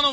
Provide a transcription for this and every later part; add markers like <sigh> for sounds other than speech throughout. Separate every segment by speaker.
Speaker 1: sono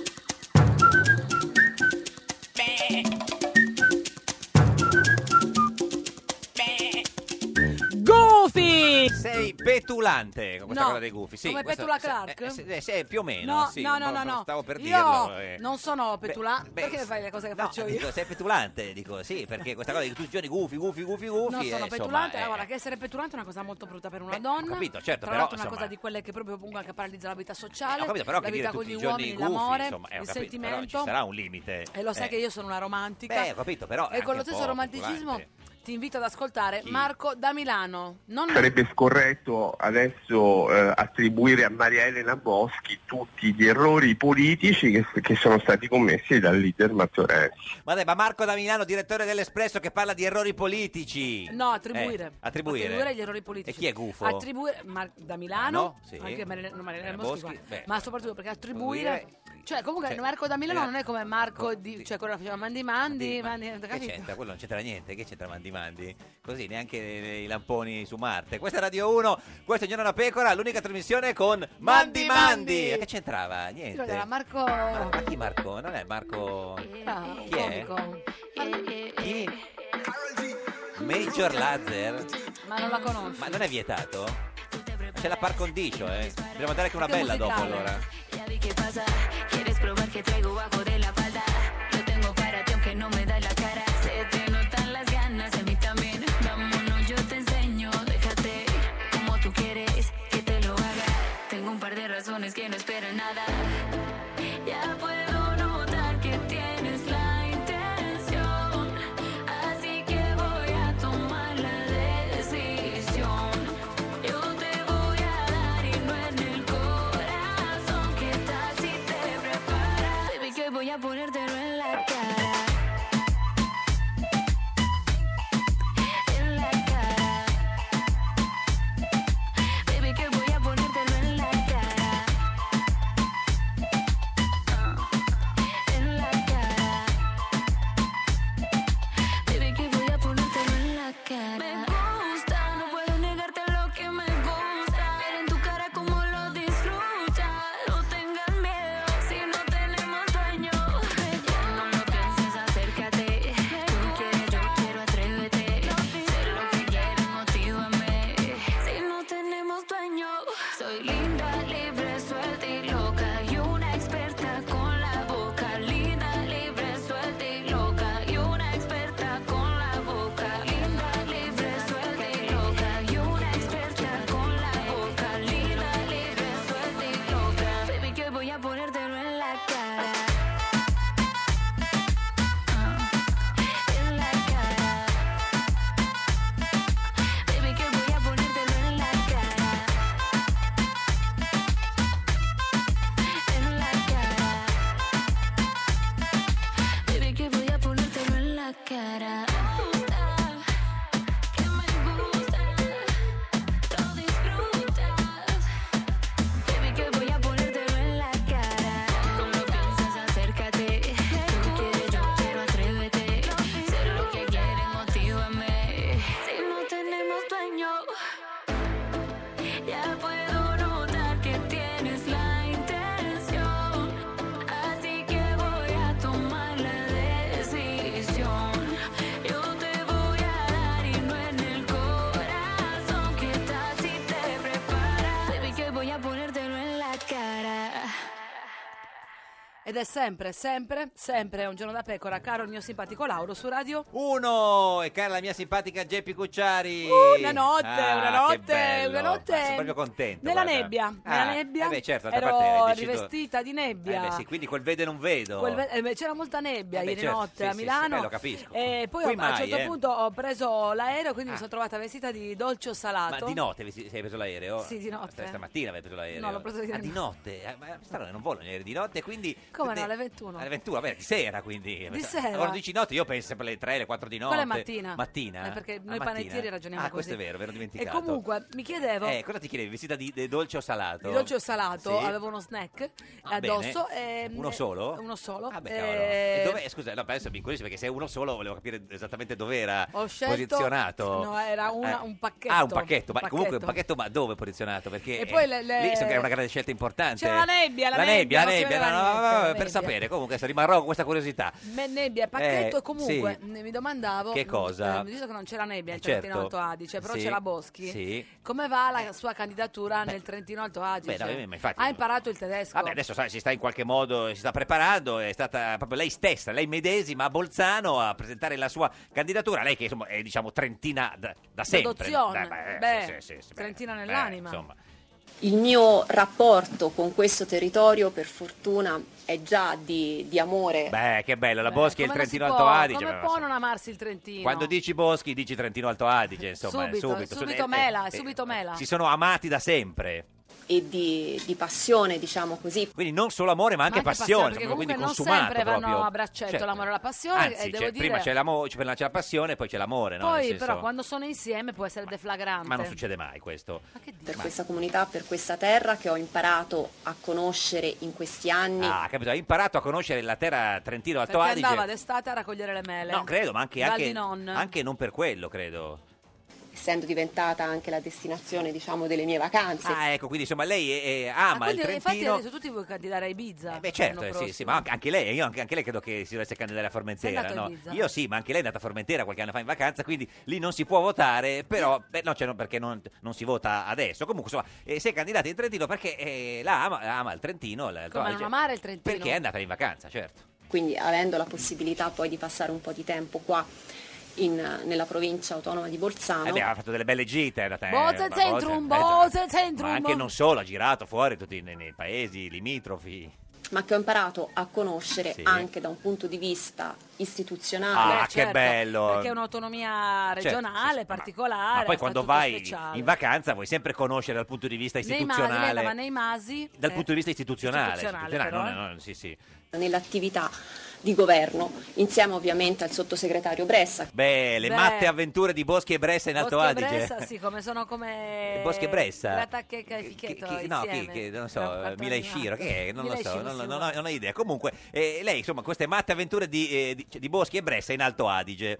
Speaker 2: Goofy!
Speaker 3: Sei petulante con questa
Speaker 2: No,
Speaker 3: cosa dei gufi. Sì,
Speaker 2: come
Speaker 3: questo-
Speaker 2: Petula
Speaker 3: se-
Speaker 2: Clark?
Speaker 3: eh, se- eh, sì, più o meno.
Speaker 2: No,
Speaker 3: sì,
Speaker 2: no,
Speaker 3: un
Speaker 2: no,
Speaker 3: po'
Speaker 2: no, no.
Speaker 3: Stavo per
Speaker 2: Io
Speaker 3: dirlo. eh.
Speaker 2: non sono
Speaker 3: Beh,
Speaker 2: petulante.
Speaker 3: beh,
Speaker 2: Perché fai le cose che
Speaker 3: no, eh,
Speaker 2: faccio io?
Speaker 3: dico, sei petulante, dico sì, perché questa cosa di tutti i giorni gufi, gufi, gufi, gufi.
Speaker 2: non
Speaker 3: eh,
Speaker 2: sono
Speaker 3: insomma,
Speaker 2: petulante,
Speaker 3: eh,
Speaker 2: ah, guarda che essere petulante è una cosa molto brutta per una donna.
Speaker 3: capito, certo, però,
Speaker 2: Tra l'altro è una
Speaker 3: insomma- Eh,
Speaker 2: cosa di quelle che proprio comunque anche paralizza la vita sociale,
Speaker 3: ho capito, però
Speaker 2: la
Speaker 3: che
Speaker 2: vita
Speaker 3: dire
Speaker 2: con
Speaker 3: tutti
Speaker 2: gli
Speaker 3: i giorni
Speaker 2: uomini,
Speaker 3: gufi,
Speaker 2: l'amore,
Speaker 3: insomma, eh, ho
Speaker 2: il
Speaker 3: capito, però ci
Speaker 2: sentimento.
Speaker 3: sarà un limite.
Speaker 2: E lo sai
Speaker 3: eh.
Speaker 2: che io sono una romantica.
Speaker 3: Beh, ho capito, però
Speaker 2: e
Speaker 3: anche
Speaker 2: con lo
Speaker 3: un
Speaker 2: stesso
Speaker 3: po' eh.
Speaker 2: romanticismo
Speaker 3: petulante.
Speaker 2: ti invito ad ascoltare Marco da Milano. Non
Speaker 4: Sarebbe scorretto adesso eh, attribuire a Maria Elena Boschi tutti gli errori politici che, che sono stati commessi dal leader Matteo Renzi.
Speaker 3: Ma dai, ma Marco da Milano, direttore dell'Espresso, che parla di errori politici.
Speaker 2: No, attribuire.
Speaker 3: Eh, attribuire.
Speaker 2: gli errori politici.
Speaker 3: E chi è gufo?
Speaker 2: Attribuire ma, da Milano,
Speaker 3: Milano, sì.
Speaker 2: anche Maria- no, Maria Elena
Speaker 3: Elena
Speaker 2: Boschi,
Speaker 3: Boschi,
Speaker 2: qua,
Speaker 3: beh.
Speaker 2: ma soprattutto perché attribuire cioè comunque
Speaker 3: cioè,
Speaker 2: Marco da Milano
Speaker 3: era-
Speaker 2: non è come Marco di cioè quello che faceva Mandi Mandi, Mandi,
Speaker 3: Che
Speaker 2: capito?
Speaker 3: c'entra? Quello non c'entra niente, che c'entra Mandi Mandi? Così neanche i lamponi su Marte. Questa è Radio 1, questo è Giorno da Pecora, l'unica trasmissione con Mandi Mandi.
Speaker 2: Mandi Mandi.
Speaker 3: E Che c'entrava?
Speaker 2: Sì,
Speaker 3: Niente.
Speaker 2: guarda, Marco
Speaker 3: Ma, ma chi Marco? Non è Marco
Speaker 2: era un
Speaker 3: Chi è?
Speaker 2: Eh, comico. Eh,
Speaker 3: Chi? Major Lazer?
Speaker 2: Ma non la conosco.
Speaker 3: Ma non è vietato? C'è la par condicio, eh. Dobbiamo dare anche una
Speaker 5: Anche
Speaker 3: bella dopo
Speaker 5: musicale.
Speaker 3: allora.
Speaker 5: Ya vi qué pasa, quieres probar que traigo bajo de la falda. Yo tengo para ti aunque no me da la cara. Se te notan las ganas, a mí también. Vámonos, yo te enseño, déjate como tú quieres que te lo haga. Tengo un par de razones que no esperan nada. Ya puedo notar que tienes la intención, así que voy a tomar la decisión. Yo te voy a dar y no en el corazón. ¿Qué tal si te preparas? Baby, que voy a ponértelo en la cara. En la cara. Baby, que voy a ponértelo en la cara. En la cara. Baby, que voy a ponértelo en la cara. Me gusta, no puedo negarte lo que me gusta. Ver en tu cara cómo lo disfrutas. No tengas miedo si no tenemos dueño. Ya no lo pienses, acércate. Tú quieres, yo quiero, atrévete. Sé lo que quieres, motívame. Si no tenemos dueño, soy linda, libre, suelta y loca. Y una experta con la boca. Linda, libre, suelta y loca. Y una experta con la boca. Linda, libre, suelta y loca. Y una experta con la boca. Linda, libre, suelta y loca. Baby, que voy a ponértelo en la cara. Ah, en la cara. Baby, que voy a ponértelo en la cara. En la cara. Baby, que voy a ponértelo en la cara. Que me gusta, lo disfrutas. Baby, que voy a ponértelo en la cara. No lo pienses, acércate. Tú quieres, yo quiero, atrévete. Sé lo que quieres, motívame. Si no tenemos dueño. Ya puedo notar que tienes la intención, así que voy a tomar la decisión. Yo te voy a dar y no en el corazón. ¿Qué tal si te preparas? Baby, que voy a ponértelo en la cara.
Speaker 2: Ed è sempre, sempre, sempre un giorno da pecora, caro il mio simpatico Lauro su Radio.
Speaker 3: Uno! Oh, E cara la mia simpatica Geppi Cucciari.
Speaker 2: Uh, Una notte,
Speaker 3: Ah,
Speaker 2: una
Speaker 3: che
Speaker 2: notte,
Speaker 3: bello.
Speaker 2: una notte.
Speaker 3: Ma sono proprio contento.
Speaker 2: Nella
Speaker 3: guarda.
Speaker 2: nebbia,
Speaker 3: Ah,
Speaker 2: nella nebbia.
Speaker 3: eh beh, certo, d'altra
Speaker 2: ero
Speaker 3: parte hai deciso-
Speaker 2: rivestita di
Speaker 3: Eh
Speaker 2: nebbia.
Speaker 3: beh, sì, quindi quel vedo e non vedo.
Speaker 2: Quel ve- eh, beh, c'era molta nebbia
Speaker 3: Certo. Eh beh,
Speaker 2: ieri
Speaker 3: certo,
Speaker 2: notte
Speaker 3: sì,
Speaker 2: a
Speaker 3: sì,
Speaker 2: Milano.
Speaker 3: sì, beh, lo capisco.
Speaker 2: E
Speaker 3: Qui
Speaker 2: poi ho- a un
Speaker 3: mai,
Speaker 2: certo
Speaker 3: eh. Ah.
Speaker 2: punto ho preso l'aereo, quindi mi sono trovata vestita di dolce o
Speaker 3: Ma
Speaker 2: salato.
Speaker 3: di notte vi si- sei preso l'aereo?
Speaker 2: Esatto. Sì, di notte.
Speaker 3: Sta- Stamattina avevi preso l'aereo.
Speaker 2: No, l'ho preso di
Speaker 3: Ah, di
Speaker 2: notte.
Speaker 3: notte. Ah, ma strano, non volano gli aerei di notte, quindi
Speaker 2: Come no,
Speaker 3: Sì.
Speaker 2: alle 21.
Speaker 3: Alle 21, vabbè, di sera quindi.
Speaker 2: Di sera?
Speaker 3: Alle 11 di notte, io penso per le 3, le 4 di notte.
Speaker 2: Quella è mattina.
Speaker 3: Mattina?
Speaker 2: Eh, perché
Speaker 3: Ah,
Speaker 2: noi
Speaker 3: mattina.
Speaker 2: panettieri ragioniamo
Speaker 3: Ah,
Speaker 2: così.
Speaker 3: questo è vero, ve l'ho
Speaker 2: E
Speaker 3: dimenticato.
Speaker 2: comunque mi chiedevo,
Speaker 3: Eh, cosa ti chiedevi? Vestita di, di dolce o salato?
Speaker 2: di dolce o salato,
Speaker 3: Sì.
Speaker 2: avevo uno snack
Speaker 3: Ah,
Speaker 2: addosso.
Speaker 3: bene.
Speaker 2: ehm,
Speaker 3: Uno solo?
Speaker 2: Uno solo.
Speaker 3: Ah, beh,
Speaker 2: eh,
Speaker 3: cavolo. E dov'è? Scusa, no, adesso mi incuriosisce perché se è uno solo volevo capire esattamente dove era
Speaker 2: Ho scelto...
Speaker 3: posizionato.
Speaker 2: No, era una-
Speaker 3: Eh.
Speaker 2: un pacchetto.
Speaker 3: Ah, un pacchetto, ma comunque un pacchetto, ma dove posizionato? Perché eh,
Speaker 2: E poi le- le-
Speaker 3: lì so che è una grande scelta importante.
Speaker 2: C'era la nebbia, la
Speaker 3: nebbia,
Speaker 2: nebbia, non si
Speaker 3: nebbia,
Speaker 2: vedeva
Speaker 3: no, no,
Speaker 2: niente,
Speaker 3: no,
Speaker 2: la
Speaker 3: per
Speaker 2: nebbia.
Speaker 3: sapere, comunque se rimarrò con questa curiosità.
Speaker 2: Me- nebbia e pacchetto
Speaker 3: Eh,
Speaker 2: e comunque
Speaker 3: sì.
Speaker 2: mh, mi domandavo
Speaker 3: Che
Speaker 2: mh,
Speaker 3: cosa?
Speaker 2: eh, visto che non c'era nebbia nel
Speaker 3: Certo.
Speaker 2: Trentino Alto Adige però
Speaker 3: Sì.
Speaker 2: c'era Boschi
Speaker 3: Sì.
Speaker 2: come va la sua candidatura nel Trentino Alto Adige
Speaker 3: Beh, no, ma infatti-
Speaker 2: ha imparato il tedesco
Speaker 3: Vabbè, adesso sai, si sta in qualche modo, si sta preparando, è stata proprio lei stessa, lei medesima a Bolzano a presentare la sua candidatura, lei che insomma è diciamo trentina da, da sempre.
Speaker 2: Adozione,
Speaker 3: Da- eh,
Speaker 2: beh,
Speaker 3: sì, sì, sì, sì, beh,
Speaker 2: trentina
Speaker 3: beh,
Speaker 2: nell'anima.
Speaker 3: insomma.
Speaker 6: Il mio rapporto con questo territorio, per fortuna, è già di, di amore.
Speaker 3: Beh, che bello, la Boschi e il
Speaker 2: Come non si
Speaker 3: Trentino
Speaker 2: può-
Speaker 3: Alto Adige.
Speaker 2: come
Speaker 3: ma-
Speaker 2: può non amarsi il Trentino
Speaker 3: Quando dici Boschi dici Trentino Alto Adige, insomma,
Speaker 2: subito,
Speaker 3: subito.
Speaker 2: subito
Speaker 3: Eh, eh,
Speaker 2: mela
Speaker 3: eh,
Speaker 2: subito mela
Speaker 3: si sono amati da sempre.
Speaker 6: E di, di passione, diciamo così.
Speaker 3: Quindi non solo amore, ma anche,
Speaker 6: anche
Speaker 3: passione,
Speaker 6: passione,
Speaker 2: perché
Speaker 3: proprio,
Speaker 2: comunque
Speaker 3: quindi
Speaker 2: non
Speaker 3: consumato
Speaker 2: sempre vanno
Speaker 3: proprio.
Speaker 2: a braccetto
Speaker 3: Certo.
Speaker 2: l'amore e la passione
Speaker 3: Anzi,
Speaker 2: e devo
Speaker 3: c'è-
Speaker 2: dire
Speaker 3: prima c'è l'amo- c'è la, c'è la passione, poi c'è l'amore, no? Nel
Speaker 2: poi
Speaker 3: senso-
Speaker 2: però quando sono insieme può essere deflagrante
Speaker 3: Ma non succede mai questo.
Speaker 6: Per questa comunità, per questa terra che ho imparato a conoscere in questi anni.
Speaker 3: Ah, capito, hai imparato a conoscere la terra Trentino Alto
Speaker 2: perché
Speaker 3: Adige.
Speaker 2: andava d'estate a raccogliere le mele
Speaker 3: No, credo, ma anche,
Speaker 2: Val di
Speaker 3: anche,
Speaker 2: Non.
Speaker 3: anche non per quello, credo.
Speaker 6: essendo diventata anche la destinazione diciamo delle mie vacanze.
Speaker 3: Ah, ecco, quindi insomma lei eh, ama il
Speaker 2: Ah, Quindi, infatti
Speaker 3: Trentino.
Speaker 2: ha detto tutti vuoi candidare a Ibiza
Speaker 3: Beh, certo,
Speaker 2: l'anno
Speaker 3: eh, sì,
Speaker 2: prossimo.
Speaker 3: sì, ma anche, anche lei, io anche, anche lei credo che si dovesse candidare a Formentera.
Speaker 2: andato a
Speaker 3: no?
Speaker 2: Ibiza?
Speaker 3: Io sì, ma anche lei è andata a Formentera qualche anno fa in vacanza, quindi lì non si può votare, però beh, no, cioè, no, perché non, non si vota adesso. Comunque, insomma, eh, si è candidata in Trentino perché eh, la ama, ama il Trentino, la-
Speaker 6: Come non
Speaker 3: Ecco, dice-
Speaker 6: amare il Trentino?
Speaker 3: Perché è andata in vacanza, certo.
Speaker 6: Quindi avendo la possibilità poi di passare un po' di tempo qua in, nella provincia autonoma di Bolzano,
Speaker 3: Eh beh, ha fatto delle belle gite, è andata eh,
Speaker 6: Boze
Speaker 3: ma
Speaker 6: Centrum,
Speaker 3: Boze, eh,
Speaker 6: Boze
Speaker 3: esatto.
Speaker 6: Centrum.
Speaker 3: Ma anche non solo, ha girato fuori tutti nei, nei paesi limitrofi.
Speaker 6: ma che ho imparato a conoscere
Speaker 3: Sì.
Speaker 6: anche da un punto di vista istituzionale.
Speaker 3: Ah, che bello.
Speaker 2: Eh, certo, perché è un'autonomia
Speaker 3: Certo,
Speaker 2: regionale particolare
Speaker 3: Ma
Speaker 2: ha
Speaker 3: poi quando
Speaker 2: statuto
Speaker 3: vai
Speaker 2: speciale.
Speaker 3: in vacanza vuoi sempre conoscere dal punto di vista
Speaker 2: nei masi lei
Speaker 3: istituzionale.
Speaker 2: andava nei masi
Speaker 3: dal
Speaker 2: eh,
Speaker 3: punto di vista istituzionale,
Speaker 2: istituzionale,
Speaker 3: istituzionale,
Speaker 2: però, eh.
Speaker 3: no, no, no, sì, sì.
Speaker 6: nell'attività di governo, insieme ovviamente al sottosegretario Bressa.
Speaker 3: Beh, le
Speaker 2: Beh.
Speaker 3: matte avventure di Boschi e Bressa in Alto
Speaker 2: Boschi e
Speaker 3: Adige.
Speaker 2: Bressa, sì, come sono come
Speaker 3: <laughs> Boschi e Bressa?
Speaker 2: La taccheca e Fichetto
Speaker 3: Chi- no, chi,
Speaker 2: insieme.
Speaker 3: che, non
Speaker 2: Tra
Speaker 3: so,
Speaker 2: quattro
Speaker 3: Mila
Speaker 2: animali.
Speaker 3: Sciro, che è? non lo
Speaker 2: Mila e
Speaker 3: so,
Speaker 2: Shiro,
Speaker 3: non,
Speaker 2: sì,
Speaker 3: non-
Speaker 2: no.
Speaker 3: non ho idea. Comunque, eh, lei, insomma, queste matte avventure di, eh, di- di Boschi e Bressa in Alto Adige.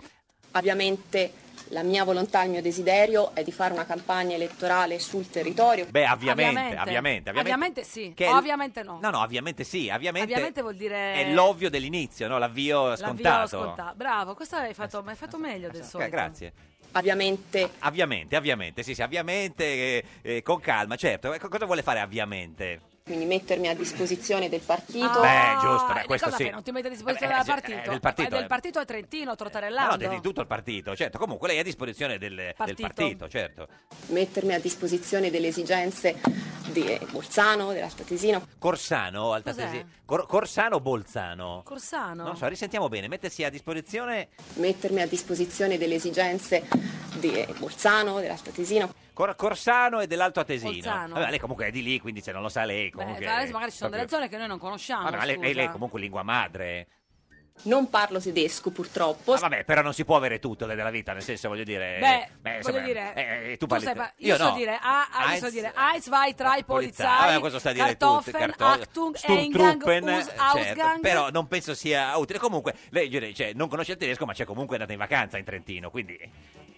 Speaker 6: Ovviamente la mia volontà, il mio desiderio è di fare una campagna elettorale sul territorio.
Speaker 3: Beh, ovviamente, ovviamente,
Speaker 2: Ovviamente.
Speaker 3: ovviamente.
Speaker 2: Ovviamente sì,
Speaker 3: Che è l-
Speaker 2: ovviamente no.
Speaker 3: No, no, ovviamente sì, ovviamente,
Speaker 2: Ovviamente vuol dire
Speaker 3: è l'ovvio dell'inizio, no? l'avvio
Speaker 2: L'avvio
Speaker 3: scontato. Eh
Speaker 2: scontato. Bravo, questo l'hai fatto, ma hai fatto meglio del
Speaker 3: Ok,
Speaker 2: solito.
Speaker 3: Eh, grazie.
Speaker 6: Ovviamente.
Speaker 3: Ovviamente, ovviamente, sì, sì, ovviamente, eh, eh, con calma, certo. Ecco, cosa vuole fare ovviamente?
Speaker 6: Quindi mettermi a disposizione del
Speaker 2: Ah,
Speaker 6: partito.
Speaker 3: Beh, giusto, beh,
Speaker 2: e
Speaker 3: questo
Speaker 2: cosa
Speaker 3: sì.
Speaker 6: fai?
Speaker 2: Non ti metti a disposizione
Speaker 3: Eh,
Speaker 2: del
Speaker 3: sì, eh,
Speaker 2: partito?
Speaker 3: del partito,
Speaker 2: Ma è
Speaker 3: eh.
Speaker 2: del partito a Trentino, a
Speaker 3: No, no,
Speaker 2: Trottarellando.
Speaker 3: di, di tutto il partito, certo. Comunque lei è a disposizione del del
Speaker 2: Partito.
Speaker 3: partito certo.
Speaker 6: Mettermi a disposizione delle esigenze di eh, Bolzano, dell'Alta Tesina.
Speaker 3: Corsano o Alta
Speaker 6: Cos'è?
Speaker 3: Tesi- Cor- Corsano o Bolzano?
Speaker 2: Corsano.
Speaker 3: Non so, risentiamo bene, mettersi a disposizione
Speaker 6: Mettermi a disposizione delle esigenze di eh, Bolzano, dell'Alta Tesina.
Speaker 3: Cor- Corsano e dell'Alto Atesino.
Speaker 2: Bolzano.
Speaker 3: Vabbè, lei comunque è di lì, quindi se non lo sa lei
Speaker 2: Beh,
Speaker 3: comunque.
Speaker 2: adesso magari ci sono delle
Speaker 3: proprio-
Speaker 2: zone che noi non conosciamo.
Speaker 3: Vabbè, ma lei, lei-
Speaker 2: scusa.
Speaker 3: lei comunque lingua madre.
Speaker 6: Non parlo tedesco purtroppo.
Speaker 3: Ah, vabbè, però non si può avere tutto de- della vita, nel senso, voglio dire.
Speaker 2: Beh, voglio
Speaker 3: insomma,
Speaker 2: dire,
Speaker 3: eh, eh, tu
Speaker 2: tu
Speaker 3: parli.
Speaker 2: sai pa-
Speaker 3: io
Speaker 2: io, so
Speaker 3: no. eh,
Speaker 2: dire, ah, ah, io so
Speaker 3: Eins-
Speaker 2: dire Eins, zwei,
Speaker 3: Polizei,
Speaker 2: drei, Polizei,
Speaker 3: vabbè, Ah, questo sta a dire tutti,
Speaker 2: Kartoffeln,
Speaker 3: cartoffeln,
Speaker 2: Achtung, Eingang,
Speaker 3: Sturmtruppen,
Speaker 2: eh, Us,
Speaker 3: eh, certo,
Speaker 2: Ausgang.
Speaker 3: però non penso sia utile. Comunque, lei dire, cioè, non conosce il tedesco, ma c'è comunque andata in vacanza in Trentino, quindi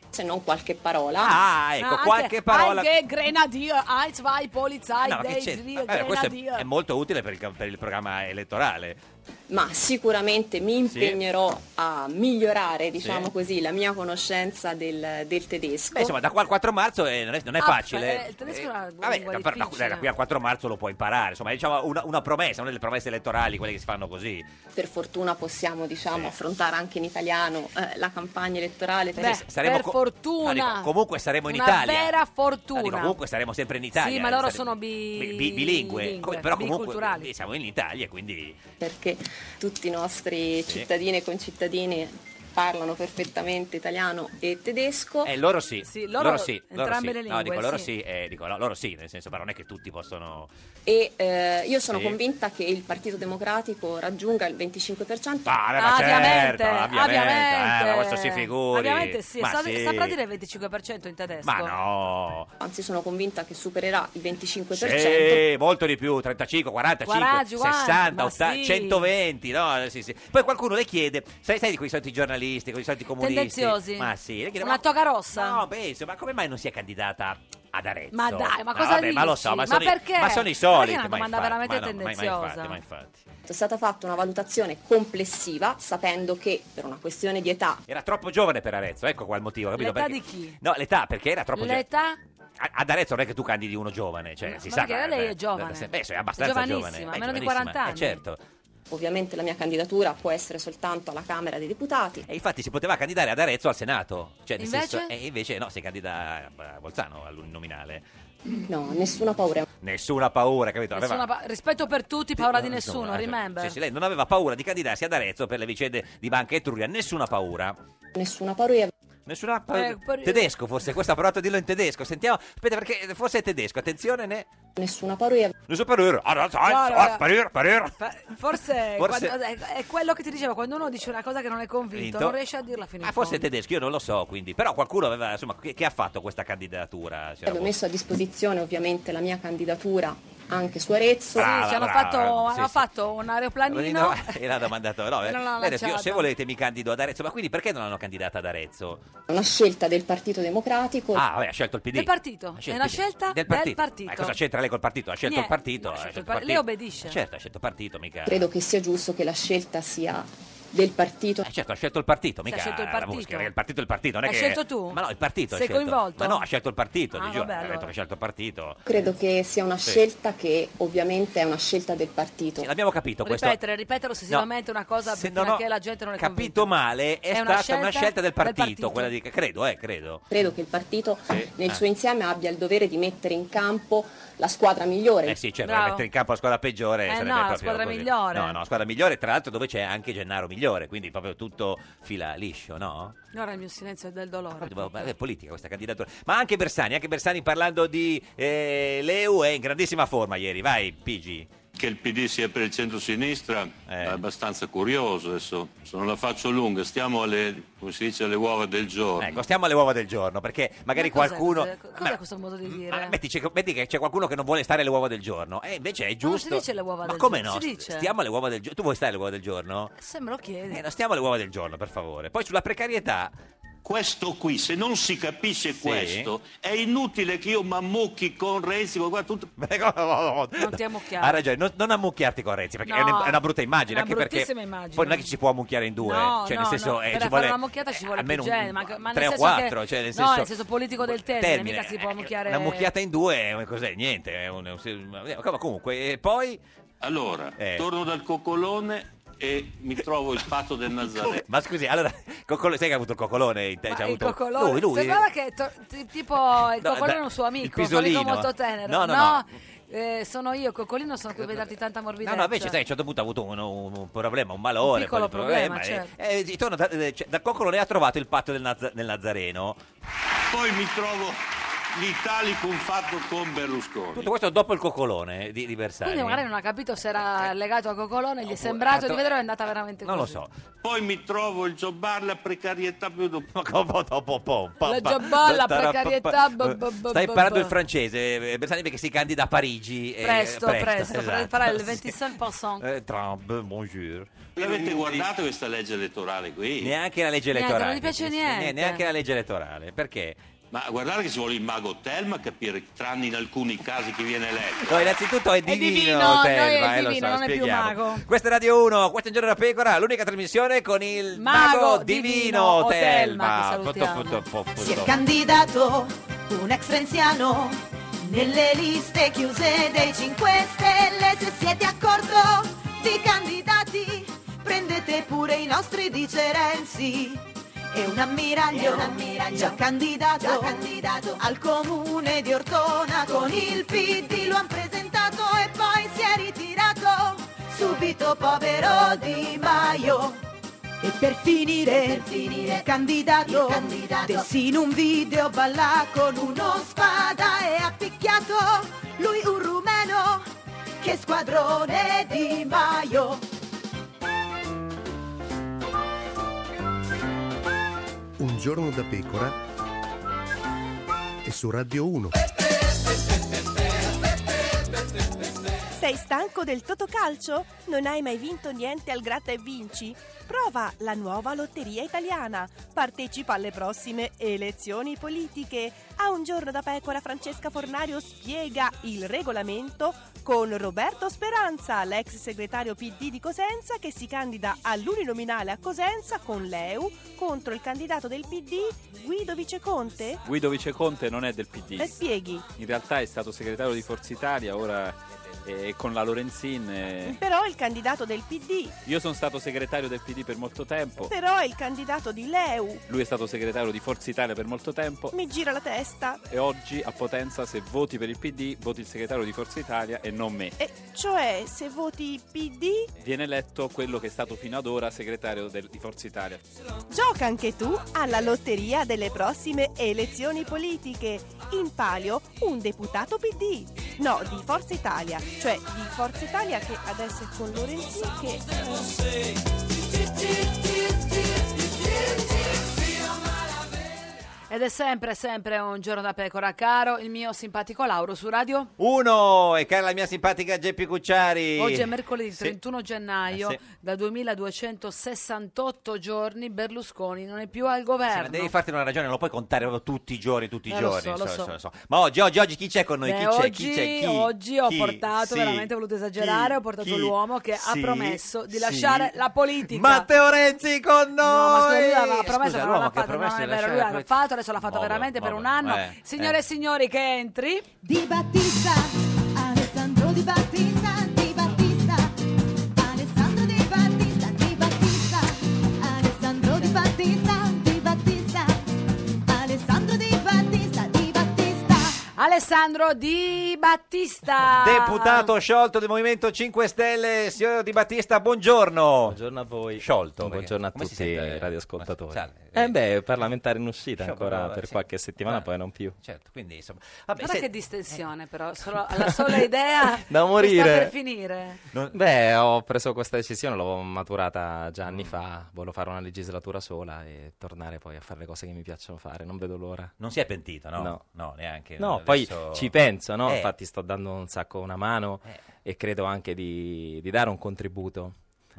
Speaker 6: se non qualche parola.
Speaker 3: Ah, ecco,
Speaker 2: No, anche-
Speaker 3: qualche parola.
Speaker 2: Anche Grenadier, Eins, zwei, Polizei,
Speaker 3: No, ma che
Speaker 2: dei,
Speaker 3: c'è?
Speaker 2: drie,
Speaker 3: Vabbè, questo è,
Speaker 2: Grenadier.
Speaker 3: è molto utile per il, cam- per il programma elettorale.
Speaker 6: Ma sicuramente mi impegnerò a migliorare, diciamo
Speaker 3: Sì.
Speaker 6: così, la mia conoscenza del, del tedesco.
Speaker 3: Beh, insomma, da qua al 4 marzo eh, non è, non è
Speaker 6: Ah,
Speaker 3: facile.
Speaker 6: eh, il tedesco è una lingua
Speaker 3: vabbè, da- però da,
Speaker 6: difficile.
Speaker 3: da qui al 4 marzo lo puoi imparare. Insomma, è diciamo una, una promessa, una delle promesse elettorali, quelle che si fanno così.
Speaker 6: Per fortuna possiamo, diciamo, affrontare anche in italiano eh, la campagna elettorale.
Speaker 3: Beh, S- saremo per co- fortuna. no, dico, comunque saremo in
Speaker 2: Una
Speaker 3: Italia.
Speaker 2: vera
Speaker 3: No, dico,
Speaker 2: fortuna.
Speaker 3: comunque saremo sempre in Italia.
Speaker 2: Sì, ma loro
Speaker 3: saremo-
Speaker 2: sono bi-
Speaker 3: bi- bi- bilingue,
Speaker 2: bilingue,
Speaker 3: Co- però comunque
Speaker 2: biculturali.
Speaker 3: eh, siamo in Italia, quindi
Speaker 6: Perché tutti i nostri
Speaker 3: Sì.
Speaker 6: cittadini e concittadini parlano perfettamente italiano e tedesco.
Speaker 3: Eh, loro sì.
Speaker 6: Oh, Sì, loro-
Speaker 3: sì. loro
Speaker 6: entrambe
Speaker 3: sì.
Speaker 6: le
Speaker 3: No,
Speaker 6: lingue,
Speaker 3: dico loro
Speaker 6: sì.
Speaker 3: sì, eh, dico, no, loro sì, nel senso, però non è che tutti possono...
Speaker 6: E eh, io sono
Speaker 3: Sì.
Speaker 6: convinta che il Partito Democratico raggiunga il 25%.
Speaker 3: Ah, beh, ma certo, ovviamente, eh, ma questo si figuri.
Speaker 2: Ovviamente sì,
Speaker 3: Ma
Speaker 2: sa-
Speaker 3: sì.
Speaker 2: saprà dire il 25% in tedesco.
Speaker 3: Ma no!
Speaker 6: Anzi, sono convinta che supererà il 25%.
Speaker 3: Sì, molto di più, 35, 45,
Speaker 6: Guaraggi, guarda,
Speaker 3: 60,
Speaker 6: ma
Speaker 3: 80,
Speaker 6: sì.
Speaker 3: 120, no, sì, sì. Poi qualcuno le chiede, sai, sai di quei soliti giornalisti, quei soliti comunisti?
Speaker 2: Tendenziosi.
Speaker 3: Ma sì, le chiede,
Speaker 2: Una
Speaker 3: ma,
Speaker 2: toga rossa.
Speaker 3: no, beh, insomma, come mai non si è candidata ad Arezzo?
Speaker 2: Ma dai, ma
Speaker 3: No,
Speaker 2: cosa
Speaker 3: vabbè, Ma lo
Speaker 2: dici?
Speaker 3: so, ma,
Speaker 2: Ma
Speaker 3: sono, i-
Speaker 2: perché?
Speaker 3: ma sono i
Speaker 2: Ma perché
Speaker 3: soliti,
Speaker 2: è una
Speaker 3: ma
Speaker 2: domanda
Speaker 3: infatti,
Speaker 2: veramente
Speaker 3: ma no, ma- ma infatti,
Speaker 2: tendenziosa?
Speaker 3: ma infatti.
Speaker 6: È stata fatta una valutazione complessiva, sapendo che per una questione di età
Speaker 3: Era troppo giovane per Arezzo, ecco qua il motivo, capito?
Speaker 2: L'età
Speaker 3: Perché-
Speaker 2: di chi?
Speaker 3: No, l'età, perché era troppo giovane.
Speaker 2: L'età?
Speaker 3: A- Ad Arezzo non è che tu candidi uno giovane, cioè, si
Speaker 2: ma
Speaker 3: sa.
Speaker 2: perché
Speaker 3: che-
Speaker 2: lei è
Speaker 3: beh,
Speaker 2: giovane.
Speaker 3: Beh, sei abbastanza
Speaker 2: È
Speaker 3: giovane.
Speaker 2: giovanissima,
Speaker 3: beh,
Speaker 2: meno di
Speaker 3: giovanissima,
Speaker 2: 40 anni.
Speaker 3: Eh, certo.
Speaker 6: ovviamente la mia candidatura può essere soltanto alla Camera dei Deputati.
Speaker 3: E infatti si poteva candidare ad Arezzo al Senato. Cioè, nel
Speaker 6: Invece?
Speaker 3: senso- e invece no, si candida a Bolzano all'uninominale.
Speaker 6: No, nessuna paura.
Speaker 3: Nessuna paura, capito? Aveva-
Speaker 2: Nessuna pa- rispetto per tutti, paura di
Speaker 3: insomma,
Speaker 2: nessuno,
Speaker 3: eh,
Speaker 2: remember.
Speaker 3: sì, sì, lei non aveva paura di candidarsi ad Arezzo per le vicende di Banca Etruria, nessuna paura.
Speaker 6: Nessuna
Speaker 2: Eh,
Speaker 6: paura.
Speaker 3: Nessuna paura.
Speaker 6: Eh, per-
Speaker 3: Tedesco forse, questo ha provato a dirlo in tedesco. Sentiamo, aspetta perché forse è tedesco, attenzione, ne...
Speaker 6: Nessuna paura.
Speaker 3: Non so parere. Ah, no,
Speaker 2: No, no,
Speaker 3: ah,
Speaker 2: no.
Speaker 3: parere, parere.
Speaker 2: Forse,
Speaker 3: <laughs> Forse-
Speaker 2: quando- è è quello che ti dicevo, quando uno dice una cosa che non è convinto,
Speaker 3: Vinto.
Speaker 2: non riesce a dirla fino in
Speaker 3: Ah, forse è
Speaker 2: fondo.
Speaker 3: tedesco, io non lo so, quindi. Però qualcuno aveva, insomma, che, che ha fatto questa candidatura? C'era
Speaker 6: Abbiamo
Speaker 3: un-
Speaker 6: messo a disposizione ovviamente la mia candidatura anche su Arezzo.
Speaker 3: Brava,
Speaker 2: Ci hanno
Speaker 3: brava,
Speaker 2: fatto,
Speaker 3: brava,
Speaker 2: hanno
Speaker 3: sì, sì.
Speaker 2: fatto un aeroplanino.
Speaker 3: No, <laughs> e l'hanno mandato. No,
Speaker 2: E
Speaker 3: eh,
Speaker 2: Eh, non l'hanno
Speaker 3: lei ha detto, io, se
Speaker 2: lanciato.
Speaker 3: volete mi candido ad Arezzo, ma quindi perché non l'hanno candidata ad Arezzo?
Speaker 6: Una scelta del Partito Democratico.
Speaker 3: Ah, vabbè, ha scelto il PD.
Speaker 2: Del partito.
Speaker 3: Ha
Speaker 2: È
Speaker 3: scelto
Speaker 2: una
Speaker 3: il PD.
Speaker 2: scelta del
Speaker 3: partito.
Speaker 2: partito.
Speaker 3: Ma cosa c'entra lei col partito? Ha scelto il
Speaker 2: Niente,
Speaker 3: partito.
Speaker 2: no,
Speaker 3: ha
Speaker 2: ha scelto
Speaker 3: scelto il
Speaker 2: il par-
Speaker 3: partito.
Speaker 2: lei obbedisce.
Speaker 3: Certo, ha scelto il partito, mica.
Speaker 6: Credo che sia giusto che la scelta sia del partito.
Speaker 3: Eh, certo, ha scelto il partito,
Speaker 6: Se ha
Speaker 3: mica
Speaker 6: scelto il
Speaker 3: la
Speaker 6: partito.
Speaker 3: Busca, perché il partito è il partito, non è
Speaker 6: Hai
Speaker 3: che...
Speaker 6: scelto tu?
Speaker 3: Ma no, il partito ha
Speaker 6: Sei
Speaker 3: scelto.
Speaker 6: coinvolto?
Speaker 3: Ma no, ha scelto il partito,
Speaker 6: Ah,
Speaker 3: di giuro,
Speaker 6: vabbè,
Speaker 3: ha detto
Speaker 6: allora.
Speaker 3: che ha scelto il partito.
Speaker 6: Credo che sia una
Speaker 3: Sì.
Speaker 6: scelta che ovviamente è una scelta del partito.
Speaker 3: Sì, L'abbiamo capito questo.
Speaker 2: Ripetere, ripetere ossessivamente una cosa
Speaker 3: Se
Speaker 2: fino
Speaker 3: non
Speaker 2: a
Speaker 3: ho
Speaker 2: che la gente non è convinta.
Speaker 3: capito male, è,
Speaker 2: È
Speaker 3: stata
Speaker 2: una
Speaker 3: una
Speaker 2: scelta
Speaker 3: scelta del
Speaker 2: del
Speaker 3: partito,
Speaker 2: partito.
Speaker 3: quella di credo, eh, credo.
Speaker 6: Credo che il partito
Speaker 3: Sì.
Speaker 6: nel
Speaker 3: Ah.
Speaker 6: suo insieme abbia il dovere di mettere in campo la squadra migliore.
Speaker 3: Eh sì, certo, mettere in campo la squadra peggiore
Speaker 6: Eh
Speaker 3: sarebbe
Speaker 6: no, la
Speaker 3: proprio
Speaker 6: squadra
Speaker 3: così.
Speaker 6: migliore.
Speaker 3: No, no, la squadra migliore, tra l'altro dove c'è anche Gennaro migliore, quindi proprio tutto fila liscio, no?
Speaker 2: Ora il mio silenzio è del dolore.
Speaker 3: Ma- ma È politica questa candidatura. Ma anche Bersani, anche Bersani parlando di eh, Leu è in grandissima forma ieri, vai Pigi.
Speaker 7: Che il PD sia per il centro-sinistra
Speaker 3: Eh.
Speaker 7: è abbastanza curioso adesso. Se non la faccio lunga, stiamo alle, come si dice, alle uova del giorno.
Speaker 3: Ecco, stiamo alle uova del giorno, perché magari
Speaker 2: Ma cos'è
Speaker 3: qualcuno... Mm,
Speaker 2: questo- Cos'è questo modo di dire?
Speaker 3: Metti, c'è- metti che c'è qualcuno che non vuole stare alle uova del giorno, e invece è giusto...
Speaker 2: si dice le uova
Speaker 3: Ma
Speaker 2: del
Speaker 3: come
Speaker 2: giorno,
Speaker 3: no?
Speaker 2: si dice.
Speaker 3: Stiamo alle uova del giorno. Tu vuoi stare alle uova del giorno?
Speaker 2: Se me lo chiedi.
Speaker 3: Eh, no, stiamo alle uova del giorno, per favore. Poi sulla precarietà.
Speaker 7: Questo
Speaker 3: <laughs>
Speaker 7: qui, se non si capisce questo, è inutile che io mammucchi con Renzi, con guarda, tutto...
Speaker 3: non
Speaker 2: ti ammucchiare.
Speaker 3: Ha ragione, non, non ammucchiarti con Renzi, perché è,
Speaker 2: No,
Speaker 3: una, è una brutta immagine.
Speaker 2: è una
Speaker 3: anche perché
Speaker 2: bruttissima immagine.
Speaker 3: Poi non è che ci si può ammucchiare in due.
Speaker 2: No,
Speaker 3: cioè,
Speaker 2: no,
Speaker 3: nel senso,
Speaker 2: no,
Speaker 3: eh,
Speaker 2: per
Speaker 3: ci
Speaker 2: fare
Speaker 3: vuole
Speaker 2: una mucchiata ci vuole
Speaker 3: almeno
Speaker 2: più
Speaker 3: un-
Speaker 2: gente, ma, ma nel
Speaker 3: tre o
Speaker 2: senso
Speaker 3: quattro,
Speaker 2: che,
Speaker 3: cioè, nel
Speaker 2: no,
Speaker 3: senso-
Speaker 2: nel senso politico del termine,
Speaker 3: termine, Eh,
Speaker 2: mica si può ammucchiare
Speaker 3: Una mucchiata in due, è- cos'è? Niente. È un- è un- ma comunque, e poi...
Speaker 7: Allora,
Speaker 3: Eh.
Speaker 7: torno dal coccolone e mi trovo il patto
Speaker 3: <laughs>
Speaker 7: del Nazareno.
Speaker 3: Ma scusi, allora, Coccolo- sai che ha avuto il coccolone? in te?
Speaker 2: Ma
Speaker 3: Cioè, ha
Speaker 2: il
Speaker 3: avuto-
Speaker 2: coccolone
Speaker 3: Lui, lui.
Speaker 2: sembrava che to- ti- tipo il
Speaker 3: No,
Speaker 2: coccolone
Speaker 3: da-
Speaker 2: è un suo amico,
Speaker 3: il
Speaker 2: un suo amico
Speaker 3: pisolino.
Speaker 2: molto tenero.
Speaker 3: No, no, no.
Speaker 2: eh, sono io, coccolino, sono qui per darti tanta
Speaker 3: No,
Speaker 2: morbidezza.
Speaker 3: no, invece sai, a un certo punto ha avuto un, un problema, un malore.
Speaker 2: Un piccolo
Speaker 3: poi il problema,
Speaker 2: problema, certo.
Speaker 3: e- e ritorna da, eh, cioè, dal coccolone ha trovato il patto del, Naz- del Nazareno.
Speaker 7: Poi mi trovo l'Italico un fatto con Berlusconi.
Speaker 3: Tutto questo dopo il coccolone di, di Bersani.
Speaker 2: Quindi magari non ha capito se
Speaker 3: Eh,
Speaker 2: era legato a coccolone, gli è sembrato di
Speaker 7: fatto-
Speaker 2: vedere o è andata veramente
Speaker 3: Non lo
Speaker 2: così.
Speaker 3: so.
Speaker 7: Poi mi trovo il giobbar, la precarietà più dopo.
Speaker 3: Ma come dopo pompa?
Speaker 2: La giobba, la precarietà, b- b- b-
Speaker 3: Stai
Speaker 2: b-
Speaker 3: imparando
Speaker 2: b-
Speaker 3: il francese, eh, Bersani perché si candida a Parigi. eh,
Speaker 2: Presto, presto,
Speaker 3: esatto.
Speaker 2: farà
Speaker 3: <laughs>
Speaker 2: il
Speaker 3: Sì.
Speaker 2: 25%.
Speaker 3: Eh, Trump, bonjour.
Speaker 7: L'avete guardato questa legge elettorale qui?
Speaker 3: Neanche la legge
Speaker 2: Niente,
Speaker 3: elettorale.
Speaker 2: non gli piace
Speaker 3: Sì, sì,
Speaker 2: niente.
Speaker 3: Neanche la legge elettorale. Perché?
Speaker 7: Ma guardate che ci vuole il mago Telma a capire, tranne in alcuni casi chi viene eletto.
Speaker 3: No, innanzitutto è divino,
Speaker 7: divino,
Speaker 2: noi è
Speaker 3: Telma, eh, lo
Speaker 2: divino,
Speaker 3: so,
Speaker 2: non è più
Speaker 3: spieghiamo.
Speaker 2: mago.
Speaker 3: Questa è Radio 1, questo è Un Giorno da Pecora, l'unica trasmissione con il
Speaker 2: Mago
Speaker 3: divino,
Speaker 2: divino,
Speaker 3: Telma.
Speaker 2: Telma, che salutiamo.
Speaker 3: Punto, punto, punto.
Speaker 8: Si è candidato un ex renziano nelle liste chiuse dei 5 Stelle. Se siete a corto di candidati, prendete pure i nostri, dice Renzi. È un ammiraglio,
Speaker 9: È un ammiraglio,
Speaker 8: già, candidato,
Speaker 9: già
Speaker 8: candidato al comune di Ortona con il PD. Lo han presentato e poi si è ritirato. Subito povero Di Maio E per finire, il candidato, tessi in un video balla con uno spada e ha picchiato lui un rumeno, che squadrone di Maio.
Speaker 9: Un giorno da pecora e su Radio 1.
Speaker 10: Sei stanco del totocalcio? Non hai mai vinto niente al gratta e vinci? Prova la nuova lotteria italiana. Partecipa alle prossime elezioni politiche. A un giorno da pecora Francesca Fornario spiega il regolamento con Roberto Speranza, l'ex segretario PD di Cosenza che si candida all'uninominale a Cosenza con l'EU contro il candidato del PD Guido Viceconte.
Speaker 11: Guido Viceconte non è del PD.
Speaker 10: Le spieghi.
Speaker 11: In realtà è stato segretario di Forza Italia, ora è con la Lorenzin. eh.
Speaker 10: Però il candidato del PD,
Speaker 11: Io sono stato segretario del PD per molto
Speaker 12: Oh.
Speaker 11: tempo.
Speaker 10: però il candidato di Leu.
Speaker 11: Lui è stato segretario di Forza Italia per molto tempo.
Speaker 10: Mi gira la testa.
Speaker 11: E oggi a Potenza, se voti per il PD, voti il segretario di Forza Italia e non me.
Speaker 10: E cioè, se voti PD,
Speaker 11: Viene eletto quello che è stato fino ad ora segretario del- di Forza Italia.
Speaker 10: gioca anche tu alla lotteria delle prossime elezioni politiche. In palio un deputato PD. No, di Forza Italia. Cioè, di Forza Italia che adesso è con Lorenzin che...
Speaker 2: Ed è sempre, sempre un giorno da pecora, caro il mio simpatico Lauro su radio.
Speaker 3: Uno, e cara la mia simpatica Geppi Cucciari.
Speaker 2: Oggi è mercoledì
Speaker 3: Sì.
Speaker 2: 31 gennaio,
Speaker 3: Eh,
Speaker 2: da 2268 giorni Berlusconi non è più al
Speaker 3: Sì,
Speaker 2: governo.
Speaker 3: ma devi farti una ragione, non lo puoi contare proprio tutti i giorni, tutti i
Speaker 2: Eh, lo
Speaker 3: giorni.
Speaker 2: so, lo so.
Speaker 3: Ma oggi, oggi, oggi chi c'è con noi?
Speaker 2: Beh,
Speaker 3: chi c'è?
Speaker 2: oggi,
Speaker 3: Chi c'è? Chi?
Speaker 2: oggi ho
Speaker 3: Chi?
Speaker 2: portato,
Speaker 3: Sì.
Speaker 2: veramente ho voluto esagerare, ho portato
Speaker 3: Chi?
Speaker 2: l'uomo che ha
Speaker 3: Sì,
Speaker 2: promesso di
Speaker 3: sì.
Speaker 2: lasciare la politica.
Speaker 3: Matteo Renzi con
Speaker 2: No, ma scusa,
Speaker 3: noi!
Speaker 2: lui aveva promesso,
Speaker 3: Scusa,
Speaker 2: ma non
Speaker 3: l'uomo
Speaker 2: l'ha
Speaker 3: che ha
Speaker 2: fatto,
Speaker 3: promesso
Speaker 2: non
Speaker 3: di
Speaker 2: è vero,
Speaker 3: lasciare
Speaker 2: lui
Speaker 3: la
Speaker 2: l'ha fatto, adesso l'ha fatto
Speaker 3: Vabbè,
Speaker 2: veramente per un
Speaker 3: vabbè,
Speaker 2: anno.
Speaker 3: eh,
Speaker 2: Signore
Speaker 3: eh.
Speaker 2: e signori, che entri.
Speaker 8: Di Battista, Alessandro Di Battista, Di Battista, Alessandro Di Battista, Di Battista, Alessandro Di Battista, Di Battista, Alessandro Di Battista, Di Battista.
Speaker 2: Alessandro Di Battista.
Speaker 3: Deputato sciolto del Movimento 5 Stelle, signor Di Battista, buongiorno. Buongiorno
Speaker 12: a voi.
Speaker 3: Sciolto.
Speaker 12: Buongiorno a
Speaker 3: come si
Speaker 12: tutti i radioascoltatori. Eh beh, parlamentare in uscita
Speaker 3: Cioè, Sciopero,
Speaker 12: ancora
Speaker 3: eh,
Speaker 12: per
Speaker 3: sì.
Speaker 12: qualche settimana, poi non più.
Speaker 3: Certo, quindi insomma.
Speaker 2: Guarda che distensione però, solo, alla sola
Speaker 3: <laughs>
Speaker 2: idea
Speaker 12: Da
Speaker 2: che
Speaker 12: morire.
Speaker 2: sta per finire.
Speaker 12: Beh, ho preso questa decisione, l'avevo maturata già anni fa, volevo fare una legislatura sola e tornare poi a fare le cose che mi piacciono fare, non vedo l'ora.
Speaker 3: Non si è pentito, no?
Speaker 12: No,
Speaker 3: No, neanche.
Speaker 12: No,
Speaker 3: Adesso-
Speaker 12: poi ci penso, no?
Speaker 3: Eh.
Speaker 12: Infatti sto dando un sacco una mano e credo anche di, di dare un contributo.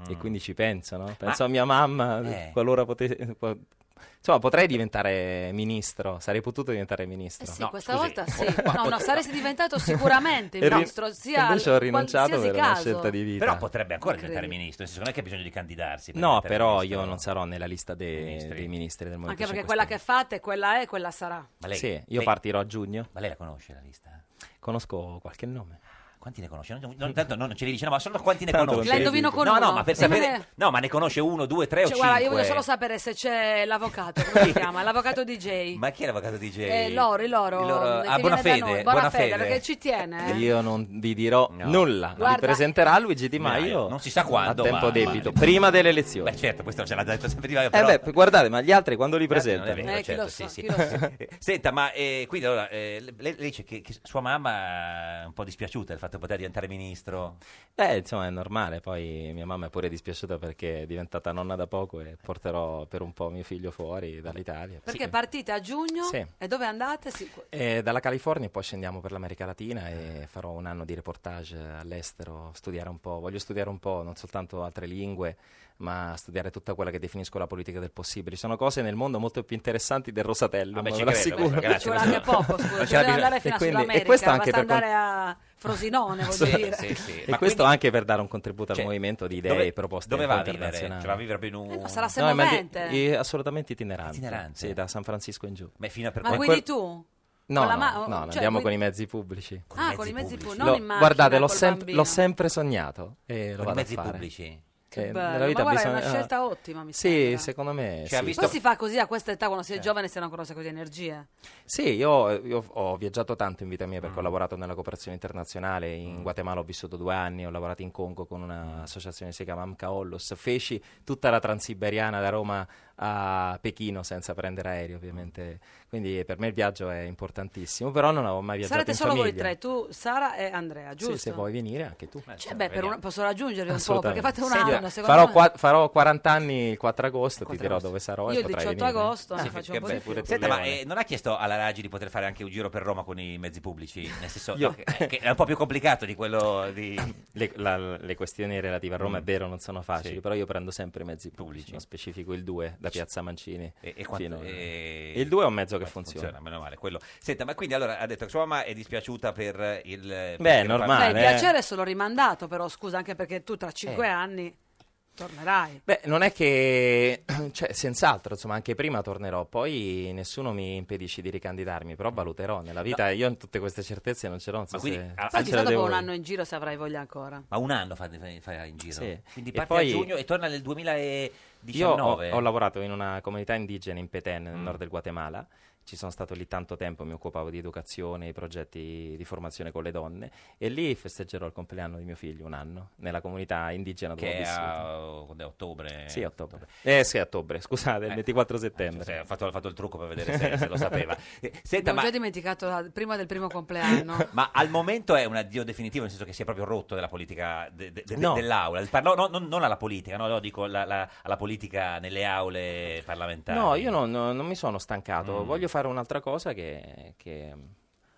Speaker 12: E
Speaker 3: Mm.
Speaker 12: quindi ci penso, no? Penso a mia mamma,
Speaker 3: Eh.
Speaker 12: qualora potesse... qual- Insomma, potrei diventare ministro, sarei potuto diventare ministro.
Speaker 2: Eh sì,
Speaker 3: <laughs>
Speaker 2: questa volta sì. No, no, saresti diventato sicuramente
Speaker 12: E ri-
Speaker 2: ministro, sia
Speaker 12: invece ho
Speaker 2: al-
Speaker 12: rinunciato
Speaker 2: qualsiasi
Speaker 12: per una
Speaker 2: caso.
Speaker 12: scelta di vita.
Speaker 3: Però potrebbe ancora diventare
Speaker 2: Incredibile.
Speaker 3: ministro, nel senso non è che bisogna di candidarsi. per
Speaker 12: No,
Speaker 3: diventare
Speaker 12: però
Speaker 3: ministro.
Speaker 12: io non sarò nella lista dei ministri, dei ministri del Movimento
Speaker 2: Anche perché
Speaker 12: 5
Speaker 2: quella che fate, quella è, quella sarà.
Speaker 3: Ma lei-
Speaker 12: Stelle. Sì, io
Speaker 3: lei-
Speaker 12: partirò a giugno.
Speaker 3: Ma lei la conosce la lista?
Speaker 12: Conosco qualche nome.
Speaker 3: Ah, Quanti ne conosce? Non, non- tanto non ce li dice, no, ma solo quanti ne
Speaker 12: Tanto
Speaker 3: conosce.
Speaker 12: non ce li La indovino
Speaker 2: dice. con
Speaker 3: no,
Speaker 2: uno.
Speaker 3: No, ma per
Speaker 2: Sì, ma
Speaker 3: sapere...
Speaker 2: ne-
Speaker 3: No, ma ne conosce uno, due, tre
Speaker 2: Cioè,
Speaker 3: o
Speaker 2: guarda,
Speaker 3: cinque?
Speaker 2: io voglio solo sapere se c'è l'avvocato,
Speaker 12: <laughs>
Speaker 2: come si chiama? L'avvocato DJ.
Speaker 3: Ma chi è l'avvocato DJ?
Speaker 2: Eh, loro, il loro,
Speaker 3: Il
Speaker 2: eh,
Speaker 3: loro...
Speaker 2: che
Speaker 3: Ah,
Speaker 2: viene
Speaker 3: buona
Speaker 2: da noi.
Speaker 3: fede.
Speaker 2: Buona fede, perché ci tiene. eh.
Speaker 12: Io non vi dirò nulla.
Speaker 2: Guarda-
Speaker 12: Vi presenterà Luigi Di
Speaker 3: Maio,
Speaker 12: Maio.
Speaker 3: non si sa quando,
Speaker 12: A tempo
Speaker 3: ma-
Speaker 12: debito,
Speaker 3: ma-
Speaker 12: prima delle elezioni.
Speaker 3: Beh, certo, questo ce l'ha detto sempre prima.
Speaker 12: Eh
Speaker 3: Però...
Speaker 12: beh, guardate, ma gli altri quando li
Speaker 3: Gli altri non
Speaker 12: presentano?
Speaker 3: è vero, Eh, chi certo, lo sa, sì, sì. chi lo Eh, <laughs> Senta, ma eh, quindi allora, eh, lei, lei dice che, che sua mamma è un po' dispiaciuta del fatto di poter diventare ministro.
Speaker 12: Beh, insomma, è normale. Poi mia mamma è pure dispiaciuta perché è diventata nonna da poco e porterò per un po' mio figlio fuori dall'Italia.
Speaker 2: Perché partite a giugno
Speaker 12: Sì.
Speaker 2: e dove andate? Sì, qu-
Speaker 12: Eh, dalla California poi scendiamo per l'America Latina e farò un anno di reportage all'estero, studiare un po', voglio studiare un po' non soltanto altre lingue, ma studiare tutta quella che definisco la politica del possibile. Ci sono cose nel mondo molto più interessanti del Rosatellum,
Speaker 3: Vabbè,
Speaker 12: ve
Speaker 3: ci
Speaker 12: lo
Speaker 3: credo,
Speaker 12: assicuro.
Speaker 3: guarda, grazie, Ci vuole non- anche poco, scusa,
Speaker 2: Cioè, bisogna andare fino
Speaker 12: E
Speaker 2: a
Speaker 12: quindi-
Speaker 2: Sudamerica,
Speaker 12: e questo anche
Speaker 2: basta
Speaker 12: per
Speaker 2: andare a Frosinone, voglio
Speaker 12: Sì,
Speaker 2: dire.
Speaker 12: sì, sì.
Speaker 2: <laughs>
Speaker 12: E
Speaker 3: Ma
Speaker 12: questo
Speaker 3: quindi-
Speaker 12: anche per dare un contributo al
Speaker 3: Cioè,
Speaker 12: movimento di idee
Speaker 3: dove-
Speaker 12: e proposte
Speaker 3: dove
Speaker 12: un po'
Speaker 3: va a vivere?
Speaker 12: internazionali.
Speaker 3: Cioè, va a vivere proprio in un- Eh, ma
Speaker 2: sarà
Speaker 12: No, ma di-
Speaker 2: semovente.
Speaker 12: eh, assolutamente itinerante.
Speaker 3: Itinerante.
Speaker 12: Sì, da San Francisco in giù.
Speaker 3: Beh, fino a per
Speaker 2: Ma
Speaker 12: Ma
Speaker 2: guidi
Speaker 12: quel-
Speaker 2: tu?
Speaker 12: No,
Speaker 2: Con la
Speaker 12: no,
Speaker 2: ma-
Speaker 12: no,
Speaker 2: cioè,
Speaker 12: andiamo con
Speaker 2: quindi-
Speaker 12: i mezzi pubblici.
Speaker 2: Ah, con i mezzi pubblici,
Speaker 12: Lo-
Speaker 2: non in macchina
Speaker 12: guardate, l'ho,
Speaker 2: col
Speaker 12: sem-
Speaker 2: bambino.
Speaker 12: l'ho sempre sognato
Speaker 3: Con Eh, i
Speaker 12: e lo vado a
Speaker 3: mezzi
Speaker 12: fare.
Speaker 3: pubblici?
Speaker 12: Che
Speaker 2: bello.
Speaker 12: nella vita
Speaker 2: Ma guarda, è
Speaker 12: bisogna-
Speaker 2: una scelta ottima, mi
Speaker 12: eh, sì,
Speaker 2: sembra.
Speaker 12: secondo me
Speaker 3: Cioè, ha
Speaker 12: sì.
Speaker 2: Poi si fa così a questa età, quando si è giovane, si hanno ancora un sacco di energie.
Speaker 12: Sì, io, io ho viaggiato tanto in vita mia perché ho lavorato nella cooperazione internazionale, in Guatemala ho vissuto due anni, ho lavorato in Congo con un'associazione che si chiama Amca Ollos, feci tutta la transiberiana da Roma a Pechino senza prendere aereo ovviamente, quindi per me il viaggio è importantissimo, però non avevo mai viaggiato
Speaker 2: Sarete
Speaker 12: in
Speaker 2: solo
Speaker 12: famiglia.
Speaker 2: voi tre, tu, Sara e Andrea, giusto?
Speaker 12: Sì, se vuoi venire anche tu.
Speaker 2: Cioè, beh, per
Speaker 12: vediamo.
Speaker 2: una- posso raggiungervi un po', perché
Speaker 12: Assolutamente.
Speaker 2: fate un
Speaker 12: Sì, io
Speaker 2: anno, secondo
Speaker 12: farò,
Speaker 2: me.
Speaker 12: qua- eh. farò 40 anni il 4 agosto, ti dirò dove
Speaker 2: Io
Speaker 12: sarò e
Speaker 2: il
Speaker 12: potrai
Speaker 2: 18
Speaker 12: venire.
Speaker 2: agosto, ne faccio un po' di più.
Speaker 3: Senta, ma eh, non ha chiesto alla Raggi di poter fare anche un giro per Roma con i mezzi pubblici? Nel senso,
Speaker 12: Io-
Speaker 3: no, che- che è un po' più complicato di quello di...
Speaker 12: Le, la- le questioni relative a Roma,
Speaker 3: Mm.
Speaker 12: è vero, non sono facili,
Speaker 3: Sì.
Speaker 12: però io prendo sempre i mezzi pubblici, non specifico il 2 da Piazza Mancini.
Speaker 3: E quanto-
Speaker 12: fino a-
Speaker 3: e-
Speaker 12: Il 2 è un mezzo che
Speaker 3: Beh,
Speaker 12: funziona.
Speaker 3: meno male quello. Senta, ma quindi allora ha detto che sua mamma è dispiaciuta per eh, il Beh,
Speaker 12: normale,
Speaker 2: Beh, il piacere è solo rimandato, però, scusa, anche perché tu tra cinque
Speaker 12: Eh.
Speaker 2: anni tornerai.
Speaker 12: Beh, non è che, <clears throat> cioè, senz'altro, insomma, anche prima tornerò, poi nessuno mi impedisce di ricandidarmi, però valuterò nella vita, io in tutte queste certezze non ce l'ho, non so
Speaker 3: quindi,
Speaker 12: se...
Speaker 3: ah,
Speaker 12: se
Speaker 2: Poi
Speaker 12: ce
Speaker 2: chissà
Speaker 12: le
Speaker 2: dopo
Speaker 12: devo-
Speaker 2: un anno in giro se avrai voglia ancora.
Speaker 3: Ma un anno fa, fa in giro.
Speaker 12: Sì.
Speaker 3: Quindi
Speaker 12: E
Speaker 3: parte
Speaker 12: poi-
Speaker 3: a giugno e torna nel 2019.
Speaker 12: Io ho, ho lavorato in una comunità indigena in Petén, nel
Speaker 3: Mm.
Speaker 12: nord del Guatemala. Ci sono stato lì tanto tempo, mi occupavo di educazione, i progetti di formazione con le donne e lì festeggerò il compleanno di mio figlio un anno nella comunità indigena dove
Speaker 3: Che
Speaker 12: ho
Speaker 3: è
Speaker 12: vissuto.
Speaker 3: a quando è ottobre.
Speaker 12: Sì, a ottobre. Eh sì, a ottobre, <laughs> scusate, il
Speaker 3: Eh,
Speaker 12: 24 settembre.
Speaker 3: cioè, ho, fatto, ho fatto il trucco per vedere se, se lo <laughs> sapeva. Eh, Senta,
Speaker 2: Mi ho
Speaker 3: ma,
Speaker 2: già dimenticato la- prima del primo
Speaker 12: <laughs>
Speaker 2: compleanno. <laughs>
Speaker 3: ma al momento è un addio definitivo, nel senso che si è proprio rotto della politica de- de- de-
Speaker 12: No.
Speaker 3: dell'aula. Il par- no, no, non, non alla politica, no, no, dico la- la- alla politica nelle aule parlamentari.
Speaker 12: No, io non, non- non mi sono stancato,
Speaker 3: Mm.
Speaker 12: voglio fare un'altra cosa che, che, mm,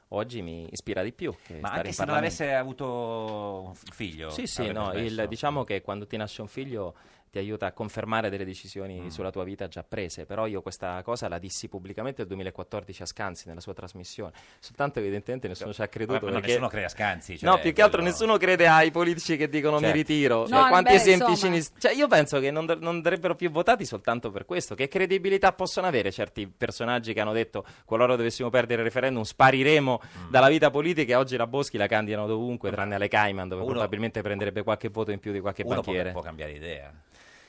Speaker 12: oggi mi ispira di più. che
Speaker 3: Ma
Speaker 12: stare
Speaker 3: anche
Speaker 12: in
Speaker 3: se non
Speaker 12: Parlamento.
Speaker 3: avesse avuto un f- figlio.
Speaker 12: Sì, sì,
Speaker 3: avrebbe
Speaker 12: no, il-
Speaker 3: smesso.
Speaker 12: diciamo che quando ti nasce un figlio ti aiuta a confermare delle decisioni
Speaker 3: Mm.
Speaker 12: sulla tua vita già prese, però io questa cosa la dissi pubblicamente nel 2014 a Scanzi nella sua trasmissione, soltanto evidentemente nessuno ci ha
Speaker 3: Cioè,
Speaker 12: creduto.
Speaker 3: Vabbè, ma
Speaker 12: perché-
Speaker 3: nessuno crede a Scanzi, cioè,
Speaker 12: no, più che altro
Speaker 3: quello-
Speaker 12: nessuno crede ai politici che dicono mi
Speaker 3: Certo.
Speaker 12: ritiro,
Speaker 3: No,
Speaker 12: Cioè, quanti
Speaker 2: beh,
Speaker 12: esempi
Speaker 2: insomma.
Speaker 12: ci ne- cioè, io penso che non, dov- non andrebbero più votati soltanto per questo, che credibilità possono avere certi personaggi che hanno detto qualora dovessimo perdere il referendum spariremo
Speaker 3: Mm.
Speaker 12: dalla vita politica e oggi la Boschi la candidano dovunque, tranne alle Cayman dove
Speaker 3: Uno-
Speaker 12: probabilmente prenderebbe qualche voto in più di qualche
Speaker 3: Uno può,
Speaker 12: banchiere.
Speaker 3: può cambiare idea.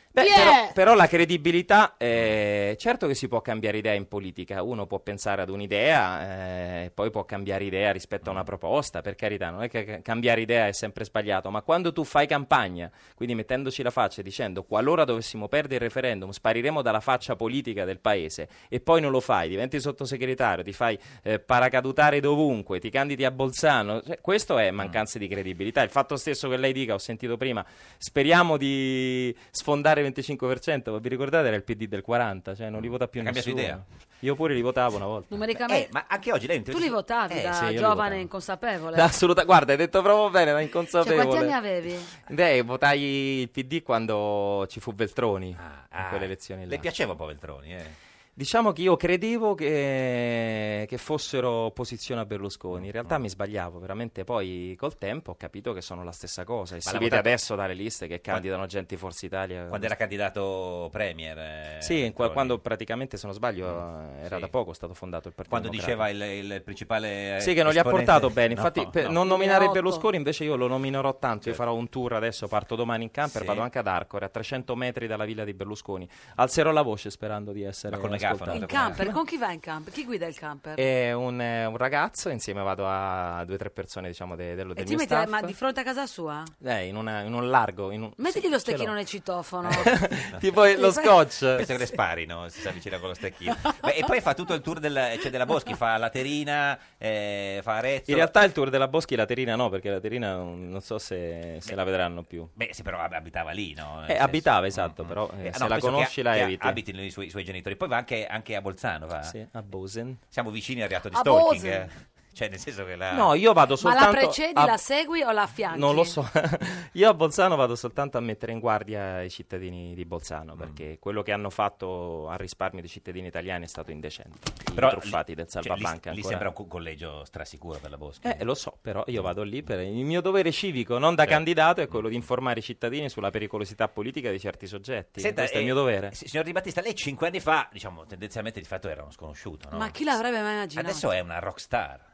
Speaker 12: Beh, però, però la credibilità, eh, certo che si può cambiare idea in politica, uno può pensare ad un'idea eh, e poi può cambiare idea rispetto a una proposta, per carità, non è che ca- cambiare idea è sempre sbagliato, ma quando tu fai campagna, quindi mettendoci la faccia e dicendo qualora dovessimo perdere il referendum spariremo dalla faccia politica del paese e poi non lo fai, diventi sottosegretario, ti fai eh, paracadutare dovunque, ti candidi a Bolzano, cioè, questo è mancanza di credibilità, il fatto stesso che lei dica, ho sentito prima, speriamo di sfondare il 25%, ma vi ricordate era il PD del 40%, cioè non li vota più
Speaker 3: Ha cambiato
Speaker 12: nessuno.
Speaker 3: idea.
Speaker 12: Io pure li votavo una volta.
Speaker 2: Numericamente.
Speaker 3: ma anche oggi lei
Speaker 2: tu li votavi
Speaker 12: Eh,
Speaker 2: da
Speaker 12: sì, io li
Speaker 2: giovane
Speaker 12: votavo. <laughs>
Speaker 2: inconsapevole.
Speaker 12: Assoluta, guarda, hai detto proprio bene, ma
Speaker 2: Cioè,
Speaker 12: inconsapevole.
Speaker 2: quanti anni avevi?
Speaker 12: Beh, votai il PD quando ci fu Veltroni in
Speaker 3: ah,
Speaker 12: quelle elezioni là.
Speaker 3: Le piaceva un po' Veltroni, eh?
Speaker 12: Diciamo che io credevo che, che fossero opposizione a Berlusconi, in
Speaker 3: Mm.
Speaker 12: realtà mi sbagliavo, veramente poi col tempo ho capito che sono la stessa cosa e si
Speaker 3: l'ha
Speaker 12: vede
Speaker 3: votato-
Speaker 12: adesso dalle liste che candidano gente di Forza Italia.
Speaker 3: Quando era candidato premier. eh,
Speaker 12: Sì, in qua-
Speaker 3: Veltroni. Mm,
Speaker 12: quando praticamente, se non sbaglio, eh, era da poco stato fondato il Partito
Speaker 3: Quando
Speaker 12: Democratico.
Speaker 3: diceva il, il principale... eh,
Speaker 12: Sì, che non li ha
Speaker 3: esponente-
Speaker 12: portato bene.
Speaker 3: No,
Speaker 12: Infatti, per
Speaker 3: no.
Speaker 12: non nominare
Speaker 3: 2008.
Speaker 12: Berlusconi, invece io lo nominerò tanto. Io
Speaker 3: Certo.
Speaker 12: farò un tour adesso, parto domani in camper,
Speaker 3: Sì.
Speaker 12: vado anche ad Arcore, a 300 metri dalla villa di Berlusconi. Alzerò la voce sperando di essere
Speaker 3: Ma con le
Speaker 12: ascoltato.
Speaker 3: gaffe, no?
Speaker 2: In camper, con chi va in camper? Chi guida il camper?
Speaker 12: È un, eh, un ragazzo, insieme vado a due o tre persone, diciamo, de- dello,
Speaker 2: e
Speaker 12: del
Speaker 2: ti
Speaker 12: mio
Speaker 2: metti
Speaker 12: staff.
Speaker 2: ma di fronte a casa sua?
Speaker 12: Eh, in, una- in un largo, in un-
Speaker 2: Mettigli lo
Speaker 12: sì, ce l'ho.
Speaker 2: stecchino nel citofono.
Speaker 12: <laughs> Tipo lo scotch.
Speaker 3: Penso che le spari, no? Si si avvicina con lo stecchino. Beh, e poi fa tutto il tour del, cioè, della Boschi, fa Laterina, eh, fa Arezzo.
Speaker 12: In realtà il tour della Boschi, la Terina no, perché la Terina non non so se, se la vedranno più.
Speaker 3: Beh, sì, però ab- abitava lì, no? Nel
Speaker 12: Eh,
Speaker 3: senso-
Speaker 12: abitava, esatto, però eh,
Speaker 3: Eh,
Speaker 12: se
Speaker 3: no,
Speaker 12: la
Speaker 3: penso che-
Speaker 12: conosci la
Speaker 3: che
Speaker 12: eviti.
Speaker 3: abiti i suoi, i suoi genitori. Poi va anche, anche a Bolzano, va?
Speaker 12: Sì, a Bosen.
Speaker 3: Siamo vicini al reato di
Speaker 2: A
Speaker 3: stalking.
Speaker 2: Bosen.
Speaker 3: eh. Cioè, nel senso che la...
Speaker 12: No, io vado
Speaker 2: Ma
Speaker 12: soltanto
Speaker 2: la precedi,
Speaker 12: a-
Speaker 2: la segui o la affianchi?
Speaker 12: Non lo so. <laughs> Io a Bolzano vado soltanto a mettere in guardia i cittadini di Bolzano
Speaker 3: Mm.
Speaker 12: perché quello che hanno fatto al risparmio dei cittadini italiani è stato indecente. I
Speaker 3: Però
Speaker 12: truffati
Speaker 3: lì-
Speaker 12: del
Speaker 3: cioè,
Speaker 12: salvabanca
Speaker 3: lì, lì
Speaker 12: ancora.
Speaker 3: sembra un co- collegio strasicuro per la Boschi.
Speaker 12: Eh, lo so, però io vado lì per il mio dovere civico, non da
Speaker 3: Certo.
Speaker 12: candidato, è quello di informare i cittadini sulla pericolosità politica di certi soggetti.
Speaker 3: Senta,
Speaker 12: Questo è
Speaker 3: eh,
Speaker 12: il mio dovere.
Speaker 3: si- Signor Di Battista, lei cinque anni fa, diciamo, tendenzialmente di fatto era uno sconosciuto, no?
Speaker 2: Ma chi l'avrebbe mai immaginato?
Speaker 3: Adesso è una rockstar.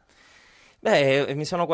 Speaker 12: Beh, eh, mi sono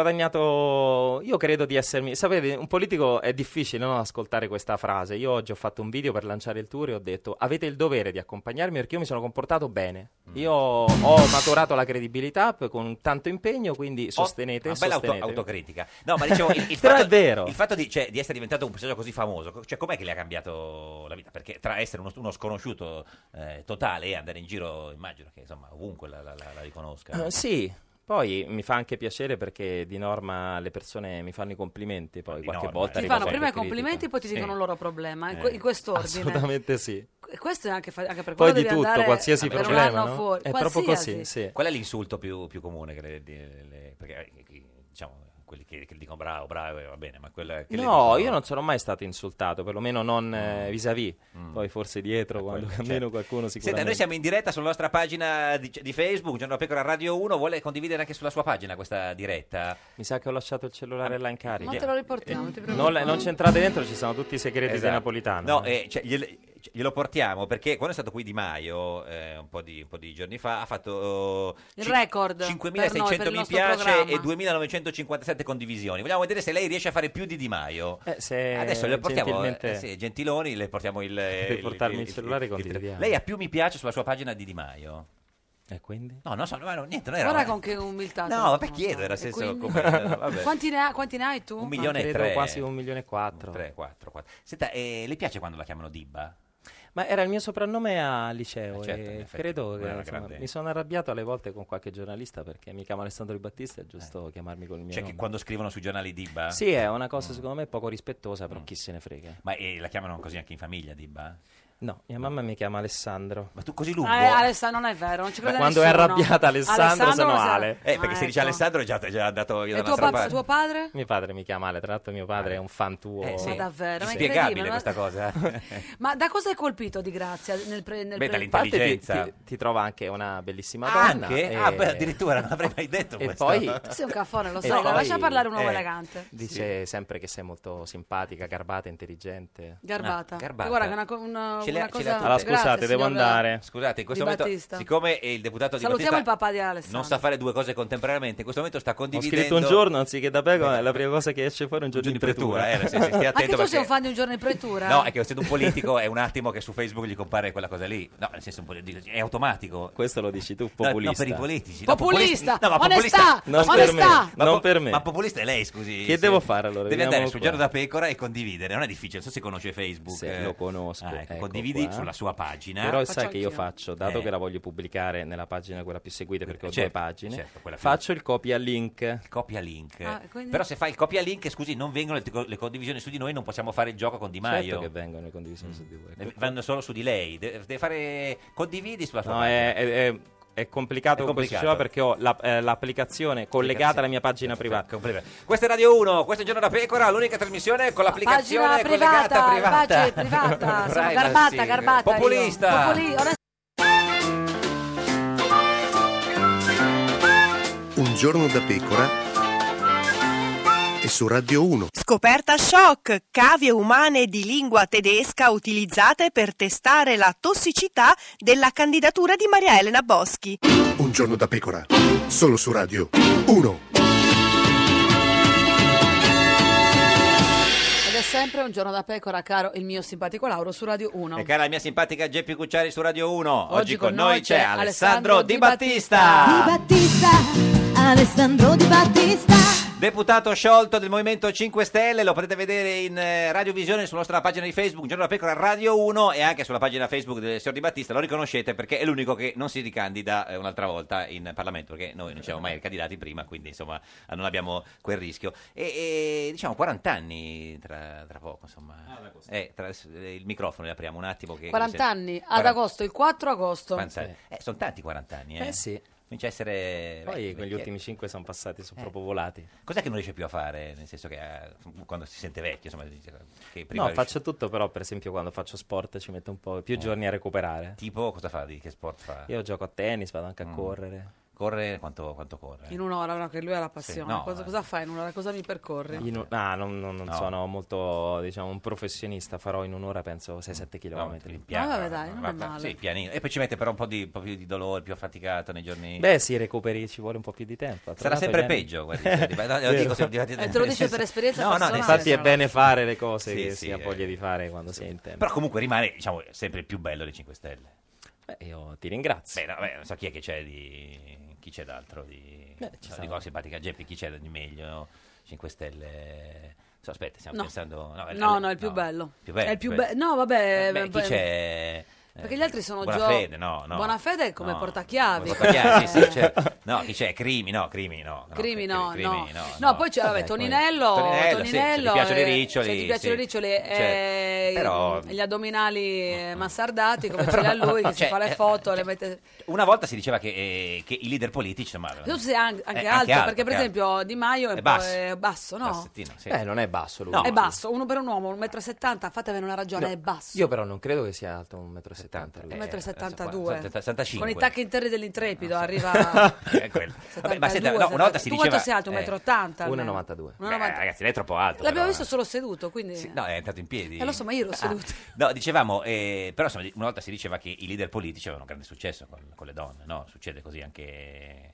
Speaker 12: guadagnato. Io credo di essermi. Sapete, un politico è difficile no, ascoltare questa frase. Io oggi ho fatto un video per lanciare il tour e ho detto: Avete il dovere di accompagnarmi perché io mi sono comportato bene.
Speaker 3: Mm.
Speaker 12: Io ho maturato la credibilità p- con tanto impegno, quindi sostenete.
Speaker 3: Una bella auto-
Speaker 12: sostenete.
Speaker 3: autocritica. No, ma dicevo, il, il
Speaker 12: <laughs> Però
Speaker 3: fatto,
Speaker 12: è vero.
Speaker 3: il fatto di, cioè, di essere diventato un personaggio così famoso, co- cioè, com'è che le ha cambiato la vita? Perché tra essere uno, uno sconosciuto eh, totale e andare in giro, immagino che insomma ovunque la, la- la- la riconosca.
Speaker 12: Eh, sì, poi mi fa anche piacere perché di norma le persone mi fanno i complimenti, poi qualche
Speaker 3: norma,
Speaker 12: volta
Speaker 3: eh.
Speaker 2: Ti
Speaker 12: arriva
Speaker 2: fanno prima i
Speaker 12: qualche
Speaker 2: complimenti e poi ti
Speaker 12: critica.
Speaker 2: dicono il loro problema, in, que-
Speaker 12: Eh,
Speaker 2: in quest'ordine.
Speaker 12: Assolutamente sì.
Speaker 2: E Questo è anche, fa- anche per
Speaker 12: Poi
Speaker 2: quello
Speaker 12: di
Speaker 2: devi
Speaker 12: tutto,
Speaker 2: andare
Speaker 12: qualsiasi
Speaker 2: per un
Speaker 12: problema,
Speaker 2: anno
Speaker 12: no? Eh,
Speaker 2: fuori.
Speaker 12: È proprio
Speaker 2: Qualsiasi.
Speaker 12: così, sì.
Speaker 3: Qual è l'insulto più, più comune? Che le- le- le- perché eh, chi- diciamo, quelli che, che dicono bravo, bravo, eh, va bene, ma quella che Mm. le
Speaker 12: No,
Speaker 3: dicono-
Speaker 12: io non sono mai stato insultato, perlomeno non eh, vis-à-vis, poi forse dietro quando cammino qualcuno
Speaker 3: Eh, certo. Senta, noi
Speaker 12: sicuramente.
Speaker 3: siamo in diretta sulla nostra pagina di, di Facebook, Giorno da Pecora Radio 1, vuole condividere anche sulla sua pagina questa diretta? Eh,
Speaker 12: Mi sa che ho lasciato il cellulare là in carica.
Speaker 2: Ma te lo riportiamo, non ti
Speaker 12: Non,
Speaker 2: preoccupare.
Speaker 12: non c'entrate dentro, ci sono tutti i segreti
Speaker 3: Esatto.
Speaker 12: di Napolitano.
Speaker 3: No, eh, cioè, gliel- cioè, glielo portiamo perché quando è stato qui Di Maio, eh, un, po di, un po' di giorni fa, ha fatto eh,
Speaker 2: Il
Speaker 3: cin-
Speaker 2: record
Speaker 3: 5.600
Speaker 2: per noi, per il
Speaker 3: mi
Speaker 2: nostro
Speaker 3: piace
Speaker 2: programma.
Speaker 3: e 2.957 condivisioni. Vogliamo vedere se lei riesce a fare più di Di Maio.
Speaker 12: Eh, se
Speaker 3: Adesso le portiamo,
Speaker 12: gentilmente-
Speaker 3: eh, sì, gentiloni, le portiamo il...
Speaker 12: Per portarmi il cellulare condividiamo.
Speaker 3: Lei ha più mi piace sulla sua pagina di Di Maio.
Speaker 12: E quindi?
Speaker 3: No, non so, no, no, niente, non era...
Speaker 2: Guarda con che umiltà. te
Speaker 3: No,
Speaker 2: lo
Speaker 3: per
Speaker 2: dico.
Speaker 3: chiedere, nel senso,
Speaker 2: quindi?
Speaker 3: come-
Speaker 2: <laughs>
Speaker 3: vabbè.
Speaker 2: Quanti, ne ha- quanti ne hai tu?
Speaker 3: Un milione e
Speaker 12: credo
Speaker 3: tre.
Speaker 12: quasi un milione e quattro.
Speaker 3: Tre, quattro, quattro. Senta, eh, le piace quando la chiamano Dibba?
Speaker 12: Ma era il mio soprannome al liceo
Speaker 3: Eh, certo, in
Speaker 12: e
Speaker 3: effetti,
Speaker 12: credo
Speaker 3: non
Speaker 12: che
Speaker 3: era
Speaker 12: insomma,
Speaker 3: grande.
Speaker 12: mi sono arrabbiato alle volte con qualche giornalista perché mi chiama Alessandro Di Battista, è giusto chiamarmi col mio
Speaker 3: Cioè che
Speaker 12: nome.
Speaker 3: quando eh? scrivono sui giornali Dibba?
Speaker 12: Sì, è una cosa secondo me poco rispettosa, però chi se ne frega.
Speaker 3: Mm. Ma eh, la chiamano così anche in famiglia Dibba?
Speaker 12: No, mia mamma mi chiama Alessandro.
Speaker 3: Ma tu così
Speaker 2: Ah, eh, Alessandro, non è vero, non ci crede
Speaker 12: Quando è
Speaker 2: nessuno.
Speaker 12: arrabbiata Alessandro, sono
Speaker 2: lo sa- Ah, ecco.
Speaker 12: Ale.
Speaker 3: Eh, perché se dice Alessandro è già, è già andato io da
Speaker 2: E tuo,
Speaker 3: un'altra
Speaker 2: pa-
Speaker 3: parte.
Speaker 2: tuo padre?
Speaker 12: Mio padre mi chiama Ale, tra l'altro mio padre è un fan tuo.
Speaker 3: Eh, sì.
Speaker 2: Ma davvero, ma è
Speaker 3: Inspiegabile
Speaker 2: incredibile,
Speaker 3: questa cosa. eh.
Speaker 2: <laughs> Ma da cosa è colpito di grazia? Nel pre- nel pre-
Speaker 3: dall'intelligenza.
Speaker 12: Ti, ti- ti trova anche una bellissima
Speaker 3: Ah,
Speaker 12: donna.
Speaker 3: anche?
Speaker 12: e-
Speaker 3: Ah, beh, addirittura non avrei mai detto
Speaker 12: e
Speaker 3: questo.
Speaker 12: Poi,
Speaker 2: Tu sei un caffone, lo
Speaker 12: e
Speaker 2: sai, ma
Speaker 12: poi-
Speaker 2: lascia parlare un uomo
Speaker 12: eh,
Speaker 2: elegante.
Speaker 12: Dice sempre che sei molto simpatica, garbata, intelligente.
Speaker 2: Ah,
Speaker 12: Ah,
Speaker 2: Garbata. Guarda che è una, co- una,
Speaker 3: Ce l'ha-
Speaker 2: una
Speaker 3: ce
Speaker 2: cosa...
Speaker 3: l'ha tutte.
Speaker 12: Allora, scusate,
Speaker 2: Grazie,
Speaker 12: devo
Speaker 2: signor-
Speaker 12: andare.
Speaker 3: Scusate, in questo
Speaker 2: Di
Speaker 3: momento,
Speaker 2: Battista.
Speaker 3: siccome eh, il deputato di
Speaker 2: Salutiamo
Speaker 3: Battista
Speaker 2: il papà di Alessandro.
Speaker 3: non sa fare due cose contemporaneamente, in questo momento sta
Speaker 12: Ho
Speaker 3: condividendo...
Speaker 12: scritto un giorno anziché da pecora, è la prima cosa che esce fuori è un giorno di
Speaker 3: pretura,
Speaker 12: pretura.
Speaker 3: eh, sì, sì, stia attento
Speaker 2: <laughs> Anche tu
Speaker 3: perché-
Speaker 2: sei un fan di un giorno in pretura?
Speaker 3: No, è che essendo un politico è un attimo che su Facebook gli compare quella cosa lì. No, nel senso un po' di- è automatico.
Speaker 12: Questo lo dici tu,
Speaker 3: No,
Speaker 12: populista.
Speaker 3: per i politici.
Speaker 2: Populista,
Speaker 3: No, ma
Speaker 2: onestà,
Speaker 12: Non per onestà. me,
Speaker 3: Ma
Speaker 12: non
Speaker 3: po-
Speaker 12: per me.
Speaker 3: Ma populista è lei, scusi.
Speaker 12: Che
Speaker 3: Sì.
Speaker 12: devo fare allora?
Speaker 3: Devi
Speaker 12: Veniamolo
Speaker 3: andare sul
Speaker 12: qua.
Speaker 3: giorno da pecora e condividere. Non è difficile, non so se conosce Facebook.
Speaker 12: Sì,
Speaker 3: eh.
Speaker 12: lo conosco.
Speaker 3: Ah, ecco,
Speaker 12: ecco
Speaker 3: condividi
Speaker 12: qua.
Speaker 3: sulla sua pagina.
Speaker 12: Però sai che io faccio, dato
Speaker 3: Eh.
Speaker 12: che la voglio pubblicare nella pagina quella più seguita perché ho due
Speaker 3: Certo,
Speaker 12: pagine,
Speaker 3: certo, quella più-
Speaker 12: faccio il copia link. Il
Speaker 3: copia link.
Speaker 2: Ah, quindi-
Speaker 3: Però se fai il copia link, scusi, non vengono le, le condivisioni su di noi, non possiamo fare il gioco con Di Maio. Mm. Eh,
Speaker 12: Certo che vengono le condivisioni su di voi.
Speaker 3: Ne- Vanno solo su di lei. De- Deve fare condividi sulla sua
Speaker 12: No, eh.
Speaker 3: pagina.
Speaker 12: è, è- è- è complicato
Speaker 3: È
Speaker 12: con questo
Speaker 3: complicato.
Speaker 12: sistema perché ho la- eh, l'applicazione collegata alla mia pagina privata.
Speaker 3: Questa è Radio 1, questo è Giorno da Pecora, l'unica trasmissione con l'applicazione
Speaker 2: Pagina
Speaker 3: collegata
Speaker 2: privata,
Speaker 3: Ah, privata.
Speaker 2: pagina privata, sono
Speaker 3: Privacy.
Speaker 2: garbata, garbata io.
Speaker 3: Populista.
Speaker 2: Populi- onest-
Speaker 9: Un giorno da pecora e su Radio 1.
Speaker 10: Scoperta shock, cavie umane di lingua tedesca utilizzate per testare la tossicità della candidatura di Maria Elena Boschi.
Speaker 9: Un giorno da pecora, solo su Radio 1.
Speaker 2: Ed è sempre un giorno da pecora, caro il mio simpatico Lauro su Radio 1.
Speaker 3: <laughs> E cara la mia simpatica Geppi Cucciari su Radio 1, oggi, con noi c'è
Speaker 2: Alessandro
Speaker 3: Alessandro Di
Speaker 2: Di
Speaker 3: Battista,
Speaker 13: Battista, Alessandro Di Battista.
Speaker 3: deputato sciolto del Movimento 5 Stelle, lo potete vedere in eh, radiovisione sulla nostra pagina di Facebook, Giorno da Pecora Radio 1 e anche sulla pagina Facebook del signor Di Battista, lo riconoscete perché è l'unico che non si ricandida eh, un'altra volta in Parlamento, perché noi non siamo mai ricandidati prima, quindi insomma non abbiamo quel rischio. E, e, diciamo 40 anni tra, tra poco, insomma. Eh, tra- eh, il microfono le apriamo un attimo. Che
Speaker 2: 40 anni, ad
Speaker 3: 40
Speaker 2: agosto, il 4 agosto.
Speaker 3: Quanti anni? Eh, sono tanti 40 anni, eh?
Speaker 12: Esatto. Eh sì.
Speaker 3: Comincia a essere... beh,
Speaker 12: Poi con gli
Speaker 3: vecchietto.
Speaker 12: ultimi 5 sono passati, sono proprio volati.
Speaker 3: Cos'è che non riesce più a fare? Nel senso che eh, quando si sente vecchio, insomma... dice Che prima
Speaker 12: No,
Speaker 3: riusci- Eh.
Speaker 12: faccio tutto, però per esempio quando faccio sport ci metto un po' più giorni a recuperare.
Speaker 3: Tipo, cosa fa? Di che sport fa?
Speaker 12: Io gioco a tennis, vado anche a correre.
Speaker 3: Corre quanto, quanto corre?
Speaker 2: In un'ora, no, che lui ha la passione.
Speaker 3: Sì, no,
Speaker 2: cosa,
Speaker 3: eh.
Speaker 2: cosa fai in un'ora? Cosa mi percorri?
Speaker 12: In un- ah, non, non- non
Speaker 3: No.
Speaker 12: sono molto, diciamo, un professionista. Farò in un'ora, penso, 6-7 km.
Speaker 3: Mm. Piano,
Speaker 2: Ah, vabbè, dai, non è
Speaker 3: va-
Speaker 2: male.
Speaker 3: Sì, pianino. E poi ci mette però un po' di, un po' più di dolore, più affaticato nei giorni...
Speaker 12: Beh, si recuperi, ci vuole un po' più di tempo.
Speaker 3: Sarà sempre peggio, guardi, se- no,
Speaker 12: <laughs>
Speaker 3: lo dico,
Speaker 12: Vero.
Speaker 3: siamo diventati-
Speaker 2: Eh, te lo dice per esperienza
Speaker 3: No, no,
Speaker 2: personale.
Speaker 12: Infatti è
Speaker 2: tra
Speaker 12: bene fare le cose
Speaker 3: Sì,
Speaker 12: che
Speaker 3: sì,
Speaker 12: si ha
Speaker 3: eh.
Speaker 12: voglia di fare quando si è in tempo.
Speaker 3: Però comunque rimane, diciamo, sempre il più bello dei 5 Stelle.
Speaker 12: Beh, io ti ringrazio.
Speaker 3: Beh, no, beh, non so chi è che c'è di... chi c'è d'altro di...
Speaker 12: Beh,
Speaker 3: ci
Speaker 12: ci
Speaker 3: sono
Speaker 12: sono.
Speaker 3: di cosa simpatica Geppi, chi c'è di meglio? 5 Stelle... non So, aspetta, stiamo
Speaker 2: No.
Speaker 3: pensando...
Speaker 2: No,
Speaker 3: è-
Speaker 2: no, è il più bello.
Speaker 3: Più bello,
Speaker 2: È il più
Speaker 3: più
Speaker 2: be-
Speaker 3: bello.
Speaker 2: no, vabbè,
Speaker 3: Eh, beh,
Speaker 2: vabbè.
Speaker 3: chi c'è... Eh,
Speaker 2: Perché gli altri sono già.
Speaker 3: Buonafede, no, no.
Speaker 2: Buonafede è come
Speaker 3: No.
Speaker 2: portachiavi.
Speaker 3: Come portachiavi, sì,
Speaker 2: <laughs>
Speaker 3: sì, c'è- No, chi c'è? Crimi, no, Crimi, no. no.
Speaker 2: Crimi no,
Speaker 3: Crimi,
Speaker 2: no.
Speaker 3: no,
Speaker 2: No, poi c'è vabbè,
Speaker 3: Vabbè,
Speaker 2: Toninello,
Speaker 3: poi- Toninello, sì,
Speaker 2: Toninello,
Speaker 3: se ti piacciono i
Speaker 2: eh,
Speaker 3: riccioli,
Speaker 2: se ti piacciono i
Speaker 3: sì.
Speaker 2: riccioli,
Speaker 3: Cioè,
Speaker 2: eh,
Speaker 3: però-
Speaker 2: gli addominali eh,
Speaker 3: <laughs>
Speaker 2: massardati, come ce li ha lui, che si
Speaker 3: Cioè,
Speaker 2: fa le
Speaker 3: eh,
Speaker 2: foto, le mette...
Speaker 3: Una volta si diceva che, eh, che i leader politici, insomma,
Speaker 2: Tu sei anche,
Speaker 3: eh, anche
Speaker 2: anche alto,
Speaker 3: alto,
Speaker 2: perché per
Speaker 3: anche
Speaker 2: esempio Di Maio è,
Speaker 3: È
Speaker 2: un
Speaker 3: basso.
Speaker 2: po' è basso, no?
Speaker 3: Bassettino, sì.
Speaker 12: Beh, eh, non è basso lui.
Speaker 2: è basso, uno per un uomo, 1,70 m, fatevene una ragione,
Speaker 12: No,
Speaker 2: è basso.
Speaker 12: Io però non credo che sia alto 1,70 m.
Speaker 3: Eh,
Speaker 2: 1,72 m.
Speaker 3: 75.
Speaker 2: Con i tacchi interi dell'intrepido arriva a
Speaker 3: <laughs> Eh, quello. Vabbè, ma senta, no,
Speaker 2: 72,
Speaker 3: una volta si
Speaker 2: tu
Speaker 3: diceva... Eh,
Speaker 2: quanto sei alto? 1,80 m?
Speaker 3: 1,92. Beh,
Speaker 2: 1,90.
Speaker 3: ragazzi, lei Eh, è troppo alto.
Speaker 2: L'abbiamo
Speaker 3: però,
Speaker 2: visto solo seduto, quindi...
Speaker 3: eh. No, è entrato in piedi.
Speaker 2: Eh, lo so, ma io ero
Speaker 3: Ah.
Speaker 2: seduto.
Speaker 3: No, dicevamo, eh, però insomma, una volta si diceva che i leader politici avevano grande successo con, con le donne, no? Succede così anche...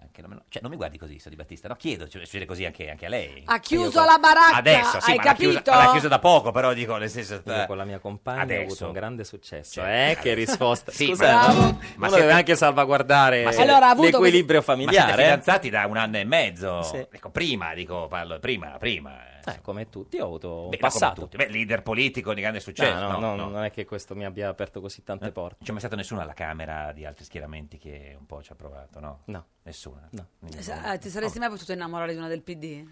Speaker 3: anche non, me lo- cioè, non mi guardi così, Sodi Battista, no? Chiedo, cioè, succede così anche, anche a lei.
Speaker 2: Ha chiuso
Speaker 3: Io-
Speaker 2: la baracca,
Speaker 3: Adesso, sì,
Speaker 2: hai
Speaker 3: ma l'ha
Speaker 2: capito?
Speaker 3: chiusa, l'ha chiusa da poco, però dico, nel senso... eh,
Speaker 12: Io con la mia compagna ho avuto
Speaker 3: Adesso.
Speaker 12: un grande successo.
Speaker 3: Cioè,
Speaker 12: eh, che risposta.
Speaker 3: Sì,
Speaker 12: Scusa,
Speaker 3: ma-
Speaker 12: no?
Speaker 3: ma
Speaker 12: uno
Speaker 3: siete-
Speaker 12: deve anche salvaguardare
Speaker 3: Ma siete-
Speaker 12: l'equilibrio
Speaker 3: Ma
Speaker 12: familiare. eh.
Speaker 3: siete fidanzati da un anno e mezzo.
Speaker 12: Sì.
Speaker 3: Ecco, prima, dico, parlo, prima, prima.
Speaker 12: Eh, come tutti, io ho avuto un
Speaker 3: Beh, no, come
Speaker 12: passato.
Speaker 3: tutti. Beh, leader politico di grande successo.
Speaker 12: No,
Speaker 3: Cioè, no,
Speaker 12: no,
Speaker 3: no.
Speaker 12: no, non è che questo mi abbia aperto così tante porte.
Speaker 3: Non c'è mai stato nessuno alla Camera di altri schieramenti che un po' ci ha provato, no?
Speaker 12: No.
Speaker 3: Nessuna?
Speaker 12: No.
Speaker 2: Eh, ti saresti mai potuto innamorare di una del PD?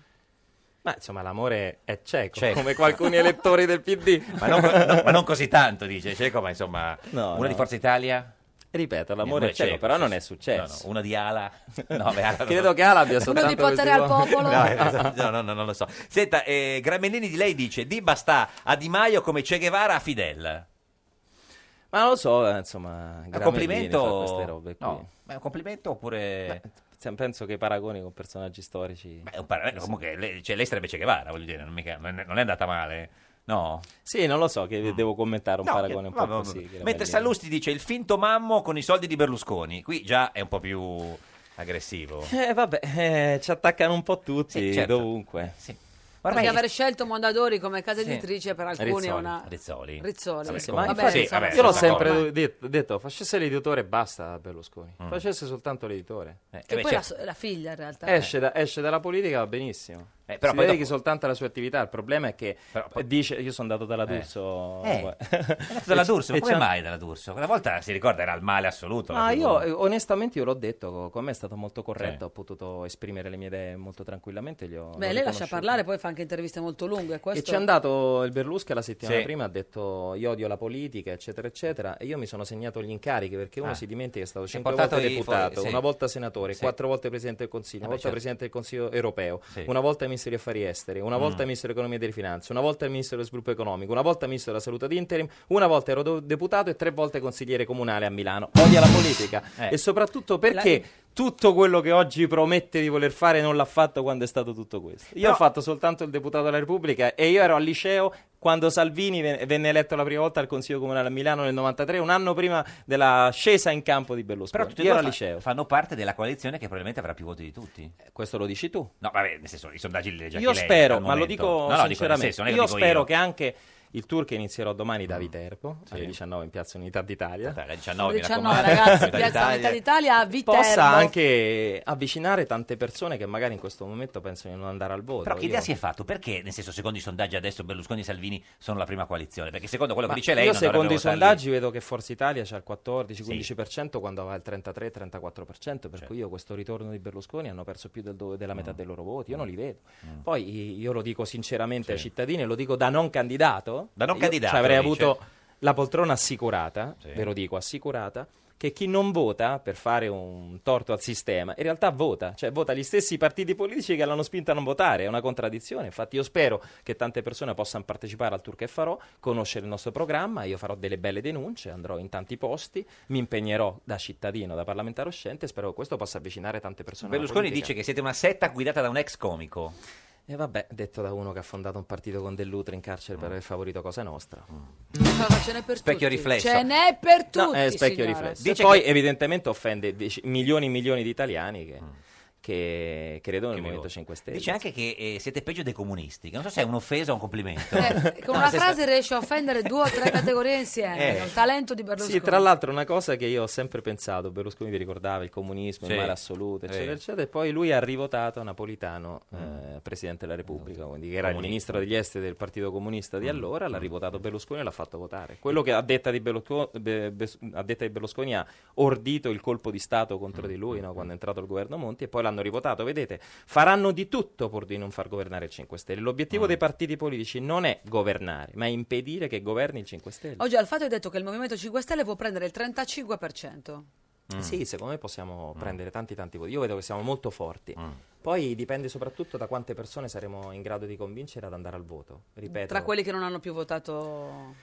Speaker 12: Ma insomma, l'amore è cieco,
Speaker 3: Cieco.
Speaker 12: <laughs> come alcuni
Speaker 3: <laughs>
Speaker 12: elettori del PD.
Speaker 3: Ma non, no, ma non così tanto, dice Cieco, ma insomma...
Speaker 12: No,
Speaker 3: una
Speaker 12: no.
Speaker 3: di Forza Italia?
Speaker 12: Ripeto, l'amore è cieco, però non è successo.
Speaker 3: No, no, Una di Ala? No, beh, Ala non
Speaker 12: <laughs> Credo
Speaker 3: lo-
Speaker 12: che Ala abbia soltanto questi uomini. <laughs>
Speaker 3: No, eh, esatto. no, no, no, non lo so. Senta, eh, Gramellini di lei dice Di basta a Di Maio come Che Guevara a Fidel.
Speaker 12: Ma non lo so, eh, insomma,
Speaker 3: È un
Speaker 12: Gramellini
Speaker 3: complimento.
Speaker 12: fa queste robe qui.
Speaker 3: No, ma è un complimento oppure.
Speaker 12: Se- Penso che i paragoni con personaggi storici.
Speaker 3: Beh, è un par- comunque lei, cioè, lei sarebbe Che Guevara, voglio dire, non, mica- non è, non è andata male. Mm. No.
Speaker 12: Sì, non lo so, che devo commentare un
Speaker 3: No,
Speaker 12: paragone un
Speaker 3: vabbè,
Speaker 12: po'
Speaker 3: vabbè.
Speaker 12: così. Gramellini.
Speaker 3: Mentre Sallusti dice il finto mammo con i soldi di Berlusconi. Qui già è un po' più aggressivo.
Speaker 12: Eh, vabbè, eh, ci attaccano un po' tutti,
Speaker 3: Sì, certo.
Speaker 12: dovunque.
Speaker 2: Perché aver scelto Mondadori come casa
Speaker 12: Sì.
Speaker 2: editrice per alcuni è
Speaker 12: Rizzoli.
Speaker 2: una...
Speaker 3: Rizzoli.
Speaker 2: Rizzoli.
Speaker 12: Vabbè,
Speaker 2: Sì,
Speaker 12: ma
Speaker 2: vabbè,
Speaker 12: infatti,
Speaker 2: insomma,
Speaker 12: io l'ho
Speaker 2: insomma,
Speaker 12: sempre
Speaker 2: ormai-
Speaker 12: detto, detto, facesse l'editore e basta Berlusconi,
Speaker 3: Mm.
Speaker 12: facesse soltanto l'editore.
Speaker 3: Eh,
Speaker 2: Che
Speaker 3: cioè,
Speaker 2: poi la, so- eh, la figlia in realtà.
Speaker 12: esce, da- esce dalla politica va benissimo.
Speaker 3: Eh, però
Speaker 12: però si
Speaker 3: poi
Speaker 12: dedichi
Speaker 3: dopo-
Speaker 12: soltanto alla sua attività. Il problema è che dice: Io sono andato dalla
Speaker 3: Eh.
Speaker 12: D'Urso.
Speaker 3: Eh,
Speaker 12: <laughs> guarda.
Speaker 3: <laughs> è andato dalla
Speaker 12: E-
Speaker 3: D'Urso, ma
Speaker 12: e
Speaker 3: come
Speaker 12: c'è-
Speaker 3: mai dalla D'Urso? Quella volta si ricorda era il male assoluto. la
Speaker 12: Ma
Speaker 3: TV.
Speaker 12: io eh, onestamente io l'ho detto, co- con me è stato molto corretto,
Speaker 3: Sì.
Speaker 12: ho potuto esprimere le mie idee molto tranquillamente. Gli ho,
Speaker 2: Beh,
Speaker 12: l'ho
Speaker 2: lei lascia
Speaker 12: riconosciuto.
Speaker 2: parlare, poi fa anche interviste molto lunghe. Questo...
Speaker 12: E c'è andato il Berlusca la settimana
Speaker 3: Sì.
Speaker 12: prima, ha detto io odio la politica, eccetera, eccetera. E io mi sono segnato gli incarichi perché uno
Speaker 3: Ah.
Speaker 12: si dimentica che è stato
Speaker 3: Si è
Speaker 12: cinque
Speaker 3: portato
Speaker 12: volte
Speaker 3: i
Speaker 12: deputato,
Speaker 3: fuori- sì.
Speaker 12: una volta senatore,
Speaker 3: Sì.
Speaker 12: quattro volte presidente del Consiglio,
Speaker 3: Eh
Speaker 12: una
Speaker 3: beh,
Speaker 12: volta
Speaker 3: certo.
Speaker 12: presidente del Consiglio europeo,
Speaker 3: Sì.
Speaker 12: una volta ministro degli affari esteri, una volta
Speaker 3: Mm.
Speaker 12: ministro dell'economia e delle finanze, una volta ministro dello sviluppo economico, una volta ministro della salute ad interim, una volta ero do- deputato e tre volte consigliere comunale a Milano. Odia la politica
Speaker 3: <laughs> Eh.
Speaker 12: e soprattutto perché tutto quello che oggi promette di voler fare non l'ha fatto quando è stato tutto questo. Io
Speaker 3: Però-
Speaker 12: ho fatto soltanto il deputato della Repubblica e io ero al liceo quando Salvini ven- venne eletto la prima volta al Consiglio Comunale a Milano nel 93, un anno prima della scesa in campo di Berlusconi.
Speaker 3: Però tutti e
Speaker 12: io
Speaker 3: due
Speaker 12: ero al
Speaker 3: fa-
Speaker 12: liceo. Eh,
Speaker 3: fanno parte della coalizione che probabilmente avrà più voti di tutti.
Speaker 12: Questo lo dici tu.
Speaker 3: No, vabbè, nel senso, i sondaggi li legge
Speaker 12: Io
Speaker 3: anche Eh, lei
Speaker 12: spero,
Speaker 3: al
Speaker 12: ma lo
Speaker 3: momento.
Speaker 12: dico
Speaker 3: No, no, nel
Speaker 12: sinceramente,
Speaker 3: senso, non è
Speaker 12: io
Speaker 3: lo dico
Speaker 12: spero che anche il tour che inizierò domani da Viterbo
Speaker 3: Sì.
Speaker 12: alle 19 in Piazza Unità d'Italia.
Speaker 3: Alle
Speaker 2: 19,
Speaker 12: 19,
Speaker 3: <laughs>
Speaker 2: ragazzi, Piazza Unità d'Italia a Viterbo.
Speaker 12: possa anche avvicinare tante persone che magari in questo momento pensano di non andare al voto.
Speaker 3: Però che idea
Speaker 12: Io-
Speaker 3: si è fatto? Perché, nel senso, secondo i sondaggi adesso Berlusconi e Salvini sono la prima coalizione? Perché secondo quello
Speaker 12: Ma
Speaker 3: che dice lei
Speaker 12: io
Speaker 3: non
Speaker 12: secondo
Speaker 3: dovrebbe
Speaker 12: i
Speaker 3: votarli.
Speaker 12: sondaggi vedo che Forza Italia c'ha il 14-15% quando aveva il 33-34%, per
Speaker 3: Certo.
Speaker 12: cui io questo ritorno di Berlusconi hanno perso più del do- della
Speaker 3: Mm.
Speaker 12: metà dei loro voti, io non li vedo. Poi i- io lo dico sinceramente ai cittadini, lo dico da non candidato.
Speaker 3: Da non
Speaker 12: io
Speaker 3: candidato,
Speaker 12: ci avrei
Speaker 3: dice.
Speaker 12: avuto la poltrona assicurata, ve lo dico, assicurata, che chi non vota, per fare un torto al sistema, in realtà vota, cioè vota gli stessi partiti politici che l'hanno spinta a non votare, è una contraddizione. Infatti io spero che tante persone possano partecipare al tour che farò, conoscere il nostro programma, io farò delle belle denunce, andrò in tanti posti, mi impegnerò da cittadino, da parlamentare uscente, e spero che questo possa avvicinare tante persone. alla
Speaker 3: Berlusconi
Speaker 12: politica.
Speaker 3: dice che siete una setta guidata da un ex comico.
Speaker 12: E vabbè, detto da uno che ha fondato un partito con Dell'Utri in carcere per aver favorito Cosa Nostra.
Speaker 2: ce n'è per
Speaker 12: Specchio
Speaker 2: tutti.
Speaker 12: riflesso.
Speaker 2: Ce n'è per tutti.
Speaker 12: No, eh, specchio
Speaker 2: signora.
Speaker 12: riflesso.
Speaker 3: Dice
Speaker 12: e poi
Speaker 3: che-
Speaker 12: evidentemente offende dec- milioni e milioni di italiani che, che credono nel Movimento 5 Stelle.
Speaker 3: Dice anche che eh, siete peggio dei comunisti, che non so
Speaker 12: Eh.
Speaker 3: se è un'offesa o un
Speaker 12: <laughs>
Speaker 3: complimento.
Speaker 2: Con
Speaker 3: No,
Speaker 2: una
Speaker 12: Ah,
Speaker 3: nel senso-
Speaker 2: frase riesce a offendere due o tre categorie insieme.
Speaker 12: Eh.
Speaker 2: Il talento di Berlusconi.
Speaker 12: Sì, tra l'altro una cosa che io ho sempre pensato, Berlusconi vi ricordava il comunismo,
Speaker 11: Sì.
Speaker 12: il male assoluto, eccetera,
Speaker 11: Vero.
Speaker 12: eccetera, e poi lui ha rivotato Napolitano eh, Presidente della Repubblica, quindi che era il
Speaker 11: Comunista.
Speaker 12: Ministro degli Esteri del Partito Comunista di allora, l'ha rivotato Berlusconi e l'ha fatto votare. Quello che a detta di Berlusconi, a detta di Berlusconi ha ordito il colpo di Stato contro di lui no, quando è entrato il governo Monti e poi l'hanno rivotato, vedete, faranno di tutto pur di non far governare il 5 Stelle. L'obiettivo dei partiti politici non è governare, ma è impedire che governi il 5 Stelle.
Speaker 2: Oggi al fatto hai detto che il Movimento 5 Stelle può prendere il 35%.
Speaker 12: Mm. Sì, secondo me possiamo prendere tanti tanti voti. Io vedo che siamo molto forti. Poi dipende soprattutto da quante persone saremo in grado di convincere ad andare al voto. Ripeto,
Speaker 2: Tra quelli che non hanno più votato...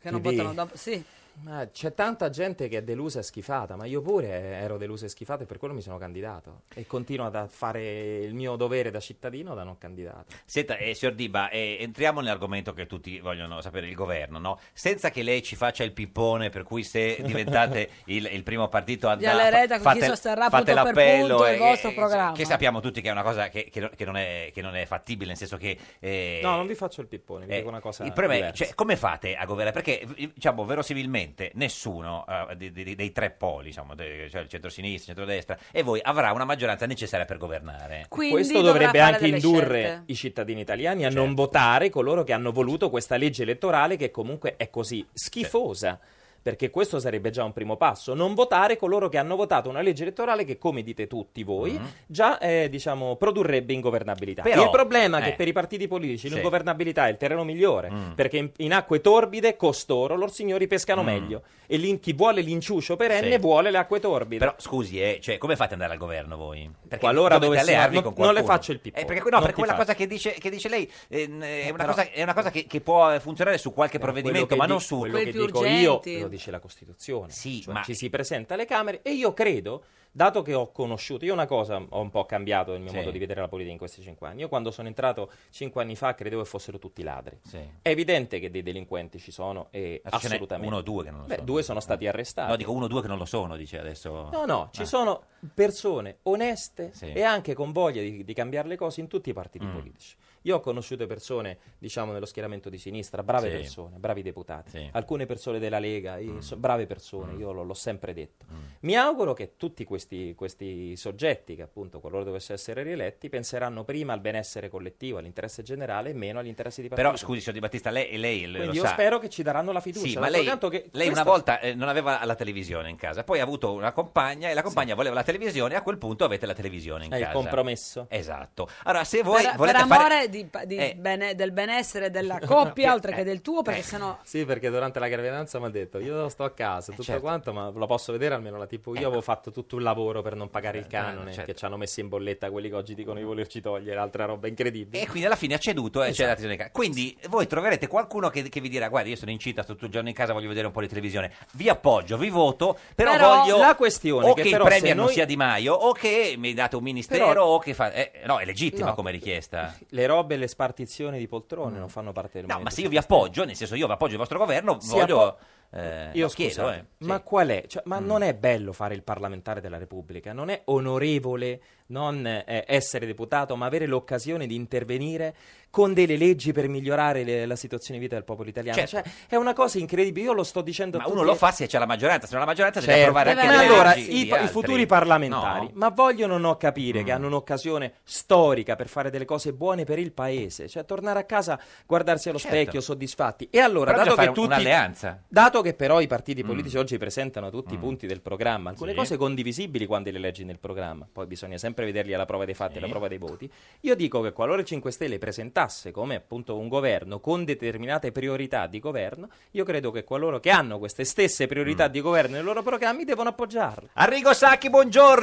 Speaker 2: Che non
Speaker 12: PD.
Speaker 2: votano dopo... Sì.
Speaker 12: ma c'è tanta gente che è delusa e schifata, ma io pure ero delusa e schifata e per quello mi sono candidato. E continuo ad- a fare il mio dovere da cittadino da non candidato.
Speaker 3: Senta, eh, signor Diba, eh, entriamo nell'argomento che tutti vogliono sapere, il governo, no? Senza che lei ci faccia il pippone, per cui se
Speaker 12: <laughs>
Speaker 3: diventate il, il primo partito
Speaker 2: Via l'ereda
Speaker 3: andate,
Speaker 2: con chi sosterrà punto per punto il vostro programma.
Speaker 3: Che sappiamo tutti che è una cosa che, che- che non, è, che non è fattibile, nel senso che... eh,
Speaker 12: No, non vi faccio il pippone, vi
Speaker 3: eh,
Speaker 12: dico una cosa.
Speaker 3: il problema è
Speaker 12: diversa.
Speaker 3: cioè, come fate a governare? Perché eh, diciamo verosimilmente nessuno eh, di- di- dei tre poli, diciamo, de- cioè il centrosinistra, il centrodestra e voi avrà una maggioranza necessaria per governare.
Speaker 2: Quindi
Speaker 12: Questo
Speaker 2: dovrà
Speaker 12: dovrebbe
Speaker 2: fare
Speaker 12: anche
Speaker 2: delle
Speaker 12: indurre
Speaker 2: scelte.
Speaker 12: i cittadini italiani a
Speaker 11: Certo.
Speaker 12: non votare coloro che hanno voluto questa legge elettorale che comunque è così schifosa. Perché questo sarebbe già un primo passo, non votare coloro che hanno votato una legge elettorale che, come dite tutti voi, già eh, diciamo, produrrebbe ingovernabilità.
Speaker 11: Mm-hmm. Però-
Speaker 12: il problema è
Speaker 11: eh.
Speaker 12: che per i partiti politici
Speaker 11: Sì. Mm.
Speaker 12: l'ingovernabilità è il terreno migliore, perché in, in acque torbide, costoro, loro signori pescano
Speaker 3: Mm.
Speaker 12: meglio. E l'in- chi vuole l'inciuscio perenne
Speaker 3: Sì.
Speaker 12: vuole le acque torbide.
Speaker 3: Però scusi, eh, cioè, come fate ad andare al governo voi? Perché
Speaker 12: Qualora
Speaker 3: dovete
Speaker 12: dovessimo-
Speaker 3: allearvi
Speaker 12: non-
Speaker 3: con
Speaker 12: non le
Speaker 3: qualcuno.
Speaker 12: faccio il pippone.
Speaker 3: Eh, perché, no,
Speaker 12: Non
Speaker 3: perché
Speaker 12: ti
Speaker 3: quella
Speaker 12: faccio.
Speaker 3: cosa che dice, che dice lei eh, n- è, una
Speaker 12: però-
Speaker 3: cosa, è una cosa che, che può eh, funzionare su qualche
Speaker 12: Quello
Speaker 3: provvedimento,
Speaker 12: che
Speaker 3: ma
Speaker 12: di-
Speaker 3: non su
Speaker 12: quello che dico io lo dice la Costituzione Cioè, ci si presenta alle Camere e io credo dato che ho conosciuto io una cosa ho un po' cambiato il mio
Speaker 11: Sì.
Speaker 12: modo di vedere la politica in questi cinque anni io quando sono entrato cinque anni fa credevo che fossero tutti ladri
Speaker 3: Sì.
Speaker 12: è evidente che dei delinquenti ci sono e
Speaker 3: Adesso ce n'è
Speaker 12: assolutamente
Speaker 3: uno o due che non lo
Speaker 12: Beh,
Speaker 3: sono.
Speaker 12: due sono stati arrestati
Speaker 3: No, dico uno o due che non lo sono, dice adesso.
Speaker 12: No, no, ci
Speaker 3: Ah.
Speaker 12: sono persone oneste
Speaker 3: Sì.
Speaker 12: e anche con voglia di, di cambiare le cose in tutti i partiti
Speaker 3: Mm.
Speaker 12: politici. Io ho conosciuto persone, diciamo, nello schieramento di sinistra, brave
Speaker 11: Sì.
Speaker 12: persone, bravi deputati,
Speaker 11: Sì.
Speaker 12: alcune persone della Lega,
Speaker 3: Mm.
Speaker 12: i- so- brave persone, io lo- l'ho sempre detto. Mi auguro che tutti questi, questi soggetti, che appunto qualora dovessero essere rieletti, penseranno prima al benessere collettivo, all'interesse generale e meno agli interessi di partito.
Speaker 3: Però scusi, signor Di Battista, lei, lei lo
Speaker 12: Quindi io
Speaker 3: sa.
Speaker 12: spero che ci daranno la fiducia.
Speaker 3: Sì, ma
Speaker 12: D'altro
Speaker 3: lei,
Speaker 12: canto che
Speaker 3: lei una
Speaker 12: questa-
Speaker 3: volta eh, non aveva la televisione in casa, poi ha avuto una compagna e la compagna voleva la televisione, a quel punto avete la televisione in
Speaker 12: È il
Speaker 3: casa.
Speaker 12: compromesso.
Speaker 3: Esatto. Allora, se voi
Speaker 2: per, per
Speaker 3: volete
Speaker 2: amore
Speaker 3: fare...
Speaker 2: di- di
Speaker 3: Eh.
Speaker 2: bene- del benessere
Speaker 12: <laughs>
Speaker 2: della coppia,
Speaker 12: Eh.
Speaker 2: oltre che del tuo, perché sennò
Speaker 12: Sì, perché durante la gravidanza mi ha detto io sto a casa tutto
Speaker 3: certo. Ecco.
Speaker 12: quanto, ma lo posso vedere almeno la TV. Io avevo fatto tutto un lavoro per non pagare il canone,
Speaker 3: certo. Mm.
Speaker 12: che ci hanno messo in bolletta quelli che oggi dicono di volerci togliere, altra roba incredibile.
Speaker 3: E quindi alla fine ha ceduto e
Speaker 12: Esatto.
Speaker 3: c'è la televisione in casa. Quindi voi troverete qualcuno che, che vi dirà: Guarda, io sono incinta, sto tutto il giorno in casa, voglio vedere un po' di televisione. Vi appoggio, vi voto, però,
Speaker 12: Però
Speaker 3: voglio.
Speaker 12: la questione è
Speaker 3: o
Speaker 12: che
Speaker 3: che,
Speaker 12: però
Speaker 3: il
Speaker 12: se
Speaker 3: Premier non
Speaker 12: noi-
Speaker 3: sia Di Maio, o che mi date un ministero,
Speaker 12: Però-
Speaker 3: o che fa. eh, no, è legittima
Speaker 12: No.
Speaker 3: come richiesta.
Speaker 12: Le robe e le spartizioni di poltrone non fanno parte del
Speaker 3: Mm. No, ma
Speaker 12: Movimento
Speaker 3: se io vi appoggio, nel senso io vi appoggio il vostro governo,
Speaker 12: Si
Speaker 3: voglio.
Speaker 12: appo-
Speaker 3: eh,
Speaker 12: Io
Speaker 3: lo chiedo,
Speaker 12: scusate,
Speaker 3: eh. Mm.
Speaker 12: ma qual è? Cioè, ma non è bello fare il parlamentare della Repubblica, non è onorevole non eh, essere deputato, ma avere l'occasione di intervenire con delle leggi per migliorare le- la situazione di vita del popolo italiano.
Speaker 3: Certo.
Speaker 12: Cioè, è una cosa incredibile, io lo sto dicendo a
Speaker 3: Ma
Speaker 12: tutti
Speaker 3: uno lo fa se c'è la maggioranza, se non ha la maggioranza deve
Speaker 12: Certo.
Speaker 3: approvare anche
Speaker 12: Ma
Speaker 3: le
Speaker 12: allora,
Speaker 3: leggi
Speaker 12: i,
Speaker 3: di
Speaker 12: pa- i
Speaker 3: altri.
Speaker 12: futuri parlamentari,
Speaker 3: No. Mm.
Speaker 12: ma vogliono no capire che hanno un'occasione storica per fare delle cose buone per il paese, cioè tornare a casa, guardarsi allo
Speaker 3: Certo.
Speaker 12: specchio, soddisfatti. E allora,
Speaker 3: Però
Speaker 12: dato
Speaker 3: bisogna
Speaker 12: che
Speaker 3: fare
Speaker 12: tutti,
Speaker 3: un'alleanza.
Speaker 12: dato che però i
Speaker 3: Mm.
Speaker 12: partiti politici oggi presentano tutti i punti del programma, alcune
Speaker 11: Sì.
Speaker 12: cose condivisibili quando le leggi nel programma, poi bisogna sempre vederli alla prova dei fatti, alla prova dei voti, io dico che qualora i 5 Stelle presentassero valutasse come appunto un governo con determinate priorità di governo, io credo che coloro che hanno queste stesse priorità di governo nei loro programmi devono appoggiarle.
Speaker 3: Mm. Arrigo Sacchi,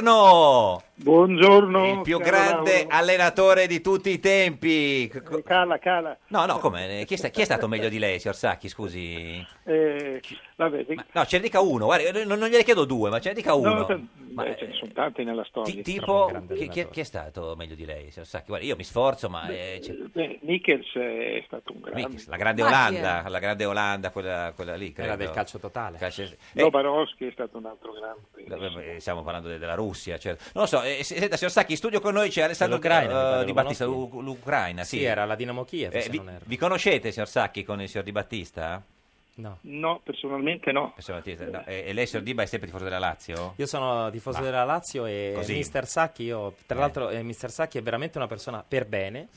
Speaker 3: buongiorno!
Speaker 14: Buongiorno.
Speaker 3: Il più
Speaker 14: caro
Speaker 3: grande
Speaker 14: Lauro.
Speaker 3: allenatore di tutti i tempi.
Speaker 14: Eh, Cala, cala.
Speaker 3: No, no, come? Chi, è sta- chi è stato meglio di lei, signor Sacchi, scusi?
Speaker 14: Eh, vabbè,
Speaker 3: No, ce ne dica uno, guarda, non, non gliene chiedo due, ma ce ne dica
Speaker 14: no,
Speaker 3: uno. eh,
Speaker 14: t- beh, ce ne sono tanti nella storia.
Speaker 3: Ti- tipo, chi, chi è, chi è stato meglio di lei, signor Sacchi? Guarda, io mi sforzo, ma... eh, c'è-
Speaker 14: Beh, Nickels è stato un grande.
Speaker 3: Michels, la grande
Speaker 14: Ma chi
Speaker 3: Olanda, la grande Olanda, quella, quella lì, credo.
Speaker 12: del calcio totale.
Speaker 3: Eh,
Speaker 14: Novarowski è stato un altro grande.
Speaker 3: eh, stiamo parlando de- della Russia, certo. Non lo so, eh, se- senta, signor Sacchi, in studio con noi c'è Alessandro
Speaker 12: Dell'Ucraina, mi
Speaker 3: eh,
Speaker 12: pare,
Speaker 3: Di
Speaker 12: lo
Speaker 3: Battista,
Speaker 12: conosco.
Speaker 3: l'U- l'Ucraina, sì. Eh,
Speaker 12: Sì, era la Dinamo Kiev, se
Speaker 3: vi,
Speaker 12: non erro.
Speaker 3: vi conoscete, signor Sacchi, con il signor Di Battista? Eh,
Speaker 12: No.
Speaker 14: No, personalmente no.
Speaker 3: Signor Battista, no. E, e lei, signor Diba, è sempre tifoso della Lazio?
Speaker 12: Io sono tifoso
Speaker 3: Ma-
Speaker 12: della Lazio e
Speaker 3: Così.
Speaker 12: Mister Sacchi, io, tra
Speaker 3: Eh.
Speaker 12: l'altro eh, Mister Sacchi è veramente una persona per bene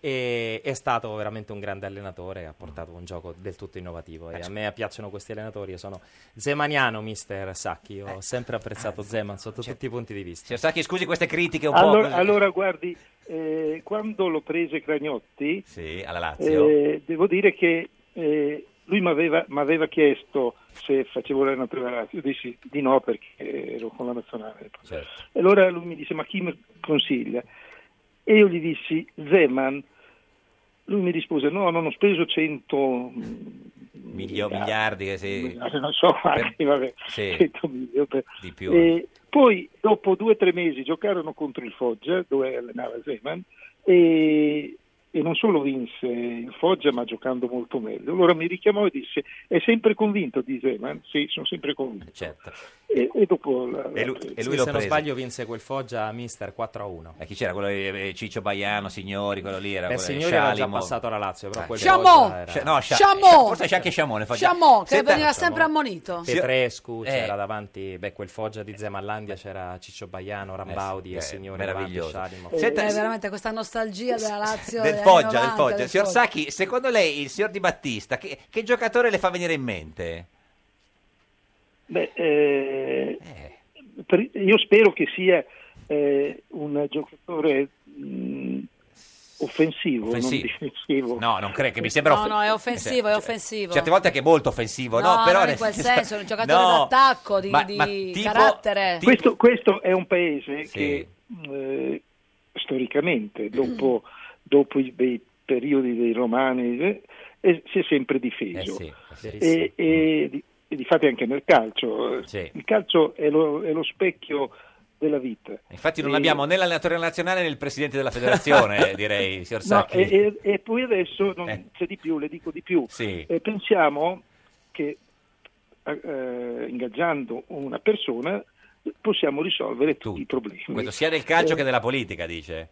Speaker 12: e è stato veramente un grande allenatore, ha portato un gioco del tutto
Speaker 3: Eh,
Speaker 12: innovativo
Speaker 3: certo.
Speaker 12: e a me piacciono questi allenatori, io sono zemaniano Mister Sacchi, io ho sempre apprezzato Zeman sotto tutti i punti di vista.
Speaker 3: Eh. Signor Sacchi, scusi queste critiche un po'...
Speaker 14: Allora,
Speaker 3: così-
Speaker 14: allora, guardi, eh, quando l'ho prese Cragnotti,
Speaker 3: Sì, alla Lazio.
Speaker 14: eh, devo dire che eh, lui mi aveva chiesto se facevo l'allenatore della Lazio. Io dissi di no perché ero con la nazionale.
Speaker 3: Certo.
Speaker 14: E allora lui mi disse: Ma chi mi consiglia? E io gli dissi: Zeman. Lui mi rispose: No, non ho speso 100
Speaker 3: Milio- miliardi, eh, sì.
Speaker 14: non so quanti, <laughs> vabbè, Eh,
Speaker 3: Sì.
Speaker 14: 100 milioni per-
Speaker 3: Di più.
Speaker 14: E poi dopo due o tre mesi giocarono contro il Foggia, dove allenava Zeman, e, e non solo vinse il Foggia, ma giocando molto meglio. Allora mi richiamò e disse: È sempre convinto di Zeman? Sì, sono sempre convinto.
Speaker 3: Certo.
Speaker 14: E, e dopo la, la-
Speaker 3: e lui
Speaker 12: Sì,
Speaker 3: l'ho
Speaker 12: se non
Speaker 3: preso.
Speaker 12: sbaglio vinse quel Foggia Mister 4 a 1.
Speaker 3: E chi c'era? Quello eh, Ciccio Baiano, Signori, quello lì era...
Speaker 12: Beh,
Speaker 3: quello-
Speaker 12: Signori era già
Speaker 3: Scialimov.
Speaker 12: passato alla Lazio, però
Speaker 3: Ah,
Speaker 12: quel
Speaker 3: Sciamo!
Speaker 12: Foggia era-
Speaker 3: Scia- no, Scia-
Speaker 2: Sciamo!
Speaker 3: Cioè,
Speaker 14: Boh!
Speaker 3: Forse c'è anche Sciamone. fa-
Speaker 2: Sciamò, che
Speaker 3: Senta-
Speaker 2: veniva sempre ammonito.
Speaker 12: Petrescu,
Speaker 2: Eh.
Speaker 12: c'era davanti, beh, quel Foggia di Zemallandia, c'era Ciccio Baiano, Rambaudi
Speaker 3: eh,
Speaker 12: e Signori
Speaker 3: meraviglioso.
Speaker 12: davanti, Scialimov.
Speaker 2: Eh, è veramente questa nostalgia della Lazio
Speaker 3: Del
Speaker 2: degli
Speaker 3: Foggia,
Speaker 2: anni
Speaker 3: del
Speaker 2: 90,
Speaker 3: Foggia.
Speaker 2: eh, del
Speaker 3: Signor
Speaker 2: Foggia.
Speaker 3: Sacchi, secondo lei il signor Di Battista, che, che giocatore le fa venire in mente?
Speaker 14: Beh, eh,
Speaker 3: Eh.
Speaker 14: per- io spero che sia eh, un giocatore mh,
Speaker 3: Offensivo.
Speaker 14: offensivo, non difensivo.
Speaker 3: No, non credo, che mi sembra...
Speaker 2: No,
Speaker 3: off-
Speaker 2: no, è offensivo,
Speaker 3: Cioè,
Speaker 2: è offensivo.
Speaker 3: Certe volte è che è molto offensivo, no?
Speaker 2: no,
Speaker 3: però
Speaker 2: non
Speaker 3: nel <laughs>
Speaker 2: in quel
Speaker 3: senso-
Speaker 2: senso, è un giocatore
Speaker 3: No.
Speaker 2: d'attacco, di,
Speaker 3: Ma-
Speaker 2: di
Speaker 3: ma tipo-
Speaker 2: carattere.
Speaker 14: Questo, questo è un paese
Speaker 3: Sì.
Speaker 14: che eh, storicamente, dopo, dopo i bei periodi dei romani, eh, eh, si è sempre
Speaker 3: Eh
Speaker 14: difeso. E, e di, e difatti anche nel calcio. Il calcio è lo, è lo specchio della vita.
Speaker 3: Infatti non
Speaker 14: E-
Speaker 3: abbiamo né l'allenatore nazionale né il presidente della
Speaker 2: <laughs>
Speaker 3: federazione, eh, direi, signor
Speaker 14: No,
Speaker 3: Sacchi.
Speaker 14: e, e- e poi adesso non c'è di più, le dico di più.
Speaker 3: Eh. Sì.
Speaker 14: Eh, pensiamo che eh, eh, ingaggiando una persona possiamo risolvere tutti i problemi.
Speaker 3: Questo sia del calcio
Speaker 14: Eh,
Speaker 3: che della politica, dice.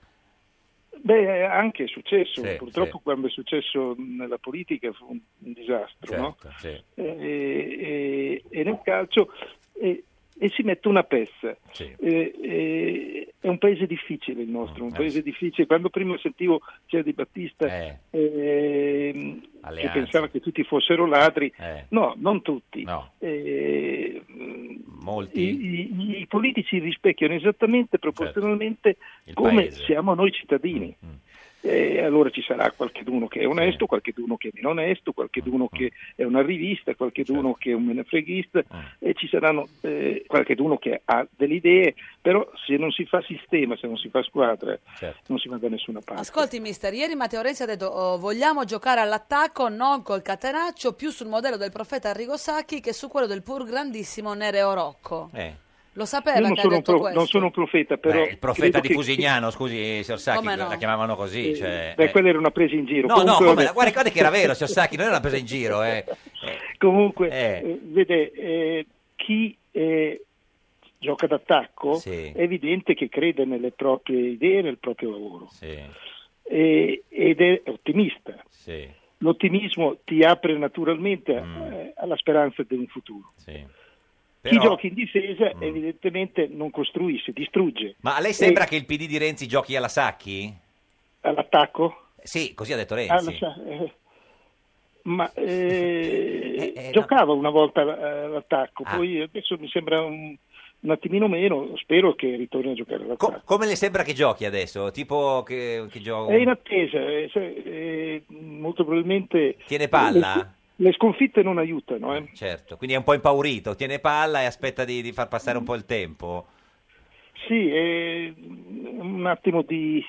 Speaker 14: Beh, anche è successo,
Speaker 3: Sì,
Speaker 14: purtroppo
Speaker 3: sì.
Speaker 14: quando è successo nella politica fu un, un disastro, no?
Speaker 3: Certo, sì.
Speaker 14: Eh, eh, e nel calcio eh, e si mette una pezza.
Speaker 3: Sì.
Speaker 14: Eh, eh, è un paese difficile il nostro,
Speaker 3: Eh,
Speaker 15: Eh.
Speaker 14: un paese difficile. Quando prima sentivo c'era Di Battista ehm, che
Speaker 3: Alleanza.
Speaker 14: pensava che tutti fossero ladri,
Speaker 3: Eh.
Speaker 14: no, non tutti.
Speaker 3: No.
Speaker 14: Eh,
Speaker 3: Molti. Certo.
Speaker 14: i, i- i politici rispecchiano esattamente proporzionalmente
Speaker 3: Il
Speaker 14: come
Speaker 3: paese. Mm,
Speaker 14: siamo noi cittadini. E allora ci sarà qualcheduno che è onesto, qualcheduno che è meno onesto, qualcheduno
Speaker 3: Mm,
Speaker 14: che è un arrivista, qualcheduno
Speaker 3: Certo.
Speaker 14: che è un menefreghista,
Speaker 3: Mm.
Speaker 14: e ci saranno eh, qualcheduno che ha delle idee, però se non si fa sistema, se non si fa squadra,
Speaker 3: Certo.
Speaker 14: non si va da nessuna parte.
Speaker 2: Ascolti, mister, ieri Matteo Renzi ha detto oh, vogliamo giocare all'attacco non col catenaccio, più sul modello del profeta Arrigo Sacchi che su quello del pur grandissimo Nereo Rocco.
Speaker 3: Eh.
Speaker 2: Lo
Speaker 14: Io
Speaker 2: sapeva
Speaker 14: non
Speaker 2: Eh, che ha
Speaker 14: sono, un
Speaker 2: detto
Speaker 14: pro-
Speaker 2: questo?
Speaker 14: non sono un profeta, però...
Speaker 3: Beh, il profeta
Speaker 14: credo
Speaker 3: di
Speaker 14: che-
Speaker 3: Fusignano, scusi, signor Sacchi,
Speaker 2: Come no?
Speaker 3: la chiamavano così. Cioè,
Speaker 14: Beh,
Speaker 3: eh.
Speaker 14: quella era una presa in giro.
Speaker 3: No, no,
Speaker 14: Comunque,
Speaker 3: come,
Speaker 14: vabbè.
Speaker 3: guarda, guarda che era vero, signor Sacchi, non era una presa in giro.
Speaker 14: <laughs>
Speaker 3: Eh.
Speaker 14: Comunque, eh, vede, eh, chi eh, gioca d'attacco
Speaker 3: Sì.
Speaker 14: è evidente che crede nelle proprie idee, nel proprio lavoro
Speaker 3: Sì,
Speaker 14: e- ed è ottimista.
Speaker 3: sì,
Speaker 14: L'ottimismo ti apre naturalmente eh, alla speranza di un futuro.
Speaker 3: Mm. sì.
Speaker 14: Chi
Speaker 3: Però- Mm.
Speaker 14: gioca in difesa evidentemente non costruisce, distrugge.
Speaker 3: Ma a lei sembra che il PD di Renzi giochi alla Sacchi?
Speaker 14: All'attacco?
Speaker 3: Sì, così ha detto
Speaker 14: Ah, lo
Speaker 3: Renzi.
Speaker 14: sa, eh, ma
Speaker 3: <laughs>
Speaker 14: eh, giocava una volta eh, all'attacco,
Speaker 3: eh, Ah.
Speaker 14: poi adesso mi sembra un, un attimino meno, spero che ritorni a giocare all'attacco.
Speaker 3: Come le sembra che giochi adesso? Tipo che, che gioco?
Speaker 14: È in attesa, eh, se- eh, molto probabilmente...
Speaker 3: Tiene palla?
Speaker 14: Le, le sconfitte non aiutano, eh.
Speaker 3: Certo, quindi è un po' impaurito, tiene palla e aspetta di, di far passare un po' il tempo.
Speaker 14: Sì, eh, un attimo di,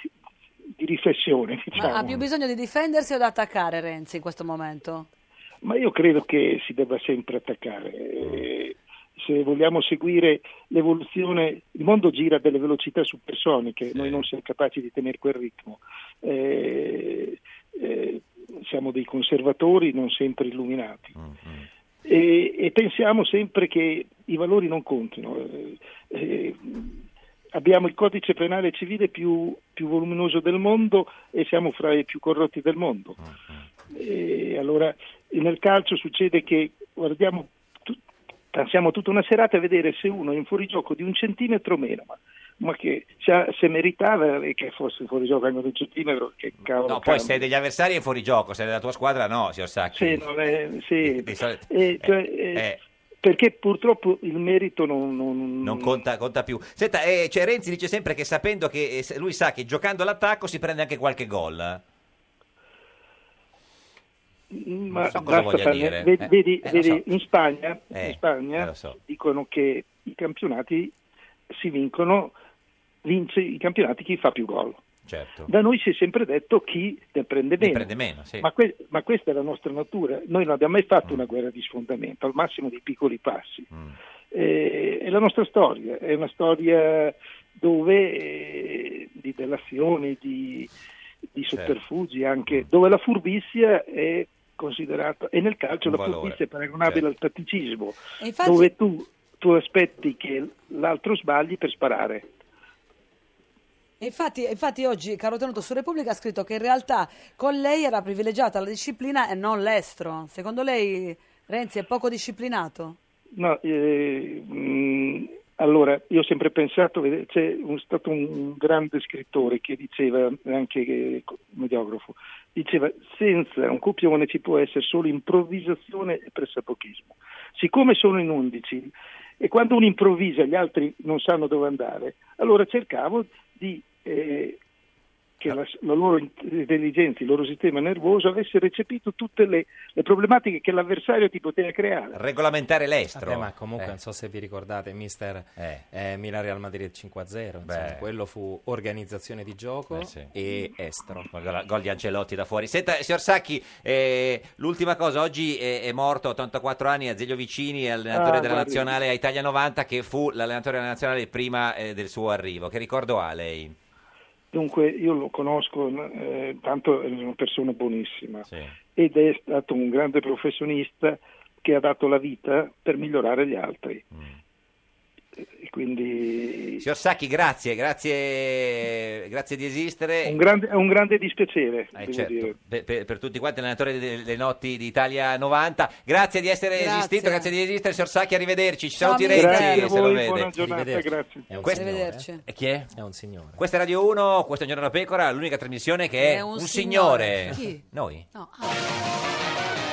Speaker 14: di riflessione, diciamo.
Speaker 2: Ma ha più bisogno di difendersi o di attaccare Renzi in questo momento?
Speaker 14: Ma io credo che si debba sempre attaccare. Eh, Se vogliamo seguire l'evoluzione, il mondo gira a delle velocità supersoniche, noi non siamo capaci di tenere quel ritmo. Eh, eh, siamo dei conservatori non sempre illuminati. E, e pensiamo sempre che i valori non contino. Eh, eh, abbiamo il codice penale civile più, più voluminoso del mondo e siamo fra i più corrotti del mondo.
Speaker 3: Ah,
Speaker 14: E allora e nel calcio succede che guardiamo, tu- passiamo tutta una serata a vedere se uno è in fuorigioco di un centimetro o meno, ma, ma che se, se meritava eh, che fosse in fuorigioco anche di un centimetro, che cavolo.
Speaker 3: No, poi
Speaker 14: cambia.
Speaker 3: se hai degli avversari è fuori gioco, se è della tua squadra no, signor Sacchi.
Speaker 14: Sì, non è- sì.
Speaker 3: Di solito-
Speaker 14: Eh, cioè, eh,
Speaker 3: eh.
Speaker 14: Perché purtroppo il merito non- non,
Speaker 3: Non conta, conta più. Senta, eh, cioè Renzi dice sempre che sapendo che eh, se- lui sa che giocando all'attacco si prende anche qualche gol. eh.
Speaker 14: Ma
Speaker 3: so cosa
Speaker 14: basta
Speaker 3: voglia dire.
Speaker 14: farne- Vedi,
Speaker 3: Eh,
Speaker 14: vedi-
Speaker 3: eh, lo
Speaker 14: vedi,
Speaker 3: so.
Speaker 14: in Spagna,
Speaker 3: Eh,
Speaker 14: in Spagna
Speaker 3: lo so.
Speaker 14: dicono che i campionati si vincono, vince i campionati chi fa più gol.
Speaker 3: Certo.
Speaker 14: Da noi si è sempre detto chi ne prende meno.
Speaker 3: prende meno, sì.
Speaker 14: ma, que- ma questa è la nostra natura. Noi non abbiamo mai
Speaker 16: Mm.
Speaker 14: fatto una guerra di sfondamento, al massimo dei piccoli passi. Eh, è la nostra storia, è una storia dove eh, di delazioni, di, di
Speaker 16: Certo.
Speaker 14: sotterfugi anche,
Speaker 16: Mm.
Speaker 14: dove la furbizia è considerata, e nel calcio
Speaker 16: Un
Speaker 14: la
Speaker 16: valore, Certo.
Speaker 14: furbizia è paragonabile al tatticismo,
Speaker 2: E infatti-
Speaker 14: dove tu, tu aspetti che l'altro sbagli per sparare.
Speaker 2: E Infatti, infatti oggi Caro Tenuto su Repubblica ha scritto che in realtà con lei era privilegiata la disciplina e non l'estro. Secondo lei Renzi è poco disciplinato?
Speaker 14: No, eh, mh, allora, io ho sempre pensato, vede- c'è un- stato un grande scrittore che diceva, anche eh, co- mediografo, diceva senza un copione ci può essere solo improvvisazione e pressapochismo. Siccome sono in undici e quando uno improvvisa gli altri non sanno dove andare, allora cercavo di... eh, che la, la loro intelligenza, il loro sistema nervoso avesse recepito tutte le, le problematiche che l'avversario ti poteva creare.
Speaker 3: Regolamentare l'estro.
Speaker 12: Vabbè, ma comunque non so se vi ricordate, mister eh, Milan-Real Madrid 5-0, insomma,
Speaker 3: Beh.
Speaker 12: quello fu organizzazione di gioco e estro.
Speaker 3: Gol, gol di Ancelotti da fuori. Senta, signor Sacchi, eh, l'ultima cosa, oggi è, è morto a 84 anni Azeglio Vicini, allenatore
Speaker 12: Ah,
Speaker 3: della
Speaker 12: guardi.
Speaker 3: nazionale a Italia 90, che fu l'allenatore della nazionale prima eh, del suo arrivo. Che ricordo ha lei?
Speaker 14: Dunque, io lo conosco, eh, tanto è una persona buonissima ed è stato un grande professionista che ha dato la vita per migliorare gli altri. E quindi eh,
Speaker 3: Signor Sacchi, grazie, grazie, grazie di esistere.
Speaker 14: un grande- è un grande dispiacere,
Speaker 3: Mm. Eh,
Speaker 14: devo
Speaker 3: certo,
Speaker 14: dire.
Speaker 3: per, per- per tutti quanti, allenatore delle, delle notti d'Italia 90. Grazie di essere
Speaker 14: Grazie.
Speaker 3: esistito, grazie di esistere, signor Sacchi. Arrivederci. Ci
Speaker 14: Ciao,
Speaker 3: saluti
Speaker 14: mister.
Speaker 3: Renzi,
Speaker 14: Grazie a
Speaker 3: se lo
Speaker 14: voi,
Speaker 3: vede.
Speaker 14: buona giornata,
Speaker 3: Arrivederci.
Speaker 14: grazie.
Speaker 12: È un
Speaker 3: Questo-
Speaker 12: signore,
Speaker 2: Arrivederci.
Speaker 3: E chi è?
Speaker 12: È un signore.
Speaker 3: Questa è Radio 1, questo è Un Giorno da Pecora, l'unica trasmissione che è,
Speaker 2: È un
Speaker 3: signore.
Speaker 2: signore. Chi?
Speaker 3: Noi.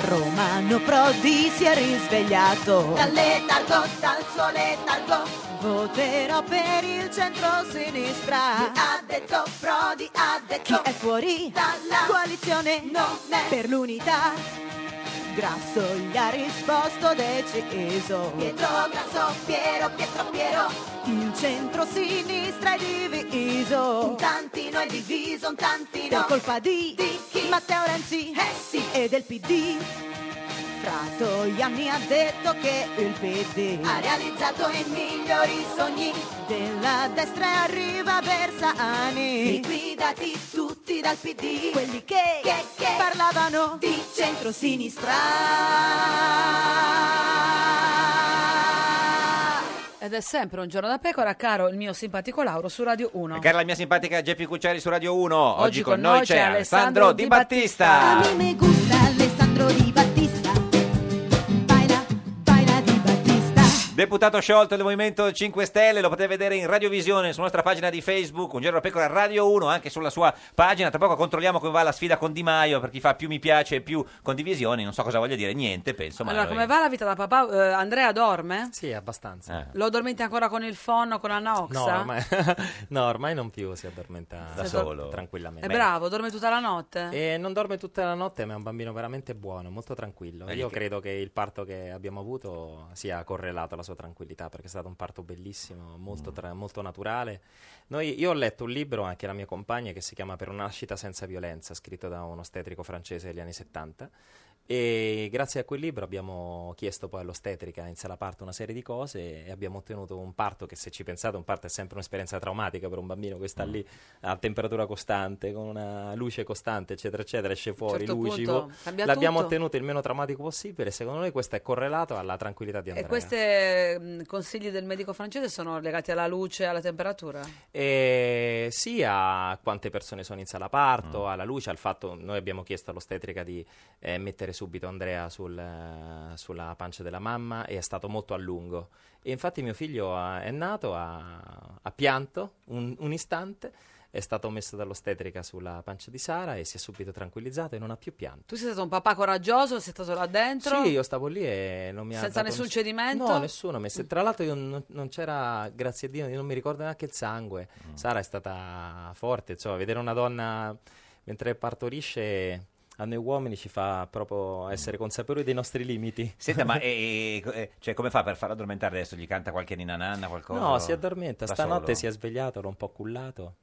Speaker 16: Romano Prodi si è risvegliato
Speaker 8: Dal letargo, dal suo letargo,
Speaker 16: Voterò per il centro-sinistra
Speaker 8: ha detto Prodi, ha
Speaker 16: Chi
Speaker 8: detto
Speaker 16: è fuori
Speaker 8: Dalla
Speaker 16: coalizione
Speaker 8: non è
Speaker 16: per l'unità Grasso gli ha risposto deciso
Speaker 8: Pietro Grasso, Piero, Pietro, Piero,
Speaker 16: Il centro-sinistra è diviso
Speaker 8: un tantino è diviso, un tantino. Eh
Speaker 16: Per colpa di, Matteo Renzi e del PD Frato Ianni ha detto che il PD
Speaker 8: Ha realizzato i migliori sogni
Speaker 16: della destra e arriva Bersani
Speaker 8: Liquidati tutti dal PD
Speaker 16: Quelli che, parlavano di centrosinistra
Speaker 2: Ed è sempre un giorno da pecora, caro il mio simpatico Lauro su Radio 1.
Speaker 3: Cara la mia simpatica Geppi Cucciari su Radio 1. Oggi,
Speaker 2: Oggi
Speaker 3: con, noi c'è Alessandro Di Battista.
Speaker 13: me gusta Alessandro Di Battista. Baila, baila Di Battista.
Speaker 3: Deputato sciolto del Movimento 5 Stelle, lo potete vedere in radiovisione sulla nostra pagina di Facebook, Un giorno da pecora Radio 1, anche sulla sua pagina. Tra poco controlliamo come va la sfida con Di Maio, per chi fa più mi piace e più condivisioni, non so cosa voglia dire, niente, penso, ma
Speaker 2: Allora,
Speaker 3: noi-
Speaker 2: come va la vita da papà? Eh, Andrea dorme?
Speaker 12: Sì, abbastanza.
Speaker 3: Eh.
Speaker 2: Lo dormite ancora con il fonno, con Anna Oxa?
Speaker 12: No ormai, <laughs> no, ormai non più si addormenta
Speaker 2: Da solo.
Speaker 12: tranquillamente. Eh,
Speaker 2: È bravo, dorme tutta la notte?
Speaker 12: E non dorme tutta la notte, ma è un bambino veramente buono, molto tranquillo.
Speaker 2: Vedi
Speaker 12: Io
Speaker 2: che-
Speaker 12: credo che il parto che abbiamo avuto sia correlato alla sua tranquillità, perché è stato un parto bellissimo,
Speaker 2: Mm.
Speaker 12: molto, tra- molto naturale. Noi- io ho letto un libro, anche la mia compagna, che si chiama Per una nascita senza violenza, scritto da un ostetrico francese degli anni 70. E grazie a quel libro abbiamo chiesto poi all'ostetrica in sala parto una serie di cose e abbiamo ottenuto un parto che se ci pensate un parto è sempre un'esperienza traumatica per un bambino che
Speaker 2: Mm.
Speaker 12: sta lì a temperatura costante, con una luce costante, eccetera, eccetera, esce
Speaker 2: A un
Speaker 12: fuori,
Speaker 2: certo
Speaker 12: lucido.
Speaker 2: punto cambia
Speaker 12: L'abbiamo
Speaker 2: tutto.
Speaker 12: ottenuto il meno traumatico possibile. Secondo noi questo è correlato alla tranquillità di
Speaker 2: E
Speaker 12: Andrea.
Speaker 2: questi consigli del medico francese sono legati alla luce, alla temperatura?
Speaker 12: E sia a quante persone sono in sala parto, alla luce, al fatto noi abbiamo chiesto all'ostetrica di eh, mettere subito Andrea sul, eh, sulla pancia della mamma e è stato molto a lungo. E infatti mio figlio ha- è nato, ha, ha pianto un, un istante, è stato messo dall'ostetrica sulla pancia di Sara e si è subito tranquillizzato e non ha più pianto.
Speaker 2: Tu sei stato un papà coraggioso, sei stato là dentro?
Speaker 12: Sì, io stavo lì e non mi ha
Speaker 2: Senza
Speaker 12: dato
Speaker 2: nessun
Speaker 12: ness-
Speaker 2: cedimento?
Speaker 12: No, nessuno. mi ha- se- Tra l'altro io non, non c'era, grazie a Dio, io non mi ricordo neanche il sangue.
Speaker 3: Mm.
Speaker 12: Sara è stata forte, cioè, vedere una donna mentre partorisce a noi uomini ci fa proprio essere consapevoli dei nostri limiti.
Speaker 3: Mm. Senta,
Speaker 12: <laughs>
Speaker 3: ma e- e- e- cioè, come fa per farlo addormentare adesso? Gli canta qualche ninna nanna, qualcosa?
Speaker 12: No, si addormenta.
Speaker 3: Da solo?
Speaker 12: Stanotte
Speaker 3: Mm.
Speaker 12: si è svegliato, l'ho un po' cullato.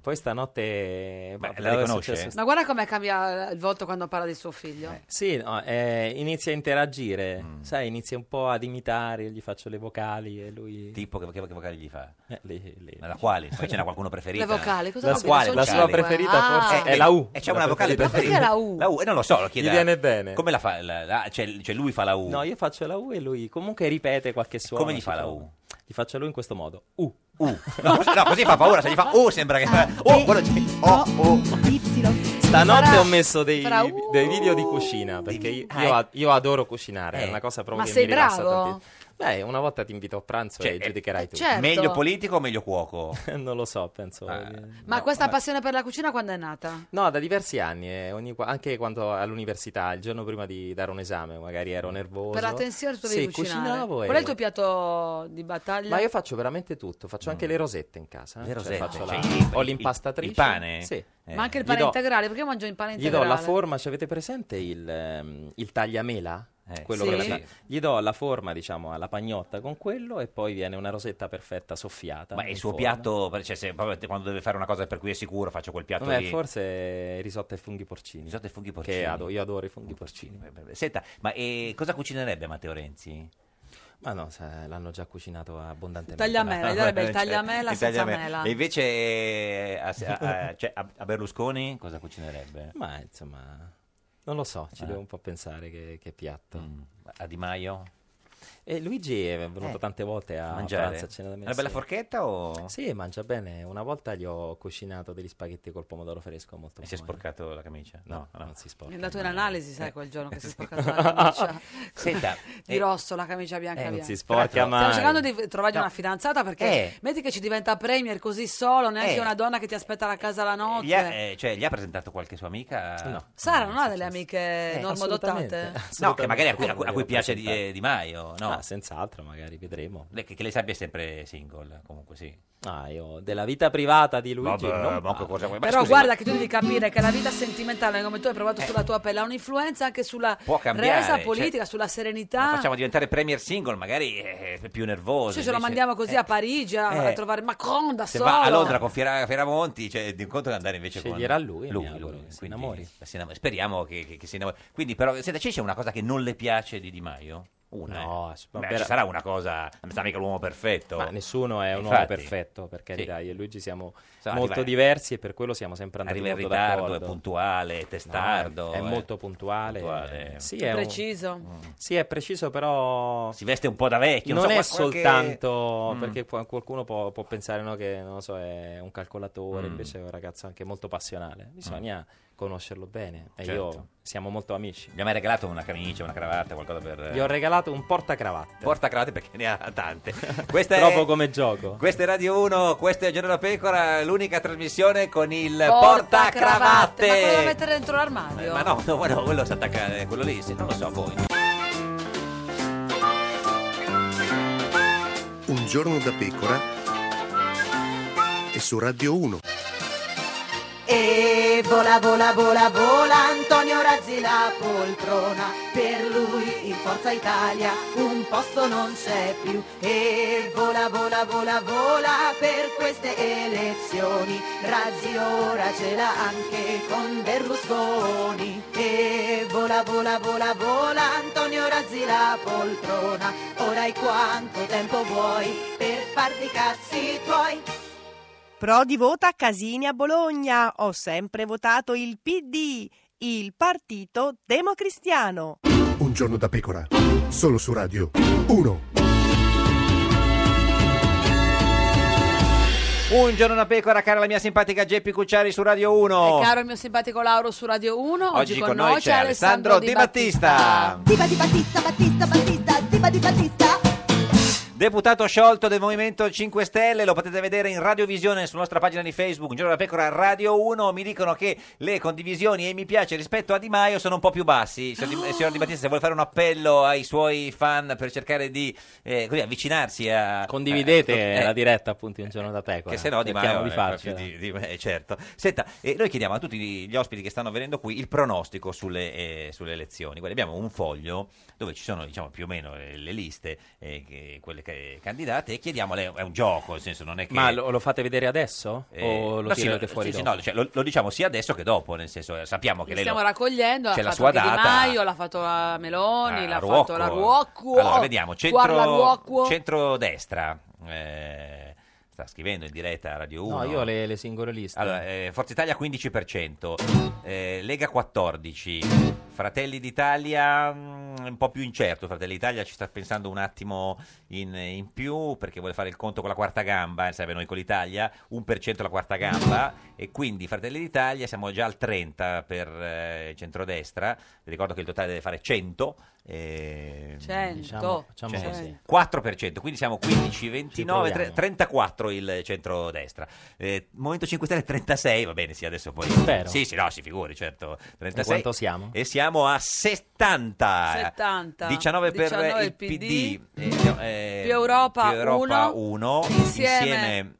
Speaker 12: Poi stanotte...
Speaker 3: Beh,
Speaker 12: vabbè,
Speaker 3: la
Speaker 12: è
Speaker 3: riconosce?
Speaker 12: successo-
Speaker 2: Ma guarda come cambia il volto quando parla di suo figlio.
Speaker 12: Eh, Sì, no, eh, inizia a interagire,
Speaker 3: Mm.
Speaker 12: sai, inizia un po' ad imitare, io gli faccio le vocali e lui... Eh,
Speaker 3: Tipo, che, che- che vocali gli fa?
Speaker 12: le, le...
Speaker 3: Ma la quale? Poi ce n'ha qualcuno preferita?
Speaker 2: Le vocali, cosa
Speaker 12: La
Speaker 2: vuol dire?
Speaker 12: quale?
Speaker 2: Sono
Speaker 12: La sua
Speaker 2: cinque.
Speaker 12: preferita
Speaker 2: Ah.
Speaker 12: forse
Speaker 3: Eh,
Speaker 12: è la U.
Speaker 3: E c'è una vocale
Speaker 12: preferita.
Speaker 3: preferita?
Speaker 2: Perché la U?
Speaker 3: La U, eh, non lo so, lo chiedo.
Speaker 12: Gli viene bene.
Speaker 3: Come la fa? la- la- cioè, cioè lui fa la U.
Speaker 12: No, io faccio la U e lui comunque ripete qualche suono.
Speaker 3: come gli
Speaker 12: ci
Speaker 3: fa la
Speaker 12: trova.
Speaker 3: U?
Speaker 12: Gli faccio lui in questo modo. U.
Speaker 3: U. No, così- no, così fa paura, se gli fa U sembra che
Speaker 2: Ah.
Speaker 3: fa... Oh, quello c'è... Oh, oh.
Speaker 12: Stanotte
Speaker 2: Farà-
Speaker 12: ho messo dei,
Speaker 2: farà Uh, U.
Speaker 12: dei video di cucina perché io, io ad- io adoro cucinare, è una cosa
Speaker 2: Eh, Ma
Speaker 12: proprio che
Speaker 2: sei
Speaker 12: mi rilassa
Speaker 2: bravo?
Speaker 12: tantissimo. Beh, una volta ti invito a pranzo
Speaker 3: Cioè,
Speaker 12: e
Speaker 3: eh,
Speaker 12: giudicherai tu.
Speaker 2: certo. Meglio
Speaker 3: politico o meglio cuoco?
Speaker 12: <laughs>
Speaker 3: Ah.
Speaker 12: non lo so, penso.
Speaker 2: Ma questa passione per la cucina quando è nata?
Speaker 12: No, da diversi anni, eh, ogni qua- anche quando all'università, il giorno prima di dare un esame, magari ero nervoso.
Speaker 2: Per la tensione tu devi
Speaker 12: Sì,
Speaker 2: cucinare.
Speaker 12: cucinavo e-
Speaker 2: Qual è il tuo piatto di battaglia?
Speaker 12: Ma io faccio veramente tutto, faccio anche le rosette in casa. eh.
Speaker 3: Mm. Le rosette,
Speaker 12: faccio
Speaker 3: cioè,
Speaker 12: la-
Speaker 3: il-
Speaker 12: ho l'impastatrice.
Speaker 3: il pane?
Speaker 12: Sì.
Speaker 3: Eh.
Speaker 2: Ma anche il
Speaker 12: Gli
Speaker 2: pane
Speaker 12: do-
Speaker 2: integrale, perché io mangio il pane
Speaker 12: Gli
Speaker 2: integrale?
Speaker 12: do la forma, ci avete presente il, ehm, il tagliamela? Eh,
Speaker 3: Eh,
Speaker 12: Quello
Speaker 2: Sì.
Speaker 12: con la-
Speaker 2: Sì.
Speaker 12: Gli do la forma, diciamo, alla pagnotta con quello e poi viene una rosetta perfetta soffiata.
Speaker 3: Ma
Speaker 12: in
Speaker 3: il suo
Speaker 12: forma.
Speaker 3: piatto, cioè, se, proprio te- quando deve fare una cosa per cui è sicuro, faccio quel piatto
Speaker 12: Vabbè,
Speaker 3: lì.
Speaker 12: Eh, forse risotto e funghi porcini.
Speaker 3: Risotto e funghi porcini.
Speaker 12: Che ado- io adoro i funghi porcini.
Speaker 3: Senta, ma eh, cosa cucinerebbe Matteo Renzi?
Speaker 12: Ma no, se- l'hanno già cucinato abbondantemente. Ah, cioè,
Speaker 2: Tagliamela, gli darebbe il tagliamela
Speaker 3: Il
Speaker 2: senza
Speaker 3: tagliame-
Speaker 2: mela.
Speaker 3: E invece eh, a, a- a- cioè, a- a Berlusconi cosa cucinerebbe?
Speaker 12: Ma insomma, non lo so, ci
Speaker 3: Ah.
Speaker 12: devo un po' pensare che, che piatto.
Speaker 3: A Di Maio?
Speaker 12: E Luigi è venuto
Speaker 3: Eh.
Speaker 12: tante volte a
Speaker 3: Mangiare?
Speaker 12: pranzo a cena da me.
Speaker 3: Una bella
Speaker 12: sì.
Speaker 3: forchetta o-
Speaker 12: Sì, mangia bene. Una volta gli ho cucinato degli spaghetti col pomodoro fresco molto
Speaker 3: E si è sporcato la camicia?
Speaker 12: No, non si sporca.
Speaker 2: È andato in analisi, sai, quel giorno
Speaker 12: <laughs>
Speaker 2: che si è sporcata
Speaker 12: Sì.
Speaker 2: la camicia.
Speaker 12: Eh. <laughs> Senta,
Speaker 2: <laughs> di
Speaker 12: eh,
Speaker 2: rosso, la camicia bianca
Speaker 12: eh, non
Speaker 2: bianca.
Speaker 12: si sporca
Speaker 2: Stiamo
Speaker 12: mai.
Speaker 2: cercando di trovargli
Speaker 12: No.
Speaker 2: una fidanzata perché
Speaker 3: Eh.
Speaker 2: metti che ci diventa premier così solo, neanche
Speaker 3: Eh.
Speaker 2: una donna che ti aspetta la casa la notte.
Speaker 3: Gli ha, eh, cioè, gli ha presentato qualche sua amica? No.
Speaker 2: Sara non ha delle amiche
Speaker 12: Eh,
Speaker 2: normodotate?
Speaker 12: assolutamente.
Speaker 3: No, che magari a cui, a
Speaker 12: Assolutamente.
Speaker 3: cui- a cui piace di, eh, Di Maio, no?
Speaker 12: Ah, senz'altro, magari vedremo.
Speaker 3: Lei- che, che lei sappia è sempre single, comunque sì.
Speaker 12: Ah, io della vita privata di Luigi.
Speaker 3: Vabbè,
Speaker 12: non
Speaker 3: ma
Speaker 12: parlo.
Speaker 3: cosa vuoi- ma Eh.
Speaker 2: Però guarda che tu devi capire che la vita sentimentale, come tu hai provato sulla tua pelle, ha un'influenza anche sulla
Speaker 3: Può cambiare,
Speaker 2: resa
Speaker 3: cioè,
Speaker 2: politica, sulla
Speaker 3: Lo
Speaker 2: serenità.
Speaker 3: facciamo diventare premier single, magari è più nervoso.
Speaker 2: Cioè, ce lo
Speaker 3: invece-
Speaker 2: mandiamo così a Parigi a,
Speaker 3: Eh.
Speaker 2: a trovare Macron da
Speaker 3: Se
Speaker 2: solo.
Speaker 3: va a Londra con Fiera- Fioramonti, cioè, di un conto di andare invece
Speaker 12: Sceglierà
Speaker 3: con
Speaker 12: lui, mi auguro, che si innamori.
Speaker 3: si innamo- Speriamo che, che- che si innamori. Quindi, però, senta, ci c'è una cosa che non le piace di Di Maio? Una.
Speaker 12: No,
Speaker 3: eh.
Speaker 12: s-
Speaker 3: Beh,
Speaker 12: vabbè,
Speaker 3: ci sarà una cosa, non sta mica l'uomo perfetto.
Speaker 12: Ma nessuno è un
Speaker 3: Infatti.
Speaker 12: uomo perfetto, per carità. Io e Luigi siamo
Speaker 3: Sono
Speaker 12: molto
Speaker 3: arrivati-
Speaker 12: diversi e per quello siamo sempre andati
Speaker 3: Arriva in
Speaker 12: molto
Speaker 3: ritardo, è
Speaker 12: d'accordo.
Speaker 3: puntuale, è testardo. eh.
Speaker 12: No, è- è molto puntuale. eh,
Speaker 3: puntuale.
Speaker 12: Sì,
Speaker 2: È
Speaker 12: è un-
Speaker 2: preciso.
Speaker 12: Sì, è preciso, però.
Speaker 3: Si veste un po' da vecchio.
Speaker 12: Non,
Speaker 3: so,
Speaker 12: è
Speaker 3: qual- qualche-
Speaker 12: soltanto
Speaker 3: Mm.
Speaker 12: perché qua- qualcuno può, può pensare no, che non lo so, è un calcolatore,
Speaker 3: Mm.
Speaker 12: invece è un ragazzo anche molto passionale. Bisogna conoscerlo bene. E
Speaker 3: Certo.
Speaker 12: io siamo molto amici.
Speaker 3: Gli hai mai regalato una camicia, una cravatta, qualcosa per...
Speaker 12: Gli ho regalato un portacravatte.
Speaker 3: Portacravatte perché ne ha <laughs> tante. <laughs> Questa è- Eh,
Speaker 12: Proprio come gioco.
Speaker 3: Questa è Radio 1, questa è Giorno da Pecora, l'unica trasmissione con il
Speaker 2: cravatte. Ma cosa da
Speaker 3: portacravatte.
Speaker 2: mettere dentro l'armadio?
Speaker 3: Ma no, no, no, quello si attacca, eh, quello lì, sì, non lo so voi.
Speaker 9: Un giorno da pecora e su Radio 1.
Speaker 8: E vola, vola, vola, vola Antonio Razzi la poltrona. Per lui in Forza Italia un posto non c'è più. E vola, vola, vola, vola per queste elezioni. Razzi ora ce l'ha anche con Berlusconi. E vola, vola, vola, vola Antonio Razzi la poltrona. Ora hai quanto tempo vuoi per farti i cazzi tuoi.
Speaker 10: Prodi vota Casini a Bologna. Ho sempre votato il PD, il Partito Democristiano.
Speaker 9: Un giorno da pecora. Solo su Radio 1.
Speaker 3: Un giorno da pecora, cara la mia simpatica Geppi Cucciari su Radio 1.
Speaker 2: E Eh, caro il mio simpatico Lauro su Radio 1, oggi,
Speaker 3: Oggi con noi c'è Alessandro Di Battista,
Speaker 16: Diva di Battista, Battista, Battista, Diva di Battista.
Speaker 3: deputato sciolto del Movimento 5 Stelle, lo potete vedere in radiovisione sulla nostra pagina di Facebook, Giorno da Pecora Radio 1, mi dicono che le condivisioni e i mi piace rispetto a Di Maio sono un po' più bassi. Signor
Speaker 16: Ah.
Speaker 3: Di, signor Di Battista, se vuole fare un appello ai suoi fan per cercare di eh, così, avvicinarsi a...
Speaker 12: Condividete
Speaker 3: eh,
Speaker 12: la diretta appunto in giorno da pecora.
Speaker 3: Che se no Di
Speaker 12: Cerchiamo
Speaker 3: Maio
Speaker 12: di
Speaker 3: è
Speaker 12: farcela.
Speaker 3: proprio di- di- eh, certo. Senta, eh, noi chiediamo a tutti gli ospiti che stanno venendo qui il pronostico sulle, eh, sulle elezioni. Guarda, abbiamo un foglio dove ci sono diciamo, più o meno eh, le liste, eh, che- quelle che- candidate, e chiediamo, a lei- è un gioco, nel senso non è che...
Speaker 12: Ma lo, lo fate vedere adesso?
Speaker 3: eh,
Speaker 12: o lo
Speaker 3: no, sì,
Speaker 12: tirate
Speaker 3: sì,
Speaker 12: fuori
Speaker 3: sì,
Speaker 12: dopo?
Speaker 3: no, cioè, lo, lo diciamo sia adesso che dopo, nel senso eh, sappiamo che
Speaker 2: Li
Speaker 3: lei... lo-
Speaker 2: stiamo raccogliendo, l'ha
Speaker 3: c'è la
Speaker 2: fatto
Speaker 3: sua
Speaker 2: anche
Speaker 3: data.
Speaker 2: Di Maio, l'ha fatto la Meloni,
Speaker 3: Ah,
Speaker 2: l'ha
Speaker 3: Ruocco.
Speaker 2: fatto la Ruocco.
Speaker 3: Allora, vediamo,
Speaker 2: Guarda
Speaker 3: centro,
Speaker 2: Ruocco.
Speaker 3: centrodestra. eh, sta scrivendo in diretta a Radio 1.
Speaker 12: No, io le, le singole liste.
Speaker 3: Allora, eh, Forza Italia 15%, eh, Lega 14%, Fratelli d'Italia mm, un po' più incerto, Fratelli d'Italia ci sta pensando un attimo in, in più perché vuole fare il conto con la quarta gamba, eh, sarebbe noi con l'Italia, 1% la quarta gamba e quindi Fratelli d'Italia siamo già al 30% per eh, centrodestra, vi ricordo che il totale deve fare 100. eh,
Speaker 2: Cento. Diciamo- facciamo
Speaker 3: cioè,
Speaker 2: così.
Speaker 3: 4%, quindi siamo 15, 29,
Speaker 12: Ci proviamo.
Speaker 3: 34 il centrodestra. Eh, Movimento 5 Stelle 36, va bene, sì, adesso poi...
Speaker 12: Spero.
Speaker 3: Sì, sì, no, si figuri, certo. 36.
Speaker 12: E quanto siamo?
Speaker 3: E siamo a 70.
Speaker 2: 70.
Speaker 3: 19 eh. per
Speaker 2: 19
Speaker 3: il PD.
Speaker 2: PD.
Speaker 3: Eh, no, eh,
Speaker 2: Più Europa,
Speaker 3: più Europa
Speaker 2: 1.
Speaker 3: 1.
Speaker 2: Insieme,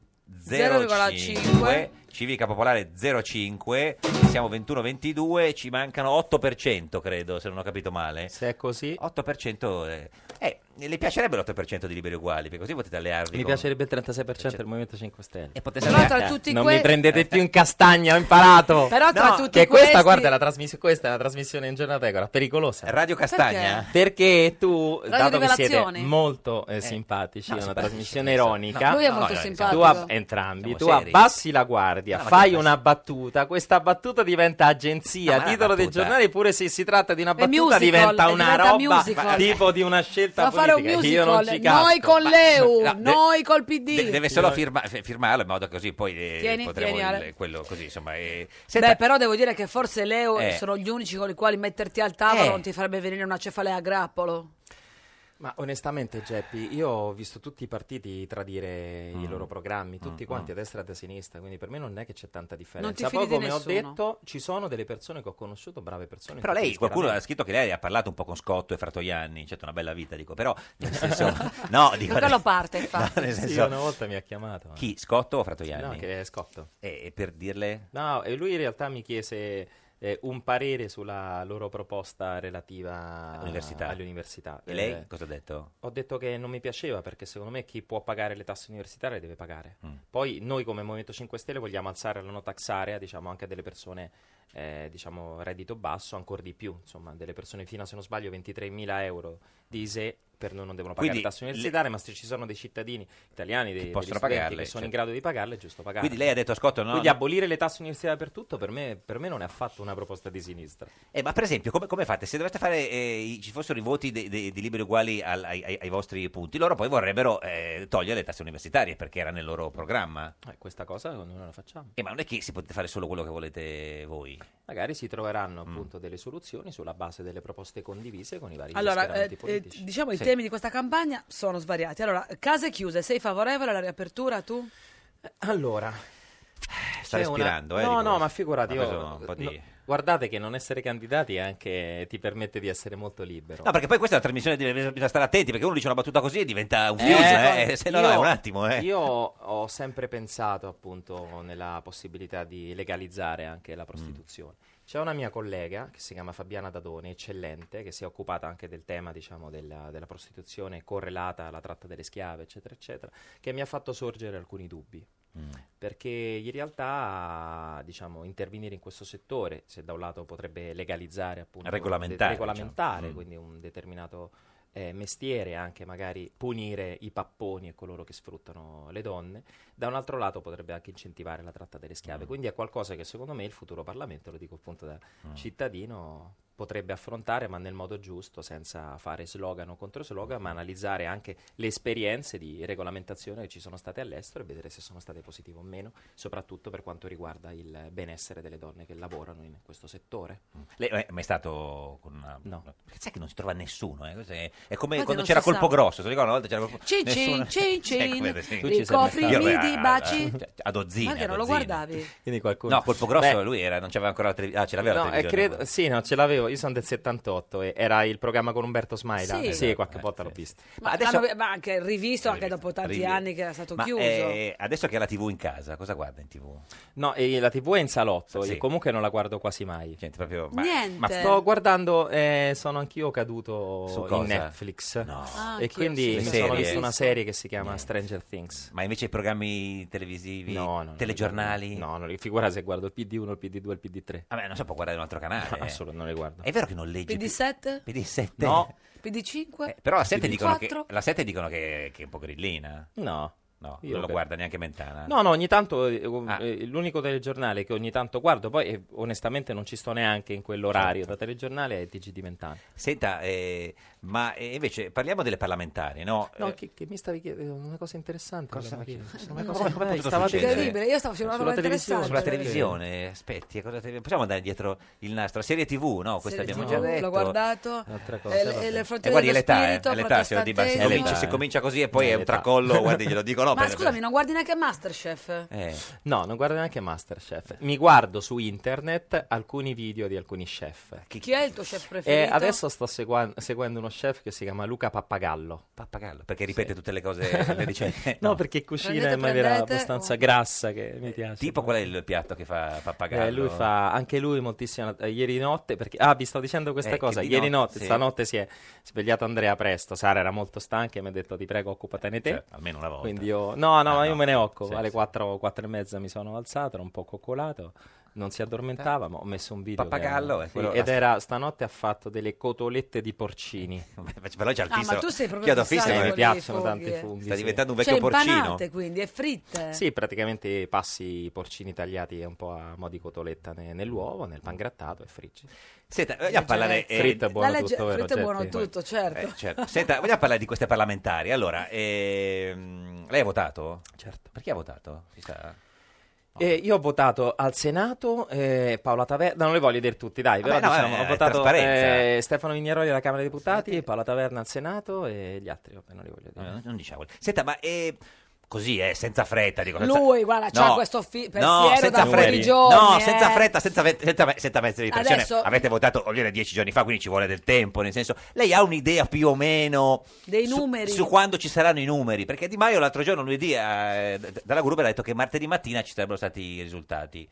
Speaker 3: 0,5. Civica Popolare 0,5. Siamo 21-22, ci mancano 8%, credo, se non ho capito male.
Speaker 12: Se è così...
Speaker 3: 8%... eh, eh, le piacerebbe l'8% di Liberi Uguali, perché così potete allearvi
Speaker 12: Mi
Speaker 3: con- Cioè,
Speaker 12: piacerebbe il 36% del Movimento 5 Stelle. E
Speaker 3: potesse Però
Speaker 2: tra tutti
Speaker 12: Non
Speaker 2: que-
Speaker 12: mi prendete più in castagna, ho imparato.
Speaker 2: <laughs> Però tra tutti
Speaker 12: Che questa,
Speaker 2: questi-
Speaker 12: guarda, è la trasmissione, questa è una trasmissione in giornata pecora, pericolosa.
Speaker 3: Radio Castagna?
Speaker 12: Perché tu,
Speaker 2: Radio
Speaker 12: dato che siete
Speaker 2: Rivelazioni?
Speaker 12: molto eh, simpatici,
Speaker 3: no,
Speaker 12: è una
Speaker 3: simpatici,
Speaker 12: trasmissione
Speaker 3: insomma.
Speaker 12: ironica.
Speaker 2: No, Lui è no, molto no, simpatico.
Speaker 12: Tu ab- entrambi,
Speaker 3: Siamo
Speaker 12: tu
Speaker 3: seri.
Speaker 12: abbassi la guardia,
Speaker 3: No, ma che
Speaker 12: fai
Speaker 3: abbassi?
Speaker 12: una battuta, questa battuta diventa
Speaker 3: No, ma
Speaker 12: agenzia,
Speaker 3: è una
Speaker 12: titolo dei
Speaker 3: battuta.
Speaker 12: giornali, pure se si tratta di una battuta
Speaker 2: musical,
Speaker 12: diventa
Speaker 2: e
Speaker 12: una
Speaker 2: diventa
Speaker 12: roba
Speaker 2: musical.
Speaker 12: tipo di una scelta
Speaker 2: Dobbiamo fare un
Speaker 12: politica. Io non ci
Speaker 2: musical,
Speaker 12: casco.
Speaker 2: noi con l'EU,
Speaker 3: no, de-
Speaker 2: noi col PD.
Speaker 3: De- deve solo firma- f- firmarlo in modo che così poi eh,
Speaker 2: Tieni,
Speaker 3: potremo
Speaker 2: tieni,
Speaker 3: il-
Speaker 2: Ale.
Speaker 3: quello così insomma eh.
Speaker 2: Beh, però devo dire che forse Leo
Speaker 3: Eh.
Speaker 2: sono gli unici con i quali metterti al tavolo
Speaker 12: Eh.
Speaker 2: non ti farebbe venire una cefalea a grappolo.
Speaker 12: Ma onestamente, Geppi, io ho visto tutti i partiti tradire
Speaker 3: Mm.
Speaker 12: i loro programmi, tutti quanti a destra e a sinistra, quindi per me non è che c'è tanta
Speaker 2: Non ti
Speaker 12: differenza.
Speaker 2: fidi
Speaker 12: Poi,
Speaker 2: di
Speaker 12: come ho
Speaker 2: nessuno.
Speaker 12: detto, ci sono delle persone che ho conosciuto, brave persone. in
Speaker 3: Però
Speaker 12: tutti
Speaker 3: lei,
Speaker 12: gli
Speaker 3: qualcuno ha
Speaker 12: schieramenti.
Speaker 3: scritto che lei ha parlato un po' con Scotto e Fratoianni, certo una bella vita, dico, però nel
Speaker 12: <laughs>
Speaker 3: senso... no, dico...
Speaker 2: Per quello parte, infatti.
Speaker 3: <laughs> no, nel
Speaker 12: Sì,
Speaker 3: senso-
Speaker 12: una volta mi ha chiamato.
Speaker 3: Chi, Scotto o Fratoianni?
Speaker 12: No, che è Scotto.
Speaker 3: E, e per dirle...
Speaker 12: No, e lui in realtà mi chiese eh, un parere sulla loro proposta relativa
Speaker 3: All'università.
Speaker 12: all'università.
Speaker 3: E lei
Speaker 12: Eh,
Speaker 3: cosa ha detto?
Speaker 12: Ho detto che non mi piaceva perché secondo me chi può pagare le tasse universitarie deve pagare.
Speaker 3: Mm.
Speaker 12: Poi noi come Movimento 5 Stelle vogliamo alzare la no tax area, diciamo, anche delle persone eh, diciamo reddito basso, ancora di più, insomma, delle persone fino a se non sbaglio 23.000 euro di ISE per noi non devono pagare
Speaker 3: Quindi
Speaker 12: tasse
Speaker 3: le-
Speaker 12: universitarie, ma se ci sono dei cittadini italiani, dei, dei
Speaker 3: possono
Speaker 12: residenti
Speaker 3: pagarle,
Speaker 12: che sono in
Speaker 3: certo.
Speaker 12: grado di pagarle, è giusto pagarle.
Speaker 3: Quindi lei ha detto a Scotto, no,
Speaker 12: Quindi
Speaker 3: no.
Speaker 12: abolire le tasse universitarie per tutto, per me, per me non è affatto una proposta di sinistra.
Speaker 3: Eh, ma per esempio, come, come fate? Se doveste fare, eh, i- ci fossero i voti de- de- di liberi uguali al- ai, ai- ai vostri punti, loro poi vorrebbero eh, togliere le tasse universitarie perché era nel loro programma.
Speaker 12: Eh, questa cosa noi non la facciamo.
Speaker 3: Eh, ma non è che si potete fare solo quello che volete voi.
Speaker 12: Magari si
Speaker 3: Mm.
Speaker 12: troveranno appunto delle soluzioni sulla base delle proposte condivise con i vari
Speaker 2: Allora,
Speaker 12: schieramenti
Speaker 2: eh,
Speaker 12: politici.
Speaker 2: eh, diciamo i
Speaker 12: Sì.
Speaker 2: temi di questa campagna sono svariati. Allora, case chiuse, sei favorevole alla riapertura tu?
Speaker 12: Allora,
Speaker 3: Sta
Speaker 12: C'è una-
Speaker 3: respirando, eh?
Speaker 12: No,
Speaker 3: dico-
Speaker 12: no, ma figurati,
Speaker 3: Ha
Speaker 12: io-
Speaker 3: preso un po' di-
Speaker 12: no, guardate che non essere candidati è anche ti permette di essere molto libero.
Speaker 3: No, perché poi questa è una trasmissione, di- bisogna stare attenti perché uno dice una battuta così e diventa un
Speaker 12: Eh,
Speaker 3: film, eh,
Speaker 12: no,
Speaker 3: se no
Speaker 12: io-
Speaker 3: no, è un attimo, eh.
Speaker 12: Io ho sempre pensato appunto nella possibilità di legalizzare anche la prostituzione.
Speaker 3: Mm.
Speaker 12: C'è una mia collega che si chiama Fabiana Dadoni, eccellente, che si è occupata anche del tema, diciamo, della, della prostituzione correlata alla tratta delle schiave, eccetera, eccetera, che mi ha fatto sorgere alcuni dubbi.
Speaker 3: Mm.
Speaker 12: Perché in realtà, diciamo, intervenire in questo settore, se da un lato potrebbe legalizzare appunto
Speaker 3: Regolamentare, diciamo.
Speaker 12: regolamentare,
Speaker 3: Mm.
Speaker 12: quindi un determinato eh, mestiere, anche magari punire i papponi e coloro che sfruttano le donne, da un altro lato potrebbe anche incentivare la tratta delle schiave. Quindi è qualcosa che secondo me il futuro Parlamento, lo dico appunto da cittadino, potrebbe affrontare, ma nel modo giusto, senza fare slogan o contro slogan, ma analizzare anche le esperienze di regolamentazione che ci sono state all'estero e vedere se sono state positive o meno, soprattutto per quanto riguarda il benessere delle donne che lavorano in questo settore.
Speaker 3: Lei eh, è mai stato con una... No. Perché sai che non si trova nessuno, eh? Cos'è? È, come quando
Speaker 2: Infatti non
Speaker 3: c'era
Speaker 2: si
Speaker 3: Colpo
Speaker 2: sa.
Speaker 3: Grosso, ti ricordo una volta c'era Colpo
Speaker 2: Cin,
Speaker 3: Nessuno-
Speaker 2: cin, cin,
Speaker 3: <laughs> Ecco, vedi, Cioè, sì.
Speaker 2: Tu ci sei ricoprimi mai stato. di
Speaker 3: Io-
Speaker 2: baci.
Speaker 3: a- A dozzine.
Speaker 2: Ma che
Speaker 3: a
Speaker 2: non lo
Speaker 3: dozzine.
Speaker 2: guardavi?
Speaker 3: No, Colpo Grosso
Speaker 12: Beh.
Speaker 3: lui era, non c'aveva ancora la televisione. Ah, ce l'aveva la
Speaker 12: No, eh,
Speaker 3: televisione.
Speaker 12: credo, sì, no, ce l'avevo. Io sono del 78 e era il programma con Umberto Smaila.
Speaker 2: Sì.
Speaker 12: Sì, qualche
Speaker 3: Eh,
Speaker 12: volta l'ho visto.
Speaker 2: Ma, l'hanno- ma anche rivisto anche dopo tanti
Speaker 12: rivisto.
Speaker 2: anni che era stato
Speaker 3: Ma
Speaker 2: chiuso.
Speaker 3: eh, adesso che ha la TV in casa, cosa guarda in TV?
Speaker 12: No, e la TV è in salotto.
Speaker 3: Sì.
Speaker 12: Io comunque non la guardo quasi mai.
Speaker 3: ma- Niente.
Speaker 12: Ma sto guardando, eh, sono anch'io caduto
Speaker 3: Su
Speaker 12: in
Speaker 3: cosa?
Speaker 12: Netflix.
Speaker 3: Ah,
Speaker 12: e
Speaker 3: anch'io,
Speaker 12: quindi
Speaker 3: sì.
Speaker 12: mi
Speaker 3: Le
Speaker 12: sono
Speaker 3: serie?
Speaker 12: visto una
Speaker 3: Sì, sì.
Speaker 12: serie che si chiama Stranger Things.
Speaker 3: Ma invece i programmi televisivi, telegiornali?
Speaker 12: No, non li figura se guardo il PD1, il PD2, il PD3.
Speaker 3: Vabbè, non si può guardare un altro canale.
Speaker 12: No, <laughs> assolutamente non le guardo.
Speaker 3: È vero che non leggi?
Speaker 2: PD7?
Speaker 3: PD7?
Speaker 12: No.
Speaker 2: PD5?
Speaker 3: Eh, Però la 7
Speaker 12: PD
Speaker 3: dicono, che,
Speaker 2: 4?
Speaker 3: la 7 dicono che, che è un po' grillina.
Speaker 12: No.
Speaker 3: No, non
Speaker 12: Io
Speaker 3: lo
Speaker 12: credo.
Speaker 3: guarda neanche Mentana.
Speaker 12: No, no, ogni tanto eh,
Speaker 3: Ah.
Speaker 12: eh, l'unico telegiornale che ogni tanto guardo, poi eh, onestamente non ci sto neanche in
Speaker 3: Certo.
Speaker 12: quell'orario da telegiornale è il TG di Mentana.
Speaker 3: Senta, eh, ma eh, invece parliamo delle parlamentari, no?
Speaker 12: No,
Speaker 3: Eh,
Speaker 12: che, che mi stavi chiedendo una cosa interessante.
Speaker 3: Cosa-
Speaker 12: volevo chiedere.
Speaker 3: cosa-
Speaker 12: Una
Speaker 3: no,
Speaker 12: cosa-
Speaker 3: come è
Speaker 12: dai,
Speaker 3: potuto
Speaker 12: stavate-
Speaker 3: succedere?
Speaker 2: Incredibile, io stavo facendo una
Speaker 12: Sulla
Speaker 2: roba
Speaker 12: televisione.
Speaker 3: Sulla televisione, aspetti, eh, cosa te- possiamo andare dietro il nastro? Serie TV, no? Questa
Speaker 2: Serie
Speaker 3: abbiamo
Speaker 2: TV,
Speaker 3: già detto.
Speaker 2: l'ho guardato.
Speaker 3: Un'altra cosa,
Speaker 2: Eh,
Speaker 3: vabbè.
Speaker 2: le, le
Speaker 3: Eh,
Speaker 2: frontiere
Speaker 3: guardi, è
Speaker 2: dello
Speaker 3: l'età, eh,
Speaker 2: spirito,
Speaker 3: è l'età, Eh, signor Di Bassi, si
Speaker 2: protestantesimo.
Speaker 3: comincia, si comincia così e
Speaker 12: È
Speaker 3: poi è un
Speaker 12: l'età.
Speaker 3: tracollo, guardi, glielo Eh, dico, no?
Speaker 2: Ma
Speaker 3: per- Eh,
Speaker 2: scusami, non guardi neanche Masterchef?
Speaker 12: No, non guardo neanche Masterchef. Mi guardo su internet alcuni video di alcuni chef.
Speaker 2: Chi è il tuo
Speaker 3: eh,
Speaker 2: chef
Speaker 12: E
Speaker 2: preferito?
Speaker 12: adesso sto segua- seguendo uno chef che si chiama Luca Pappagallo.
Speaker 3: <laughs> Pappagallo, perché ripete tutte le
Speaker 12: <laughs>
Speaker 3: cose, le ricette.
Speaker 12: no, perché cucina
Speaker 3: Prendete,
Speaker 12: in maniera
Speaker 3: prendete,
Speaker 12: abbastanza
Speaker 3: oh.
Speaker 12: grassa che mi piace.
Speaker 3: Tipo qual è il piatto che fa Pappagallo?
Speaker 12: Eh, lui fa anche lui moltissima eh, ieri notte perché ah vi sto dicendo questa
Speaker 3: Eh, che
Speaker 12: cosa
Speaker 3: di
Speaker 12: ieri
Speaker 3: notte,
Speaker 12: notte
Speaker 3: sì.
Speaker 12: stanotte si è svegliato Andrea presto Sara era molto stanca e mi ha detto ti prego occupatene te
Speaker 3: Cioè, almeno una volta.
Speaker 12: quindi io no no,
Speaker 3: Ah,
Speaker 12: ma io
Speaker 3: no.
Speaker 12: me ne occupo
Speaker 3: Sì,
Speaker 12: alle
Speaker 3: sì.
Speaker 12: 4 4 e mezza mi sono alzato ero un po' coccolato non si addormentava ma ho messo un video che
Speaker 3: Pappagallo,
Speaker 12: era-
Speaker 3: eh, quello-
Speaker 12: ed era stanotte ha fatto delle cotolette
Speaker 3: <laughs>
Speaker 12: di porcini Eh,
Speaker 3: però c'ha il Ah, ma fissero- tu
Speaker 2: sei proprio chiodo fissato fissero, con
Speaker 12: mi
Speaker 2: i
Speaker 12: piacciono
Speaker 2: funghi,
Speaker 12: tanti
Speaker 2: eh.
Speaker 12: funghi
Speaker 3: Sta
Speaker 12: sì.
Speaker 3: diventando
Speaker 2: cioè, impanate eh. quindi, e fritte.
Speaker 12: Sì, praticamente passi i porcini tagliati un po' a mo' di cotoletta ne- nell'uovo, nel pangrattato e friggi.
Speaker 3: Senta, vogliamo parlare... eh,
Speaker 12: Fritto è buono
Speaker 2: La legge-
Speaker 12: tutto, vero?
Speaker 2: fritto è buono
Speaker 12: Geppi?
Speaker 2: tutto, certo.
Speaker 3: Eh, certo. Senta, vogliamo parlare di queste parlamentari. Allora, ehm, lei ha votato?
Speaker 12: Certo.
Speaker 3: Perché ha votato? Si sa?
Speaker 12: Eh, io ho votato al Senato eh, Paola Taverna, non le voglio dire tutti, dai, però
Speaker 3: Vabbè, no,
Speaker 12: diciamo,
Speaker 3: eh,
Speaker 12: ho votato
Speaker 3: trasparenza.
Speaker 12: eh, Stefano Vigneroli alla Camera dei Deputati, Paola Taverna al Senato e gli altri, vabbè, non li voglio dire.
Speaker 3: Non diciamo. Senta, ma eh, così, eh, senza fretta. Dico, senza-
Speaker 2: Lui, guarda, c'ha
Speaker 3: No,
Speaker 2: questo fi-
Speaker 3: No,
Speaker 2: pensiero da
Speaker 3: senza
Speaker 2: fuori
Speaker 3: fretta,
Speaker 2: giorni.
Speaker 3: no,
Speaker 2: eh.
Speaker 3: senza fretta, senza, ve- senza, me- senza mezzo di pressione.
Speaker 2: Adesso-
Speaker 3: Avete votato voglio dire, dieci giorni fa, quindi ci vuole del tempo. Nel senso, lei ha un'idea più o meno
Speaker 2: Dei
Speaker 3: su-
Speaker 2: numeri.
Speaker 3: su, quando ci saranno i numeri? Perché Di Maio l'altro giorno lunedì eh, d- dalla Gruber ha detto che martedì mattina ci sarebbero stati i risultati.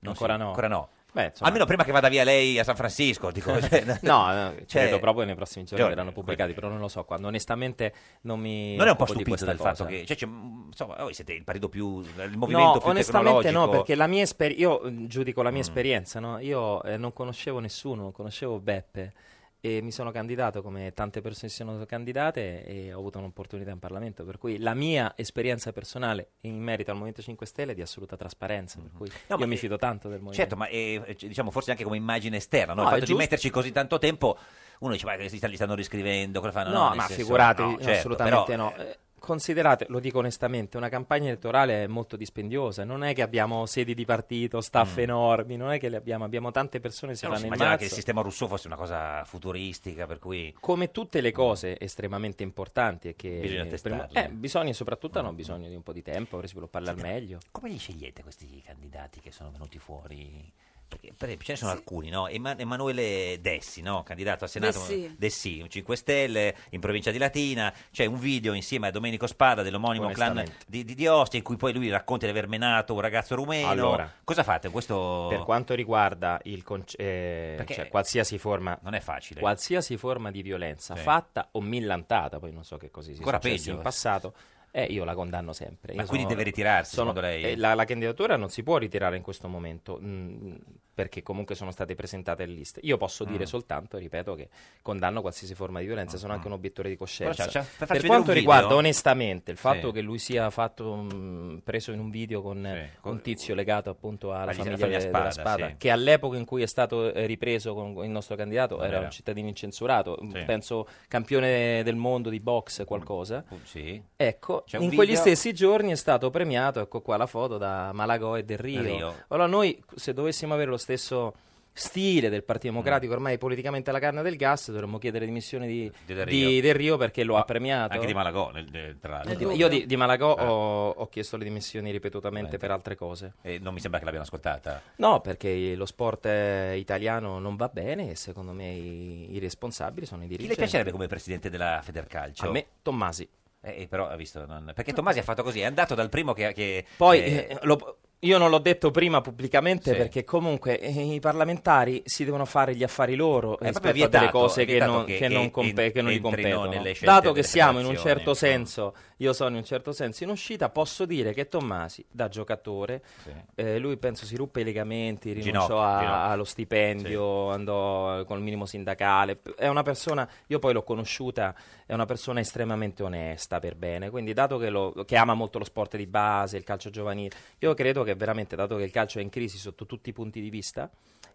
Speaker 3: Non
Speaker 12: Ancora
Speaker 3: so,
Speaker 12: no.
Speaker 3: Ancora no.
Speaker 12: Beh, insomma-
Speaker 3: Almeno prima che vada via lei a San Francisco,
Speaker 12: <laughs>
Speaker 3: dico. cioè,
Speaker 12: no, no, eh,
Speaker 3: cioè-
Speaker 12: credo proprio nei prossimi giorni
Speaker 3: Giorni,
Speaker 12: verranno pubblicati, però non lo so quando. Onestamente non mi...
Speaker 3: Non è un po'
Speaker 12: occupo di
Speaker 3: stupito
Speaker 12: questa
Speaker 3: del fatto
Speaker 12: cosa.
Speaker 3: che cioè, c'è, mh, insomma, voi siete il partito più il movimento
Speaker 12: no,
Speaker 3: più
Speaker 12: onestamente
Speaker 3: tecnologico. Mm.
Speaker 12: no, perché la mia esperienza, io mm, giudico la mia esperienza, no? io eh, non conoscevo nessuno, non conoscevo Beppe. E e mi sono candidato come tante persone si sono candidate e ho avuto un'opportunità in Parlamento, per cui la mia esperienza personale in merito al Movimento 5 Stelle è di assoluta trasparenza, per cui
Speaker 3: No, ma
Speaker 12: io mi
Speaker 3: eh,
Speaker 12: fido tanto del Movimento.
Speaker 3: Certo, ma eh, c- diciamo forse anche come immagine esterna, no?
Speaker 12: No,
Speaker 3: il
Speaker 12: è
Speaker 3: fatto di
Speaker 12: giusto.
Speaker 3: metterci così tanto tempo, uno dice, ma che li stanno, li stanno riscrivendo, cosa fanno?
Speaker 12: No,
Speaker 3: Ah, nel
Speaker 12: ma
Speaker 3: senso,
Speaker 12: figuratevi,
Speaker 3: no,
Speaker 12: no,
Speaker 3: certo,
Speaker 12: assolutamente
Speaker 3: però-
Speaker 12: no. Eh, Considerate, lo dico onestamente, una campagna elettorale è molto dispendiosa, non è che abbiamo sedi di partito, staff
Speaker 3: Mm.
Speaker 12: enormi, non è che le abbiamo, abbiamo tante persone che si
Speaker 3: Però si
Speaker 12: fanno in
Speaker 3: immaginava che il
Speaker 12: mazzo.
Speaker 3: sistema russo fosse una cosa futuristica, per cui... Mm.
Speaker 12: Come tutte le cose estremamente importanti e che
Speaker 3: Bisogna
Speaker 12: eh,
Speaker 3: testarle.
Speaker 12: prima- eh, bisogna soprattutto hanno bisogno di un po' di tempo per svilupparle al meglio.
Speaker 3: Come li scegliete questi candidati che sono venuti fuori? Perché, per esempio, ce ne sono alcuni, no? Ema- Emanuele Dessi, no? candidato al Senato
Speaker 17: Dessi.
Speaker 3: Dessi, un 5 Stelle, in provincia di Latina. C'è un video insieme a Domenico Spada dell'omonimo clan
Speaker 12: Onestamente.
Speaker 3: di, di, di Ostia, in cui poi lui racconta di aver menato un ragazzo rumeno.
Speaker 12: Allora.
Speaker 3: Cosa fate? Questo...
Speaker 12: Per quanto riguarda il conce- eh,
Speaker 3: Perché-
Speaker 12: cioè, qualsiasi forma
Speaker 3: Non è facile.
Speaker 12: qualsiasi forma di violenza
Speaker 3: Sì.
Speaker 12: fatta o millantata, poi non so che così sia
Speaker 3: Ancora
Speaker 12: successo
Speaker 3: peggio.
Speaker 12: in passato, eh, io la condanno sempre.
Speaker 3: Ma
Speaker 12: Io
Speaker 3: quindi deve ritirarsi, secondo lei?
Speaker 12: eh, la, la candidatura non si può ritirare in questo momento, mh, perché comunque sono state presentate le liste. Io posso
Speaker 3: Mm.
Speaker 12: dire soltanto, ripeto, che condanno qualsiasi forma di violenza, sono anche un obiettore di coscienza.
Speaker 3: Però c'è- c'è- cioè, per farci
Speaker 12: per
Speaker 3: vedere
Speaker 12: quanto
Speaker 3: un video-
Speaker 12: riguarda onestamente il
Speaker 3: Sì.
Speaker 12: fatto che lui sia fatto, mh, preso in un video con eh, un tizio legato appunto alla
Speaker 3: Agli- alla
Speaker 12: famiglia,
Speaker 3: famiglia
Speaker 12: de-
Speaker 3: Spada,
Speaker 12: della Spada,
Speaker 3: sì.
Speaker 12: che all'epoca in cui è stato eh, ripreso con il nostro candidato
Speaker 3: Non
Speaker 12: era,
Speaker 3: era.
Speaker 12: un cittadino incensurato, mm,
Speaker 3: Sì.
Speaker 12: penso campione del mondo di box qualcosa.
Speaker 3: Mm, Sì.
Speaker 12: Ecco,
Speaker 3: C'è un
Speaker 12: in quegli
Speaker 3: video-
Speaker 12: stessi giorni è stato premiato, ecco qua la foto da Malagò e Del Rio.
Speaker 3: Del Rio.
Speaker 12: Allora noi se dovessimo avere lo stesso stile del Partito
Speaker 3: Mm.
Speaker 12: Democratico, ormai politicamente la carne del gas, dovremmo chiedere dimissioni
Speaker 3: Di
Speaker 12: di, di
Speaker 3: Del
Speaker 12: Del,
Speaker 3: Rio.
Speaker 12: Rio. perché lo ha premiato.
Speaker 3: Anche di Malagò, nel- nel- tra l'altro. Eh.
Speaker 12: Di- Io di, di Malagò ho, ho chiesto le dimissioni ripetutamente per altre cose.
Speaker 3: E non mi sembra che l'abbiano ascoltata.
Speaker 12: No, perché lo sport eh, italiano non va bene e secondo me i, i responsabili sono i
Speaker 3: Chi
Speaker 12: dirigenti.
Speaker 3: le piacerebbe come presidente della Federcalcio?
Speaker 12: certo. A me Tommasi.
Speaker 3: Eh, eh, però ha visto, non- perché Tommasi ha fatto così, è andato dal primo che... che-
Speaker 12: Poi
Speaker 3: eh,
Speaker 12: eh, lo- io non l'ho detto prima pubblicamente
Speaker 3: Sì.
Speaker 12: perché comunque eh, i parlamentari si devono fare gli affari loro
Speaker 3: proprio
Speaker 12: rispetto a
Speaker 3: vietato,
Speaker 12: delle cose
Speaker 3: è
Speaker 12: che
Speaker 3: vietato
Speaker 12: non,
Speaker 3: che-
Speaker 12: che
Speaker 3: che
Speaker 12: non compe-
Speaker 3: en-
Speaker 12: che non gli
Speaker 3: entrino
Speaker 12: competono.
Speaker 3: nelle scelte
Speaker 12: Dato che
Speaker 3: delle
Speaker 12: siamo in un
Speaker 3: federazioni,
Speaker 12: certo senso, io sono in un certo senso in uscita, posso dire che Tommasi da giocatore,
Speaker 3: Sì.
Speaker 12: eh, lui penso si ruppe i legamenti, rinunciò
Speaker 3: Ginocchio,
Speaker 12: a-
Speaker 3: ginocchio.
Speaker 12: allo stipendio, andò eh, col minimo sindacale, P- è una persona, io poi l'ho conosciuta, è una persona estremamente onesta per bene, quindi dato che, lo- che ama molto lo sport di base, il calcio giovanile, io credo che veramente, dato che il calcio è in crisi sotto tutti i punti di vista,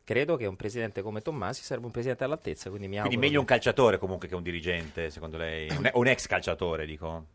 Speaker 12: credo che un presidente come Tommasi serve un presidente all'altezza, quindi mi
Speaker 3: Quindi
Speaker 12: auguro
Speaker 3: meglio un
Speaker 12: che-
Speaker 3: calciatore comunque che un dirigente, secondo lei? Un, un ex calciatore, dico?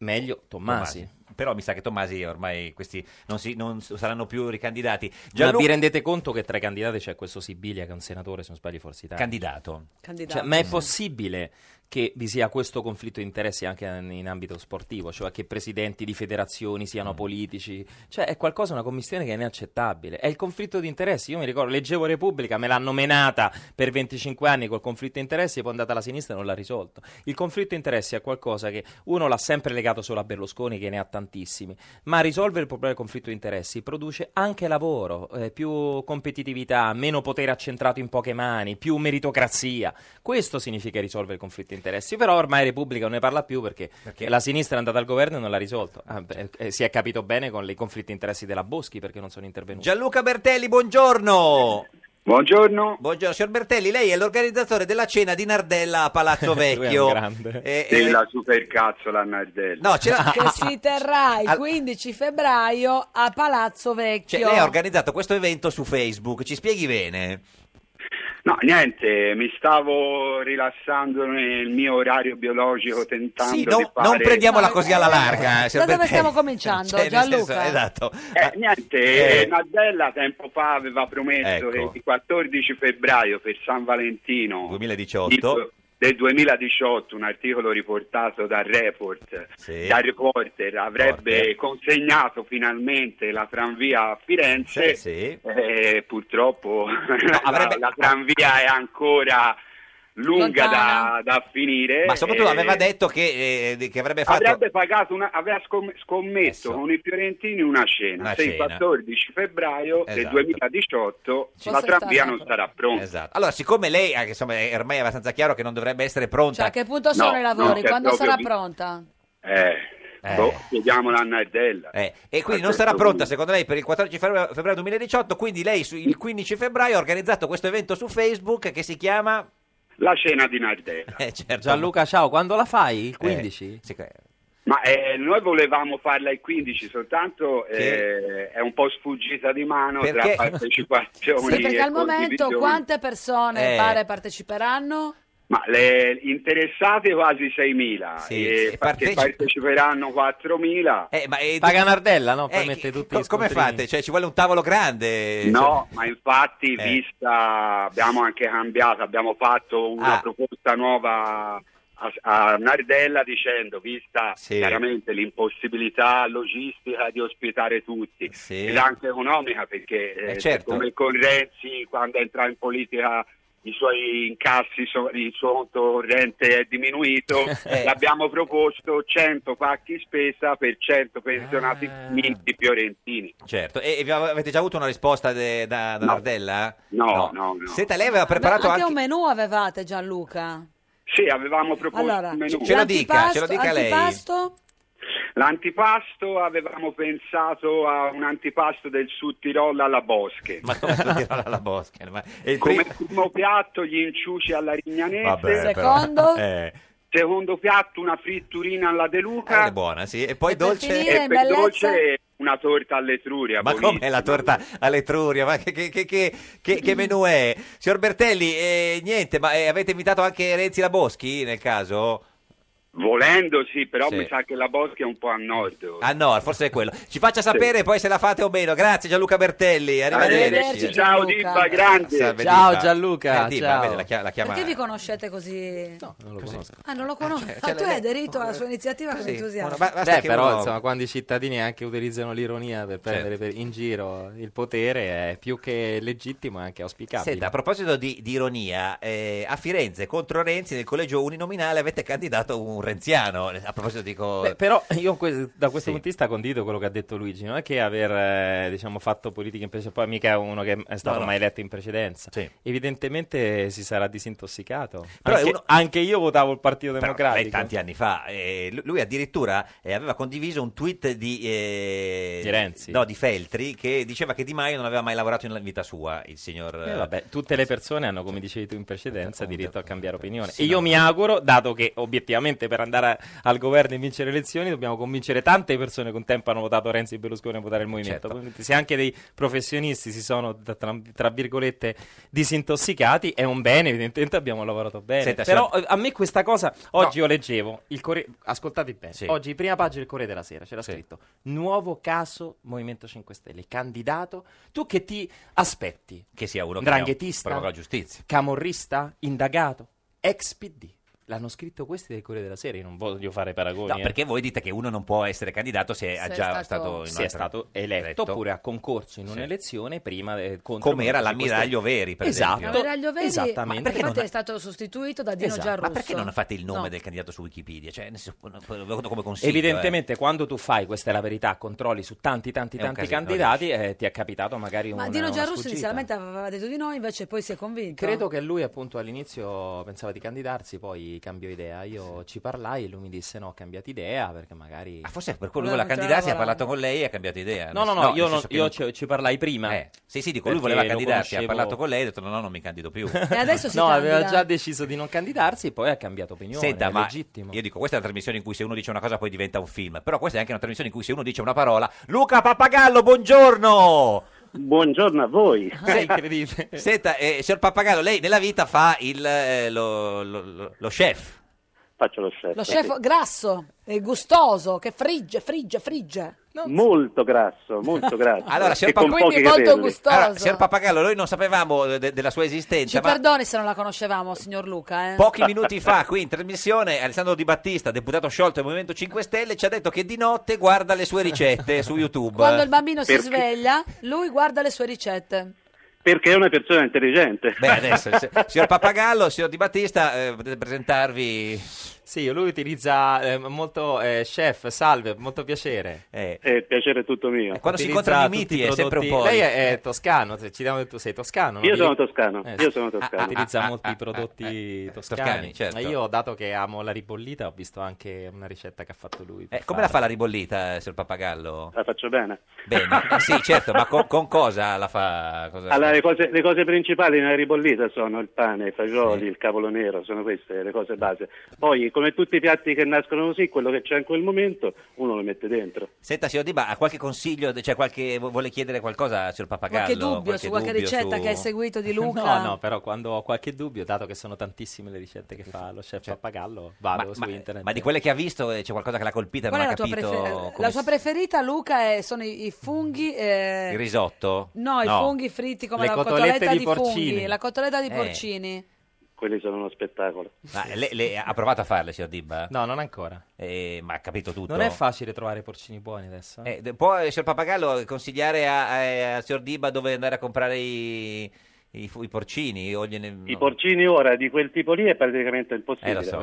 Speaker 12: Meglio Tommasi.
Speaker 3: Però mi sa che Tommasi ormai questi non, si- non s- saranno più ricandidati.
Speaker 12: Ma
Speaker 3: Gianlu-
Speaker 12: vi rendete conto che tra i candidati c'è questo Sibilia che è un senatore, se non sbaglio, forse Italia.
Speaker 3: Candidato.
Speaker 2: Candidato,
Speaker 12: Cioè, ma è
Speaker 2: sì.
Speaker 12: possibile che vi sia questo conflitto di interessi anche in in ambito sportivo, cioè che presidenti di federazioni siano politici? Cioè, è qualcosa, una commissione che è inaccettabile. È il conflitto di interessi. Io mi ricordo, leggevo Repubblica, me l'hanno menata per 25 anni col conflitto di interessi, poi è andata alla sinistra e non l'ha risolto. Il conflitto di interessi è qualcosa che uno l'ha sempre legato solo a Berlusconi, che ne ha tantissimi, ma risolvere il problema del conflitto di interessi produce anche lavoro, eh, più competitività, meno potere accentrato in poche mani, più meritocrazia. Questo significa risolvere il conflitto di interessi, però ormai Repubblica non ne parla più perché,
Speaker 3: Perché?
Speaker 12: la sinistra è andata al governo e non l'ha risolto. Ah, beh, eh, si è capito bene con i conflitti di interessi della Boschi perché non sono intervenuti.
Speaker 3: Gianluca Bertelli, buongiorno.
Speaker 15: Buongiorno.
Speaker 3: Buongiorno, signor Bertelli, lei è l'organizzatore della cena di Nardella a
Speaker 12: <laughs>
Speaker 3: Palazzo
Speaker 15: <laughs> Lui è un
Speaker 3: Vecchio.
Speaker 15: grande.
Speaker 3: Eh, eh,
Speaker 15: della supercazzola Nardella.
Speaker 3: No, c'era...
Speaker 2: che si terrà il 15 febbraio a Palazzo
Speaker 3: Cioè,
Speaker 2: Vecchio.
Speaker 3: lei ha organizzato questo evento su Facebook, ci spieghi bene?
Speaker 15: No, niente, mi stavo rilassando nel mio orario biologico tentando
Speaker 3: Sì,
Speaker 15: di
Speaker 3: non,
Speaker 15: fare...
Speaker 3: non prendiamola così alla larga. eh,
Speaker 2: da
Speaker 3: signor
Speaker 2: dove
Speaker 3: Bertelli.
Speaker 2: stiamo cominciando,
Speaker 3: Cioè, nel
Speaker 2: Gianluca?
Speaker 3: senso, esatto.
Speaker 15: Eh, niente,
Speaker 3: Eh.
Speaker 15: Nardella tempo fa aveva promesso
Speaker 3: Ecco.
Speaker 15: che il 14 febbraio per San Valentino
Speaker 3: 2018.
Speaker 15: del 2018 un articolo riportato dal report
Speaker 3: Sì.
Speaker 15: da reporter
Speaker 3: Porter.
Speaker 15: avrebbe consegnato finalmente la tranvia a Firenze
Speaker 3: Sì, sì.
Speaker 15: Eh, purtroppo <laughs> la-
Speaker 3: avrebbe-
Speaker 15: la, tranvia è ancora lunga
Speaker 3: Lontana.
Speaker 15: da, da finire
Speaker 3: Ma soprattutto
Speaker 15: Eh,
Speaker 3: aveva detto che, eh, che avrebbe fatto...
Speaker 15: avrebbe pagato una, aveva scom- scommesso con i fiorentini una cena
Speaker 3: Una
Speaker 15: se il
Speaker 3: cena.
Speaker 15: 14 febbraio del
Speaker 3: Esatto.
Speaker 15: 2018 la
Speaker 2: Fosse
Speaker 15: tranvia
Speaker 2: stata-
Speaker 15: non sarà pronta
Speaker 3: Esatto. Allora, siccome lei eh, insomma, è ormai è abbastanza chiaro che non dovrebbe essere pronta...
Speaker 2: Cioè, a che punto sono
Speaker 3: No,
Speaker 2: i lavori?
Speaker 3: no, c'è
Speaker 2: Quando
Speaker 3: proprio
Speaker 2: sarà
Speaker 3: vi-
Speaker 2: pronta?
Speaker 15: certo, eh,
Speaker 3: Eh.
Speaker 15: boh, chiediamola a Nardella
Speaker 3: Eh, e quindi non sarà pronta, secondo lei, per il 14 febbraio febbraio 2018. Quindi lei su- il 15 febbraio ha organizzato questo evento su Facebook che si chiama...
Speaker 15: la cena di
Speaker 3: <laughs>
Speaker 15: Nardella.
Speaker 12: Eh,
Speaker 3: cioè.
Speaker 12: certo. Gianluca, ciao, quando la fai? Il 15?
Speaker 15: Ma eh, noi volevamo farla il 15, soltanto eh, è un po' sfuggita di mano
Speaker 2: Perché?
Speaker 15: tra
Speaker 3: cioè, <laughs>
Speaker 15: partecipazioni
Speaker 2: Sì, perché
Speaker 15: e
Speaker 2: al momento
Speaker 15: condivisioni.
Speaker 2: quante persone
Speaker 15: Eh.
Speaker 2: pare parteciperanno?
Speaker 15: Ma le interessate quasi 6.000 e,
Speaker 12: e
Speaker 15: pa- che
Speaker 12: partecipa-
Speaker 15: parteciperanno 4.000.
Speaker 3: Eh,
Speaker 12: Paga Nardella, no? Poi
Speaker 15: eh,
Speaker 12: mette tutti
Speaker 15: co-
Speaker 12: gli
Speaker 15: come
Speaker 12: scontrini.
Speaker 3: Fate, cioè, ci vuole un tavolo grande.
Speaker 15: No, ma infatti
Speaker 3: Eh.
Speaker 15: vista abbiamo anche cambiato, abbiamo fatto una
Speaker 3: Ah.
Speaker 15: proposta nuova a, a Nardella dicendo vista
Speaker 3: Sì.
Speaker 15: chiaramente l'impossibilità logistica di ospitare tutti ed anche economica perché eh,
Speaker 3: Eh, certo.
Speaker 15: come con Renzi quando entra in politica i suoi incassi, so- il suo conto corrente è diminuito,
Speaker 3: <laughs> Eh.
Speaker 15: l'abbiamo proposto 100 pacchi spesa per 100 pensionati
Speaker 3: Ah.
Speaker 15: finti fiorentini.
Speaker 3: Certo, e, e vi av- avete già avuto una risposta de- da, da Nardella?
Speaker 15: No, no, no.
Speaker 3: Senta, lei aveva
Speaker 2: Ma
Speaker 3: preparato <laughs>
Speaker 2: anche,
Speaker 3: anche...
Speaker 2: un menù avevate Gianluca.
Speaker 15: Sì, avevamo proposto
Speaker 2: Allora,
Speaker 15: un menù.
Speaker 3: Ce lo dica, ce lo
Speaker 2: Antipasto-
Speaker 3: dica lei.
Speaker 2: antipasto?
Speaker 15: L'antipasto avevamo pensato a un antipasto del Sud Tirol alla Bosche. <laughs>
Speaker 3: Ma come lo dirò alla Boschia? Ma è il
Speaker 15: Come
Speaker 3: primo-
Speaker 15: primo piatto gli inciuci alla Rignanese.
Speaker 3: Vabbè, però. Secondo? Eh.
Speaker 15: Secondo piatto una fritturina alla De Luca.
Speaker 3: È buona, sì. E poi dolce...
Speaker 15: e per dolce una torta all'Etruria.
Speaker 3: Ma
Speaker 15: buonissima.
Speaker 3: com'è la torta <laughs> all'Etruria? Ma che, che, che, che, che- che menù è? Signor Bertelli, eh, niente, ma eh, avete invitato anche Renzi la Boschi nel caso?
Speaker 15: Volendo sì, però
Speaker 3: Sì.
Speaker 15: mi sa che la Bosche è un po' a nord.
Speaker 3: Ah no, forse è quello. Ci faccia sapere poi se la fate o meno. Grazie Gianluca Bertelli, arrivederci.
Speaker 2: Arrivederci, Ciao,
Speaker 15: Gianluca. Dibba, grande.
Speaker 3: Salve,
Speaker 12: Ciao,
Speaker 3: Dibba.
Speaker 12: Gianluca,
Speaker 3: Eh, Dibba,
Speaker 12: ciao.
Speaker 3: vedi, la chia- la chiama-
Speaker 2: Perché vi conoscete così? No,
Speaker 12: non lo conosco.
Speaker 2: Ah, non lo conosco.
Speaker 12: cioè,
Speaker 2: Ah, tu
Speaker 12: cioè,
Speaker 2: hai aderito alla sua iniziativa con
Speaker 12: Così,
Speaker 2: entusiasmo.
Speaker 12: buono, ba- basta
Speaker 17: Beh,
Speaker 12: che
Speaker 17: però,
Speaker 12: uno-
Speaker 17: insomma, quando i cittadini anche utilizzano l'ironia per
Speaker 3: Certo.
Speaker 17: prendere per- in giro il potere è più che legittimo e anche auspicabile.
Speaker 3: Senta, a proposito di, di ironia, eh, a Firenze contro Renzi nel collegio uninominale avete candidato un renziano. A proposito dico...
Speaker 12: Beh, però io que- da questo punto di vista condivido quello che ha detto Luigi, non è che aver eh, diciamo, fatto politica in precedenza, poi mica uno che è stato
Speaker 3: No, no.
Speaker 12: mai eletto in precedenza, evidentemente si sarà disintossicato.
Speaker 3: Però è
Speaker 12: anche,
Speaker 3: uno-
Speaker 12: anche io votavo il Partito
Speaker 3: Però,
Speaker 12: Democratico.
Speaker 3: lei tanti anni fa, eh, lu- lui addirittura eh, aveva condiviso un tweet di, eh,
Speaker 12: Di Renzi.
Speaker 3: no, di Feltri che diceva che Di Maio non aveva mai lavorato in vita sua, il signor...
Speaker 12: Eh, vabbè, tutte le persone hanno, come dicevi tu in precedenza, diritto a cambiare opinione.
Speaker 3: Sì,
Speaker 12: e io
Speaker 3: no.
Speaker 12: mi auguro, dato che obiettivamente per andare a- al governo e vincere le elezioni dobbiamo convincere tante persone che un tempo hanno votato Renzi e Berlusconi a votare il movimento.
Speaker 3: Certo.
Speaker 12: Quindi Se anche dei professionisti si sono, tra- tra, tra virgolette, disintossicati, è un bene, evidentemente abbiamo lavorato bene.
Speaker 3: Senta,
Speaker 12: Però
Speaker 3: signor-
Speaker 12: eh, a me questa cosa, oggi io leggevo, il Corre- ascoltate bene,
Speaker 3: Sì.
Speaker 12: oggi prima pagina del Corriere della Sera c'era scritto nuovo caso Movimento 5 Stelle, candidato, tu che ti aspetti?
Speaker 3: Che sia uno
Speaker 12: Dranghetista?
Speaker 3: che provoca la giustizia.
Speaker 12: Camorrista? Indagato? Ex PD? L'hanno scritto questi del Corriere della Sera, io non voglio fare paragoni.
Speaker 3: No,
Speaker 12: eh.
Speaker 3: perché voi dite che uno non può essere candidato se,
Speaker 12: Se
Speaker 3: è
Speaker 12: è
Speaker 3: già stato,
Speaker 12: stato- se è stato eletto, oppure ha concorso in
Speaker 3: Sì.
Speaker 12: un'elezione prima del contro
Speaker 3: Come era
Speaker 12: Movimento 5
Speaker 3: l'ammiraglio
Speaker 12: Stelle.
Speaker 3: Veri, per
Speaker 12: Esatto.
Speaker 3: esempio.
Speaker 2: L'ammiraglio Veri
Speaker 12: Esattamente.
Speaker 2: infatti
Speaker 3: Perché non-
Speaker 2: è stato sostituito da Dino
Speaker 3: Esatto,
Speaker 2: Giarrusso.
Speaker 3: Ma perché non fate il nome
Speaker 2: No.
Speaker 3: del candidato su Wikipedia? Cioè, nel senso, lo- come consiglio.
Speaker 12: Evidentemente, quando tu fai, questa è la verità, controlli su tanti, tanti,
Speaker 3: È un
Speaker 12: tanti
Speaker 3: casino,
Speaker 12: candidati, eh, ti è capitato magari
Speaker 2: Ma
Speaker 12: una,
Speaker 2: Dino
Speaker 12: una
Speaker 2: Giarrusso
Speaker 12: sfuggita.
Speaker 2: inizialmente aveva detto di no, invece poi si è convinto.
Speaker 17: Credo che lui appunto all'inizio pensava di candidarsi, poi cambiò idea. Io ci parlai e lui mi disse no, ho cambiato idea perché magari... Ah,
Speaker 3: forse per quello che voleva candidarsi, ha parlato con lei e ha cambiato idea.
Speaker 12: No, no, no,
Speaker 3: nel
Speaker 12: io, non-
Speaker 3: senso che
Speaker 12: io
Speaker 3: non- Eh,
Speaker 12: ci, ci parlai prima.
Speaker 3: Sì, sì, dico, lui
Speaker 12: Perché
Speaker 3: voleva
Speaker 12: lo
Speaker 3: candidarsi,
Speaker 12: conoscevo-
Speaker 3: ha parlato con lei e ha detto no, no, non mi candido più.
Speaker 12: <laughs> E adesso si
Speaker 17: No, aveva
Speaker 12: candida.
Speaker 17: già deciso di non candidarsi, poi ha cambiato opinione.
Speaker 3: Senta,
Speaker 17: è
Speaker 3: ma
Speaker 17: legittimo.
Speaker 3: io dico, questa è una trasmissione in cui se uno dice una cosa poi diventa un film, però questa è anche una trasmissione in cui se uno dice una parola... Luca Pappagallo, buongiorno!
Speaker 18: Buongiorno
Speaker 3: <laughs>
Speaker 18: a voi.
Speaker 3: Sei incredibile. Senta, eh, signor Pappagallo, lei nella vita fa il, eh, lo, lo- lo- lo chef.
Speaker 18: Faccio lo chef.
Speaker 2: Lo chef grasso e gustoso che frigge, frigge, frigge.
Speaker 18: Molto grasso,
Speaker 3: <laughs>
Speaker 18: molto grasso.
Speaker 3: Allora, signor,
Speaker 18: E con
Speaker 3: Pappa-
Speaker 18: pochi capelli.
Speaker 3: Allora, signor Pappagallo, noi non sapevamo de- della sua esistenza,
Speaker 2: Ci
Speaker 3: ma
Speaker 2: perdoni se non la conoscevamo, signor Luca. eh.
Speaker 3: pochi minuti fa qui in trasmissione Alessandro Di Battista, deputato sciolto del Movimento 5 Stelle, ci ha detto che di notte guarda le sue ricette su YouTube.
Speaker 2: <laughs> Quando il bambino si
Speaker 18: Perché?
Speaker 2: sveglia, lui guarda le sue ricette.
Speaker 18: Perché è una persona intelligente.
Speaker 3: <laughs> Beh, adesso, se- signor Pappagallo, signor Di Battista, eh, potete presentarvi...
Speaker 12: Sì, lui utilizza eh, molto eh, chef, salve, molto piacere.
Speaker 18: Eh, piacere tutto mio.
Speaker 3: quando si
Speaker 12: Utilizza
Speaker 3: incontrano i
Speaker 12: tutti
Speaker 3: miti è sempre un po'.
Speaker 12: Lei è, è toscano, se ci diamo, tu sei toscano. no?
Speaker 18: Io sono toscano,
Speaker 3: Eh,
Speaker 18: io sono
Speaker 3: ah,
Speaker 18: toscano.
Speaker 12: Utilizza molti prodotti toscani.
Speaker 3: toscani, certo.
Speaker 12: Ma io, dato che amo la ribollita, ho visto anche una ricetta che ha fatto lui. per
Speaker 3: Eh, come la fa
Speaker 12: fare.
Speaker 3: la ribollita, eh, signor Pappagallo?
Speaker 18: Ah. La faccio bene.
Speaker 3: Bene, eh, sì, certo, ma con, con cosa la fa? Cosa...
Speaker 18: <laughs> Allora, le cose, le cose principali nella ribollita sono il pane, i fagioli, il cavolo nero, sono queste le cose base. Poi, come tutti i piatti che nascono così, quello che c'è in quel momento, uno lo mette dentro.
Speaker 3: Senta, signor Di Ba, ha qualche consiglio, cioè qualche, vu- vuole chiedere qualcosa, signor Pappagallo?
Speaker 2: Qualche dubbio su qualche
Speaker 3: dubbio
Speaker 2: ricetta
Speaker 3: su-
Speaker 2: che hai seguito di Luca?
Speaker 12: No, no, però quando ho qualche dubbio, dato che sono tantissime le ricette che fa lo chef Pappagallo, vado su internet.
Speaker 3: Cioè, Ma di quelle che ha visto eh, c'è qualcosa che l'ha colpita e non
Speaker 2: Qual è
Speaker 3: ha
Speaker 2: la tua,
Speaker 3: capito
Speaker 2: prefer-
Speaker 3: come
Speaker 2: la sua preferita, Luca, è- sono i, i funghi. eh,
Speaker 3: si- il risotto?
Speaker 2: No, i funghi fritti come
Speaker 3: Le
Speaker 2: la
Speaker 3: cotolette
Speaker 2: cotoletta
Speaker 3: di
Speaker 2: di, funghi.
Speaker 3: porcini.
Speaker 2: La cotoletta di
Speaker 3: Eh.
Speaker 2: porcini.
Speaker 18: Quelli sono uno spettacolo.
Speaker 3: Ma le- le- ha provato a farle, signor Dibba?
Speaker 12: No, non ancora.
Speaker 3: ma ha capito tutto?
Speaker 12: Non è facile trovare porcini buoni adesso. eh?
Speaker 3: Eh, de- può, eh, signor Pappagallo, consigliare a, a, a signor Dibba dove andare a comprare i, i fu- i porcini? O gliene-
Speaker 18: I
Speaker 3: no.
Speaker 18: porcini ora di quel tipo lì è praticamente impossibile.
Speaker 3: Eh, lo so.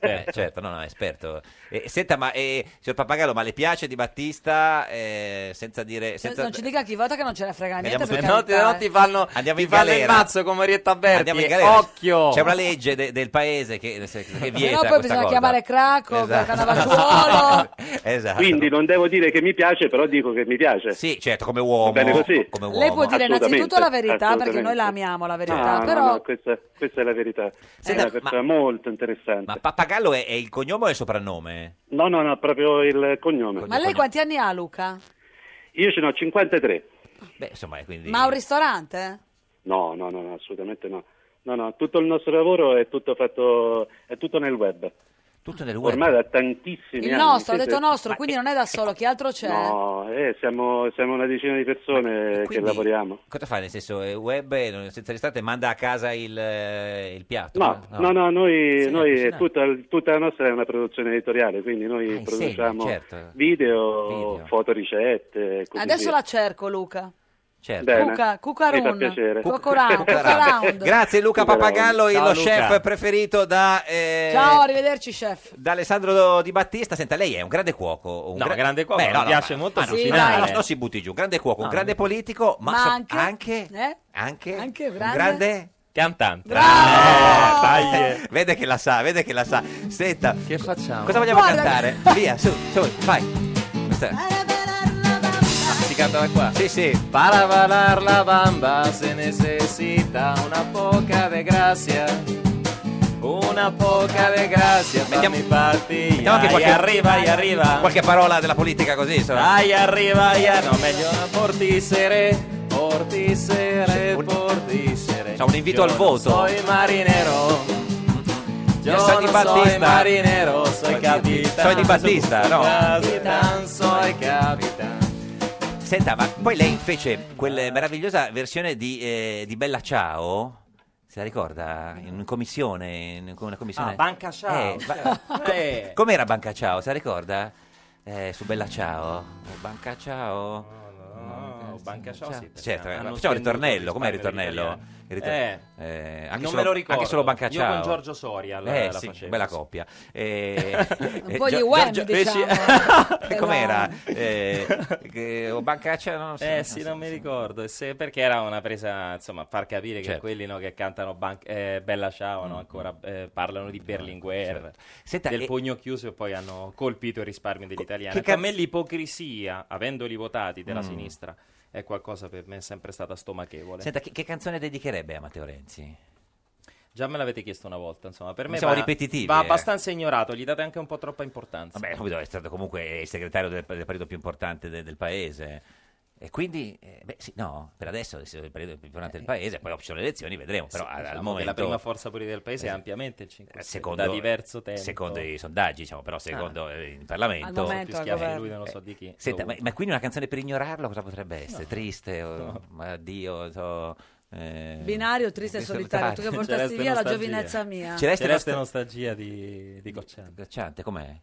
Speaker 3: <laughs>
Speaker 18: <laughs>
Speaker 3: Eh, certo, no, no, è esperto. Eh, senta, ma eh, signor Pappagallo, ma le piace di Battista eh, senza dire...
Speaker 2: Non-
Speaker 3: Senza...
Speaker 2: Non ci dica chi vota che non ce ne frega niente.
Speaker 3: Andiamo
Speaker 2: Per
Speaker 3: tutti- no,
Speaker 2: carità,
Speaker 12: no,
Speaker 2: eh.
Speaker 12: ti fanno,
Speaker 3: Andiamo
Speaker 12: ti
Speaker 3: in
Speaker 12: fanno il
Speaker 3: galera.
Speaker 12: mazzo con Marietta Berti.
Speaker 3: Andiamo in galera.
Speaker 12: Occhio!
Speaker 3: C'è una legge de- del paese che, se- che vieta
Speaker 2: Se no poi
Speaker 3: questa
Speaker 2: bisogna
Speaker 3: cosa.
Speaker 2: chiamare Cracco,
Speaker 3: Esatto. <laughs>
Speaker 2: Cannavacciuolo.
Speaker 3: Esatto.
Speaker 18: Quindi non devo dire che mi piace, però dico che mi piace.
Speaker 3: Sì, certo, come uomo.
Speaker 18: bene così.
Speaker 3: Come
Speaker 2: Lei può dire innanzitutto la verità, perché noi la amiamo la verità,
Speaker 18: No, no,
Speaker 2: però
Speaker 18: no, questa, questa è la verità.
Speaker 3: Senta,
Speaker 18: è una persona molto interessante.
Speaker 3: Ma Pappagallo è, è il cognome o il soprannome?
Speaker 18: No, no, no, proprio il cognome.
Speaker 2: Ma lei quanti anni ha, Luca?
Speaker 18: Io ce n'ho 53.
Speaker 3: Beh, insomma, quindi...
Speaker 2: Ma ha un ristorante?
Speaker 18: No, no, no, no, assolutamente no. No, no, tutto il nostro lavoro è tutto fatto, è tutto nel web.
Speaker 3: Tutto nel
Speaker 18: web? Ormai da tantissimi
Speaker 2: Il
Speaker 18: anni.
Speaker 2: nostro, ha
Speaker 18: siete-
Speaker 2: detto nostro, quindi non è da solo, chi altro c'è?
Speaker 18: No, eh, siamo, siamo una decina di persone che
Speaker 3: quindi-
Speaker 18: lavoriamo.
Speaker 3: Cosa fa? Nel senso, è web eh, non- senza ristorante manda a casa il, eh, il piatto?
Speaker 18: No, no, no, noi,
Speaker 3: Sì,
Speaker 18: noi
Speaker 3: cucinare.
Speaker 18: è tutta, tutta la nostra è una produzione editoriale, quindi noi
Speaker 3: insegna,
Speaker 18: produciamo
Speaker 3: certo.
Speaker 18: video,
Speaker 3: Video.
Speaker 18: fotoricette e così
Speaker 2: Adesso
Speaker 18: via.
Speaker 2: la cerco, Luca.
Speaker 3: Certo.
Speaker 18: Bene.
Speaker 2: Cuca, Cucarun.
Speaker 18: Mi fa piacere.
Speaker 2: Cuc- Cucarun,
Speaker 3: Cucarun.
Speaker 2: Cucarun.
Speaker 3: Grazie Luca
Speaker 18: Cucarun.
Speaker 3: Papagallo, il
Speaker 18: Ciao,
Speaker 3: lo
Speaker 18: Luca.
Speaker 3: chef preferito da, eh,
Speaker 2: Ciao, arrivederci chef.
Speaker 3: da Alessandro Di Battista. Senta, lei è un grande cuoco. Un
Speaker 12: No, grande cuoco, mi piace molto
Speaker 3: ma non, si-
Speaker 12: cucinare.
Speaker 3: no, no, non si butti giù. Grande cuoco, un
Speaker 12: No,
Speaker 3: grande politico, ma,
Speaker 2: Ma
Speaker 3: so-
Speaker 2: anche, eh?
Speaker 3: anche-
Speaker 2: Anche
Speaker 3: un
Speaker 2: grande.
Speaker 3: grande...
Speaker 12: Cantante.
Speaker 3: Eh, vede che la sa, vede che la sa. Senta,
Speaker 12: che facciamo?
Speaker 3: Cosa vogliamo
Speaker 12: Guarda-
Speaker 3: cantare? Via, su, su, vai. Questa-
Speaker 12: Si canta da qua?
Speaker 3: Sì, sì.
Speaker 12: Para bailar la bamba se necesita una poca de gracia. Una poca de gracia. Mettiamo,
Speaker 3: Mettiamo anche qualche,
Speaker 12: arriva, y arriva.
Speaker 3: qualche parola della politica così. Insomma.
Speaker 12: Ay, arriba, ya no meglio portisere, portisere, portisere.
Speaker 3: C'è un invito
Speaker 12: Yo
Speaker 3: al
Speaker 12: no
Speaker 3: voto.
Speaker 12: soy marinero. Yo
Speaker 3: Io sono di
Speaker 12: no soy
Speaker 3: Battista.
Speaker 12: marinero, soy capitán.
Speaker 3: Soy di Battista, no.
Speaker 12: Capitán, soy capitán.
Speaker 3: Senta, ma poi lei fece
Speaker 12: Ah.
Speaker 3: quella meravigliosa versione di, eh, di Bella Ciao. Se la ricorda? In commissione, in una commissione.
Speaker 12: Ah, Banca Ciao.
Speaker 3: Eh,
Speaker 12: <laughs>
Speaker 3: ba- co-
Speaker 12: Eh.
Speaker 3: Com'era Banca Ciao? Se la ricorda? Eh, su Bella Ciao.
Speaker 12: Eh,
Speaker 3: Banca Ciao.
Speaker 12: No, Banca Ciao sì. perché
Speaker 3: Certo, eh,
Speaker 12: hanno
Speaker 3: ma facciamo il
Speaker 12: ottenuto
Speaker 3: ritornello, com'è il
Speaker 12: risparmio
Speaker 3: ritornello?
Speaker 12: dell'Italia.
Speaker 3: Il ritor-
Speaker 12: Eh,
Speaker 3: eh,
Speaker 12: non
Speaker 3: solo,
Speaker 12: me lo ricordo.
Speaker 3: anche solo Banca
Speaker 12: Io
Speaker 3: Ciao.
Speaker 12: con Giorgio Soria la-
Speaker 3: eh,
Speaker 12: la
Speaker 3: sì,
Speaker 12: facevo,
Speaker 3: bella
Speaker 12: sì. <laughs>
Speaker 3: coppia. Eh,
Speaker 2: Un po'
Speaker 3: Gio-
Speaker 2: di wham,
Speaker 3: Giorgio- <laughs>
Speaker 2: diciamo.
Speaker 3: Eh, Com'era? Eh, che- o Banca Ciao, non lo so.
Speaker 12: Eh sì, non mi ricordo, E se- perché era una presa, insomma, far capire che
Speaker 3: Certo. Mm-hmm.
Speaker 12: quelli no, che cantano Ban- eh, Bella Ciao no, ancora eh, parlano di Berlinguer,
Speaker 3: certo. Senta,
Speaker 12: del
Speaker 3: e-
Speaker 12: pugno chiuso e poi hanno colpito il risparmio degli italiani.
Speaker 3: che
Speaker 12: Ecco, A me
Speaker 3: cazzo-
Speaker 12: l'ipocrisia, avendoli votati della
Speaker 3: Mm.
Speaker 12: sinistra, è qualcosa per me sempre stata stomachevole.
Speaker 3: Senta, che, che canzone dedicherebbe a Matteo Renzi?
Speaker 12: Già me l'avete chiesto una volta, insomma, per me
Speaker 3: Siamo
Speaker 12: va,
Speaker 3: ripetitivi,
Speaker 12: va
Speaker 3: eh.
Speaker 12: abbastanza ignorato, gli date anche un po' troppa importanza.
Speaker 3: Vabbè, subito è stato comunque il segretario del, del periodo più importante de- del paese. E quindi, eh, beh, sì, no, per adesso è il periodo più importante del paese, poi dopo ci sono le elezioni, vedremo. Però
Speaker 12: Sì,
Speaker 3: al-
Speaker 12: diciamo
Speaker 3: al
Speaker 12: che
Speaker 3: momento.
Speaker 12: la prima forza politica del paese è
Speaker 3: Esatto.
Speaker 12: ampiamente il 5 Stelle,
Speaker 3: secondo,
Speaker 12: Eh, da diverso tempo. Ah.
Speaker 3: secondo i sondaggi, diciamo, però secondo eh, il Parlamento.
Speaker 12: Al momento Sono più al schiavi di governo. lui, non lo so di chi.
Speaker 3: Eh, senta, ma,
Speaker 12: Dovunque.
Speaker 3: ma quindi una canzone per ignorarlo cosa potrebbe essere?
Speaker 12: No.
Speaker 3: Triste o
Speaker 12: No.
Speaker 3: ma addio, so, eh,
Speaker 2: Binario, triste e solitario,
Speaker 3: <laughs>
Speaker 2: tu che portasti
Speaker 12: Celeste
Speaker 2: via la
Speaker 12: nostalgia.
Speaker 2: giovinezza mia.
Speaker 3: Celeste
Speaker 12: Celeste
Speaker 3: nostal-
Speaker 12: nostalgia di, di Cocciante.
Speaker 3: Cocciante, com'è?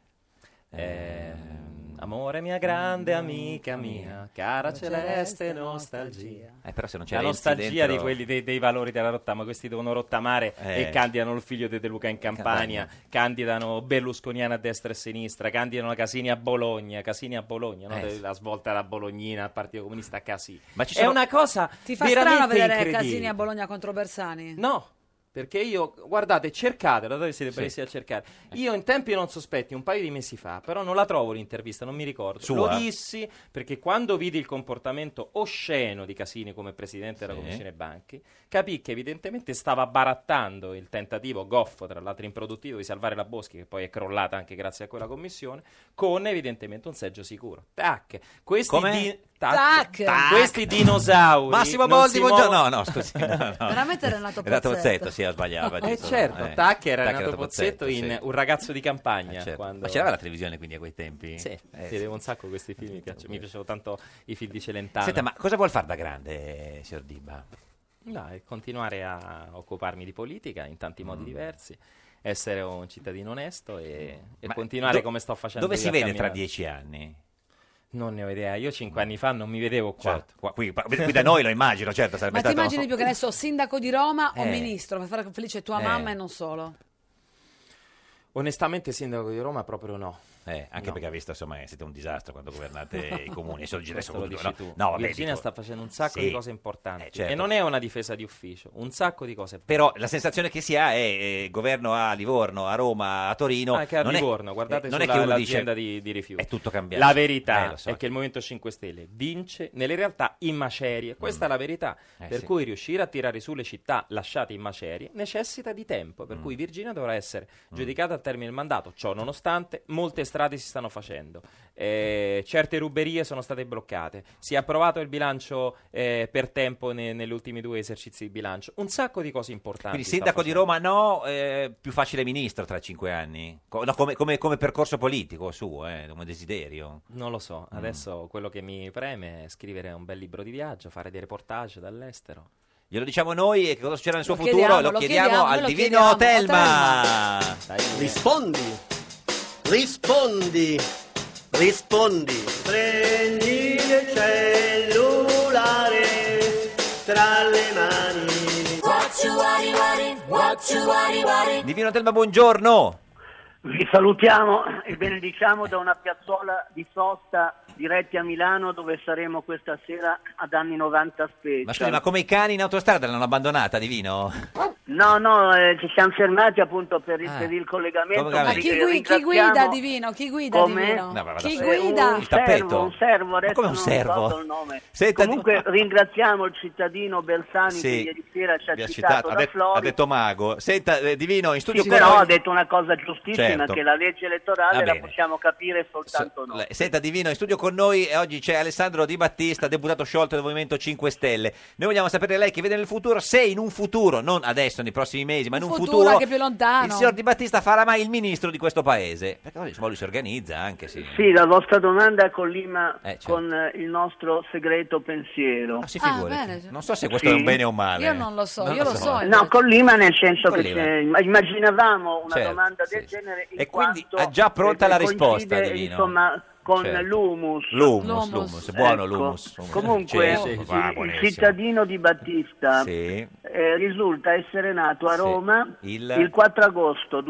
Speaker 12: Ehm, Amore mia
Speaker 3: Ehm,
Speaker 12: grande amica mia, cara celeste nostalgia.
Speaker 3: Eh, però se non c'è
Speaker 12: La
Speaker 3: Renzi
Speaker 12: nostalgia
Speaker 3: dentro-
Speaker 12: di quelli dei, dei valori della rottama, questi devono rottamare
Speaker 3: Eh.
Speaker 12: e candidano il figlio di De Luca in Campania,
Speaker 3: Campania.
Speaker 12: candidano Berlusconiana a destra e a sinistra, candidano Casini a Bologna, Casini a Bologna, no?
Speaker 3: Eh,
Speaker 12: De-
Speaker 3: sì.
Speaker 12: la svolta alla Bolognina al Partito Comunista Casini.
Speaker 3: Ma ci
Speaker 12: È
Speaker 3: sono-
Speaker 12: una cosa
Speaker 2: Ti fa
Speaker 12: veramente
Speaker 2: strano vedere
Speaker 12: incredibile.
Speaker 2: Casini a Bologna contro Bersani?
Speaker 12: No, perché io, guardate, cercatela, dove siete
Speaker 3: Sì. Eh.
Speaker 12: presi a cercare. Io in tempi non sospetti, un paio di mesi fa, però non la trovo l'intervista, non mi ricordo.
Speaker 3: Sua?
Speaker 12: Lo dissi perché quando vidi il comportamento osceno di Casini come presidente della
Speaker 3: Sì.
Speaker 12: Commissione Banchi, capì che evidentemente stava barattando il tentativo goffo, tra l'altro improduttivo, di salvare la Boschi, che poi è crollata anche grazie a quella commissione, con evidentemente un seggio sicuro. Tac. Questi
Speaker 3: Come?
Speaker 12: di-
Speaker 2: Tac. Tac.
Speaker 12: Questi dinosauri.
Speaker 3: Massimo
Speaker 12: non
Speaker 3: Boldi,
Speaker 12: si
Speaker 3: buongiorno.
Speaker 12: muovono-
Speaker 3: No, no, scusi. No, no. <laughs>
Speaker 2: Veramente
Speaker 3: Renato
Speaker 2: Renato Pozzetto.
Speaker 3: Ah. Pozzetto, sì, ha sbagliato. ha
Speaker 12: Eh
Speaker 3: detto,
Speaker 12: certo,
Speaker 3: eh.
Speaker 12: Tac era
Speaker 3: Tac
Speaker 12: Renato, Pozzetto in
Speaker 3: sì.
Speaker 12: Un ragazzo di campagna.
Speaker 3: Eh, certo.
Speaker 12: quando-
Speaker 3: Ma c'era la televisione quindi a quei tempi?
Speaker 12: Sì,
Speaker 3: Eh,
Speaker 12: vedevo un sacco questi film, mi, piace- mi piacevano tanto i film di Celentano.
Speaker 3: Senta, ma cosa vuol fare da grande, eh, signor Dibba?
Speaker 12: No, e continuare a occuparmi di politica in tanti
Speaker 3: Mm.
Speaker 12: modi diversi, essere un cittadino onesto e, e
Speaker 3: Ma
Speaker 12: continuare
Speaker 3: do-
Speaker 12: come sto facendo.
Speaker 3: Dove
Speaker 12: io
Speaker 3: si
Speaker 12: a
Speaker 3: vede tra
Speaker 12: camminare.
Speaker 3: dieci anni?
Speaker 12: Non ne ho idea, io cinque anni fa non mi vedevo qua.
Speaker 3: Certo, qua- qui, qui da noi lo immagino, certo, sarebbe
Speaker 2: Ma ti
Speaker 3: stato...
Speaker 2: immagini più che ne so, sindaco di Roma o
Speaker 12: Eh.
Speaker 2: ministro per fare felice tua
Speaker 12: Eh.
Speaker 2: mamma e non solo?
Speaker 12: Onestamente sindaco di Roma proprio no.
Speaker 3: Eh, anche
Speaker 12: No.
Speaker 3: perché ha visto, insomma, eh, siete un disastro quando
Speaker 12: <laughs>
Speaker 3: governate i comuni. Adesso dici adesso
Speaker 12: Questo lo
Speaker 3: dico,
Speaker 12: dici
Speaker 3: no,
Speaker 12: tu.
Speaker 3: no, vabbè,
Speaker 12: Virginia
Speaker 3: dico-
Speaker 12: sta facendo un sacco
Speaker 3: Sì.
Speaker 12: di cose importanti
Speaker 3: Eh, certo.
Speaker 12: e non è una difesa di ufficio, un sacco di cose.
Speaker 3: Però la sensazione che si ha è eh, governo a Livorno, a Roma, a Torino.
Speaker 12: Anche a
Speaker 3: non è-
Speaker 12: Livorno, guardate
Speaker 3: eh, non
Speaker 12: sulla-
Speaker 3: è che uno dice
Speaker 12: l'azienda di, di rifiuti.
Speaker 3: è tutto cambiato.
Speaker 12: La
Speaker 3: Eh,
Speaker 12: verità
Speaker 3: lo so.
Speaker 12: è che il Movimento 5 Stelle vince nelle realtà in macerie. Questa è la verità.
Speaker 3: Eh,
Speaker 12: per
Speaker 3: sì.
Speaker 12: cui riuscire a tirare su le città lasciate in macerie necessita di tempo.
Speaker 3: Mm.
Speaker 12: Per cui Virginia dovrà essere giudicata al termine del mandato. Ciò nonostante, molte strade si stanno facendo. Eh, certe ruberie sono state bloccate. Si è approvato il bilancio eh, per tempo ne- negli ultimi due esercizi di bilancio. Un sacco di cose importanti.
Speaker 3: Quindi
Speaker 12: sta
Speaker 3: sindaco di
Speaker 12: facendo.
Speaker 3: Roma no, eh, più facile ministro tra cinque anni? Co- no, come, come- come percorso politico suo, eh, come desiderio?
Speaker 12: Non lo so,
Speaker 3: Mm.
Speaker 12: adesso quello che mi preme è scrivere un bel libro di viaggio, fare dei reportage dall'estero.
Speaker 3: Glielo diciamo noi e che cosa succederà nel suo
Speaker 12: Lo
Speaker 3: futuro
Speaker 12: chiediamo,
Speaker 3: lo,
Speaker 12: lo
Speaker 3: chiediamo,
Speaker 12: chiediamo,
Speaker 3: al
Speaker 12: lo
Speaker 3: divino
Speaker 12: chiediamo,
Speaker 3: Telma.
Speaker 19: Rispondi, rispondi, rispondi. Prendi il cellulare tra le mani.
Speaker 5: What you worry, worry, what you worry, worry.
Speaker 3: Divino Telma, buongiorno.
Speaker 20: Vi salutiamo e benediciamo da una piazzola di sosta diretti a Milano dove saremo questa sera ad anni 90 special.
Speaker 3: Ma scusi, ma come i cani in autostrada l'hanno abbandonata, Divino?
Speaker 20: No, no, eh, ci siamo fermati appunto per
Speaker 3: Ah.
Speaker 20: il, per il collegamento.
Speaker 3: Collegamento.
Speaker 2: Ma chi,
Speaker 20: Eh,
Speaker 2: gui- chi guida
Speaker 20: ringraziamo-
Speaker 2: Divino? Chi guida
Speaker 20: Come?
Speaker 2: Divino?
Speaker 3: No, ma vada
Speaker 2: chi
Speaker 3: su.
Speaker 2: guida?
Speaker 3: Il tappeto?
Speaker 20: Servo, un servo, adesso
Speaker 3: come un
Speaker 20: non
Speaker 3: servo?
Speaker 20: ricordo il nome.
Speaker 3: Senta,
Speaker 20: Comunque ringraziamo il cittadino Bersani
Speaker 3: Sì,
Speaker 20: che ieri sera ci ha
Speaker 3: Vi ha
Speaker 20: citato,
Speaker 3: citato,
Speaker 20: da
Speaker 3: ha, detto,
Speaker 20: Flori.
Speaker 3: ha detto Mago. Senta, eh, Divino, in studio
Speaker 20: Sì,
Speaker 3: con
Speaker 20: però
Speaker 3: noi-
Speaker 20: ha detto una cosa giustissima
Speaker 3: Certo.
Speaker 20: che la legge elettorale
Speaker 3: Va
Speaker 20: la
Speaker 3: bene.
Speaker 20: possiamo capire soltanto noi.
Speaker 3: Le- Senta Divino, in studio con noi eh, oggi c'è Alessandro Di Battista, deputato sciolto del Movimento 5 Stelle. Noi vogliamo sapere lei che vede nel futuro, se in un futuro, non adesso, nei prossimi mesi, ma in un futuro,
Speaker 2: anche più lontano.
Speaker 3: il signor Di Battista farà mai il ministro di questo paese. Perché poi, insomma, lui si organizza anche, sì.
Speaker 20: Sì, la vostra domanda collima
Speaker 3: Eh, certo.
Speaker 20: con eh, il nostro segreto pensiero.
Speaker 3: si figuri.
Speaker 2: Ah, bene.
Speaker 3: Non so se questo è
Speaker 20: Sì.
Speaker 3: un bene o un male.
Speaker 2: Io non lo so, io lo so.
Speaker 20: No, collima nel senso
Speaker 3: Collima.
Speaker 20: che se- imm- immaginavamo una
Speaker 3: Certo,
Speaker 20: domanda del genere in
Speaker 3: E quindi
Speaker 20: quanto
Speaker 3: ha già pronta la
Speaker 20: perché
Speaker 3: risposta,
Speaker 20: coincide,
Speaker 3: Divino.
Speaker 20: insomma con
Speaker 3: Certo.
Speaker 20: l'humus. Ecco.
Speaker 3: L'humus, l'humus, buono l'humus.
Speaker 20: Comunque
Speaker 3: Sì, sì,
Speaker 20: il-
Speaker 3: sì. Ah,
Speaker 20: il
Speaker 3: buonissimo.
Speaker 20: cittadino di Battista
Speaker 3: Sì.
Speaker 20: eh, risulta essere nato a
Speaker 3: Sì.
Speaker 20: Roma
Speaker 3: Il-
Speaker 20: il, 4 agosto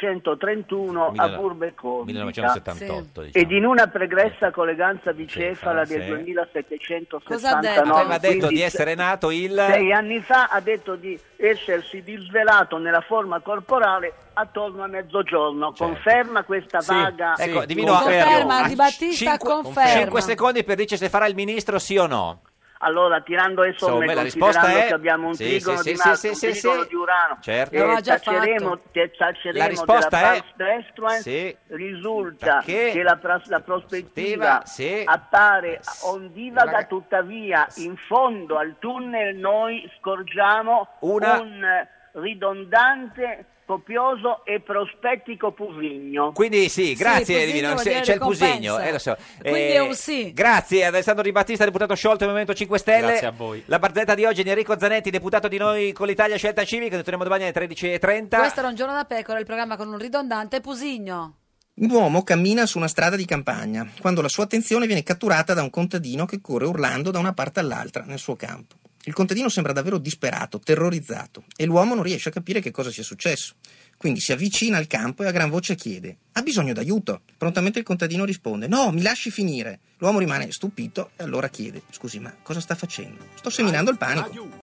Speaker 20: 2731 a
Speaker 3: Mille-
Speaker 20: Burbeconica
Speaker 3: 1978, Sì.
Speaker 20: ed in una pregressa colleganza bicefala del
Speaker 3: Sì.
Speaker 20: 2779
Speaker 2: Cosa ha detto?
Speaker 3: Aveva detto
Speaker 20: quindi
Speaker 3: di essere nato il...
Speaker 20: sei anni fa ha detto di essersi disvelato nella forma corporale attorno a mezzogiorno. Conferma questa
Speaker 3: Certo. Sì,
Speaker 20: vaga.
Speaker 3: ecco, divino
Speaker 2: Conferma,
Speaker 20: Ah,
Speaker 2: Di Battista conferma.
Speaker 3: 5 secondi per dirci se farà il ministro sì o no.
Speaker 20: Allora, tirando le somme,
Speaker 3: Insomma, la
Speaker 20: considerando
Speaker 3: risposta è-
Speaker 20: che abbiamo un
Speaker 3: sì,
Speaker 20: trigono
Speaker 3: sì,
Speaker 20: di
Speaker 3: sì,
Speaker 20: Marte,
Speaker 3: sì,
Speaker 20: un
Speaker 3: sì,
Speaker 20: trigono
Speaker 3: sì.
Speaker 20: di Urano,
Speaker 3: Certo.
Speaker 20: e
Speaker 3: L'aveva già
Speaker 20: taceremo,
Speaker 3: fatto.
Speaker 20: te- taceremo
Speaker 3: La risposta
Speaker 20: della
Speaker 3: è-
Speaker 20: Prospectrans,
Speaker 3: sì.
Speaker 20: risulta
Speaker 3: Perché-
Speaker 20: che, la, pras- la prospettiva
Speaker 3: Sì.
Speaker 20: appare ondivaga, tuttavia in fondo al tunnel noi scorgiamo
Speaker 3: Una-
Speaker 20: un eh, ridondante, copioso e prospettico Pusigno.
Speaker 3: Quindi sì, grazie
Speaker 20: Pusigno
Speaker 3: Divino,
Speaker 20: vuol
Speaker 3: Sì,
Speaker 20: dire
Speaker 3: c'è il
Speaker 20: ricompensa.
Speaker 3: Pusigno, eh, lo so.
Speaker 20: Quindi
Speaker 3: Eh,
Speaker 20: è un sì.
Speaker 3: Grazie ad Alessandro Di Battista, deputato sciolto del Movimento 5 Stelle.
Speaker 12: Grazie a voi.
Speaker 3: La barzelletta di oggi è di Enrico Zanetti, deputato di noi con l'Italia Scelta Civica, noi torniamo domani alle 13.30.
Speaker 2: Questo era un giorno da pecora, il programma con un ridondante Pusigno.
Speaker 21: Un uomo cammina su una strada di campagna quando la sua attenzione viene catturata da un contadino che corre urlando da una parte all'altra nel suo campo. Il contadino sembra davvero disperato, terrorizzato e l'uomo non riesce a capire che cosa sia successo. Quindi si avvicina al campo e a gran voce chiede: Ha bisogno d'aiuto? Prontamente il contadino risponde: No, mi lasci finire. L'uomo rimane stupito e allora chiede: Scusi, ma cosa sta facendo? Sto seminando il panico.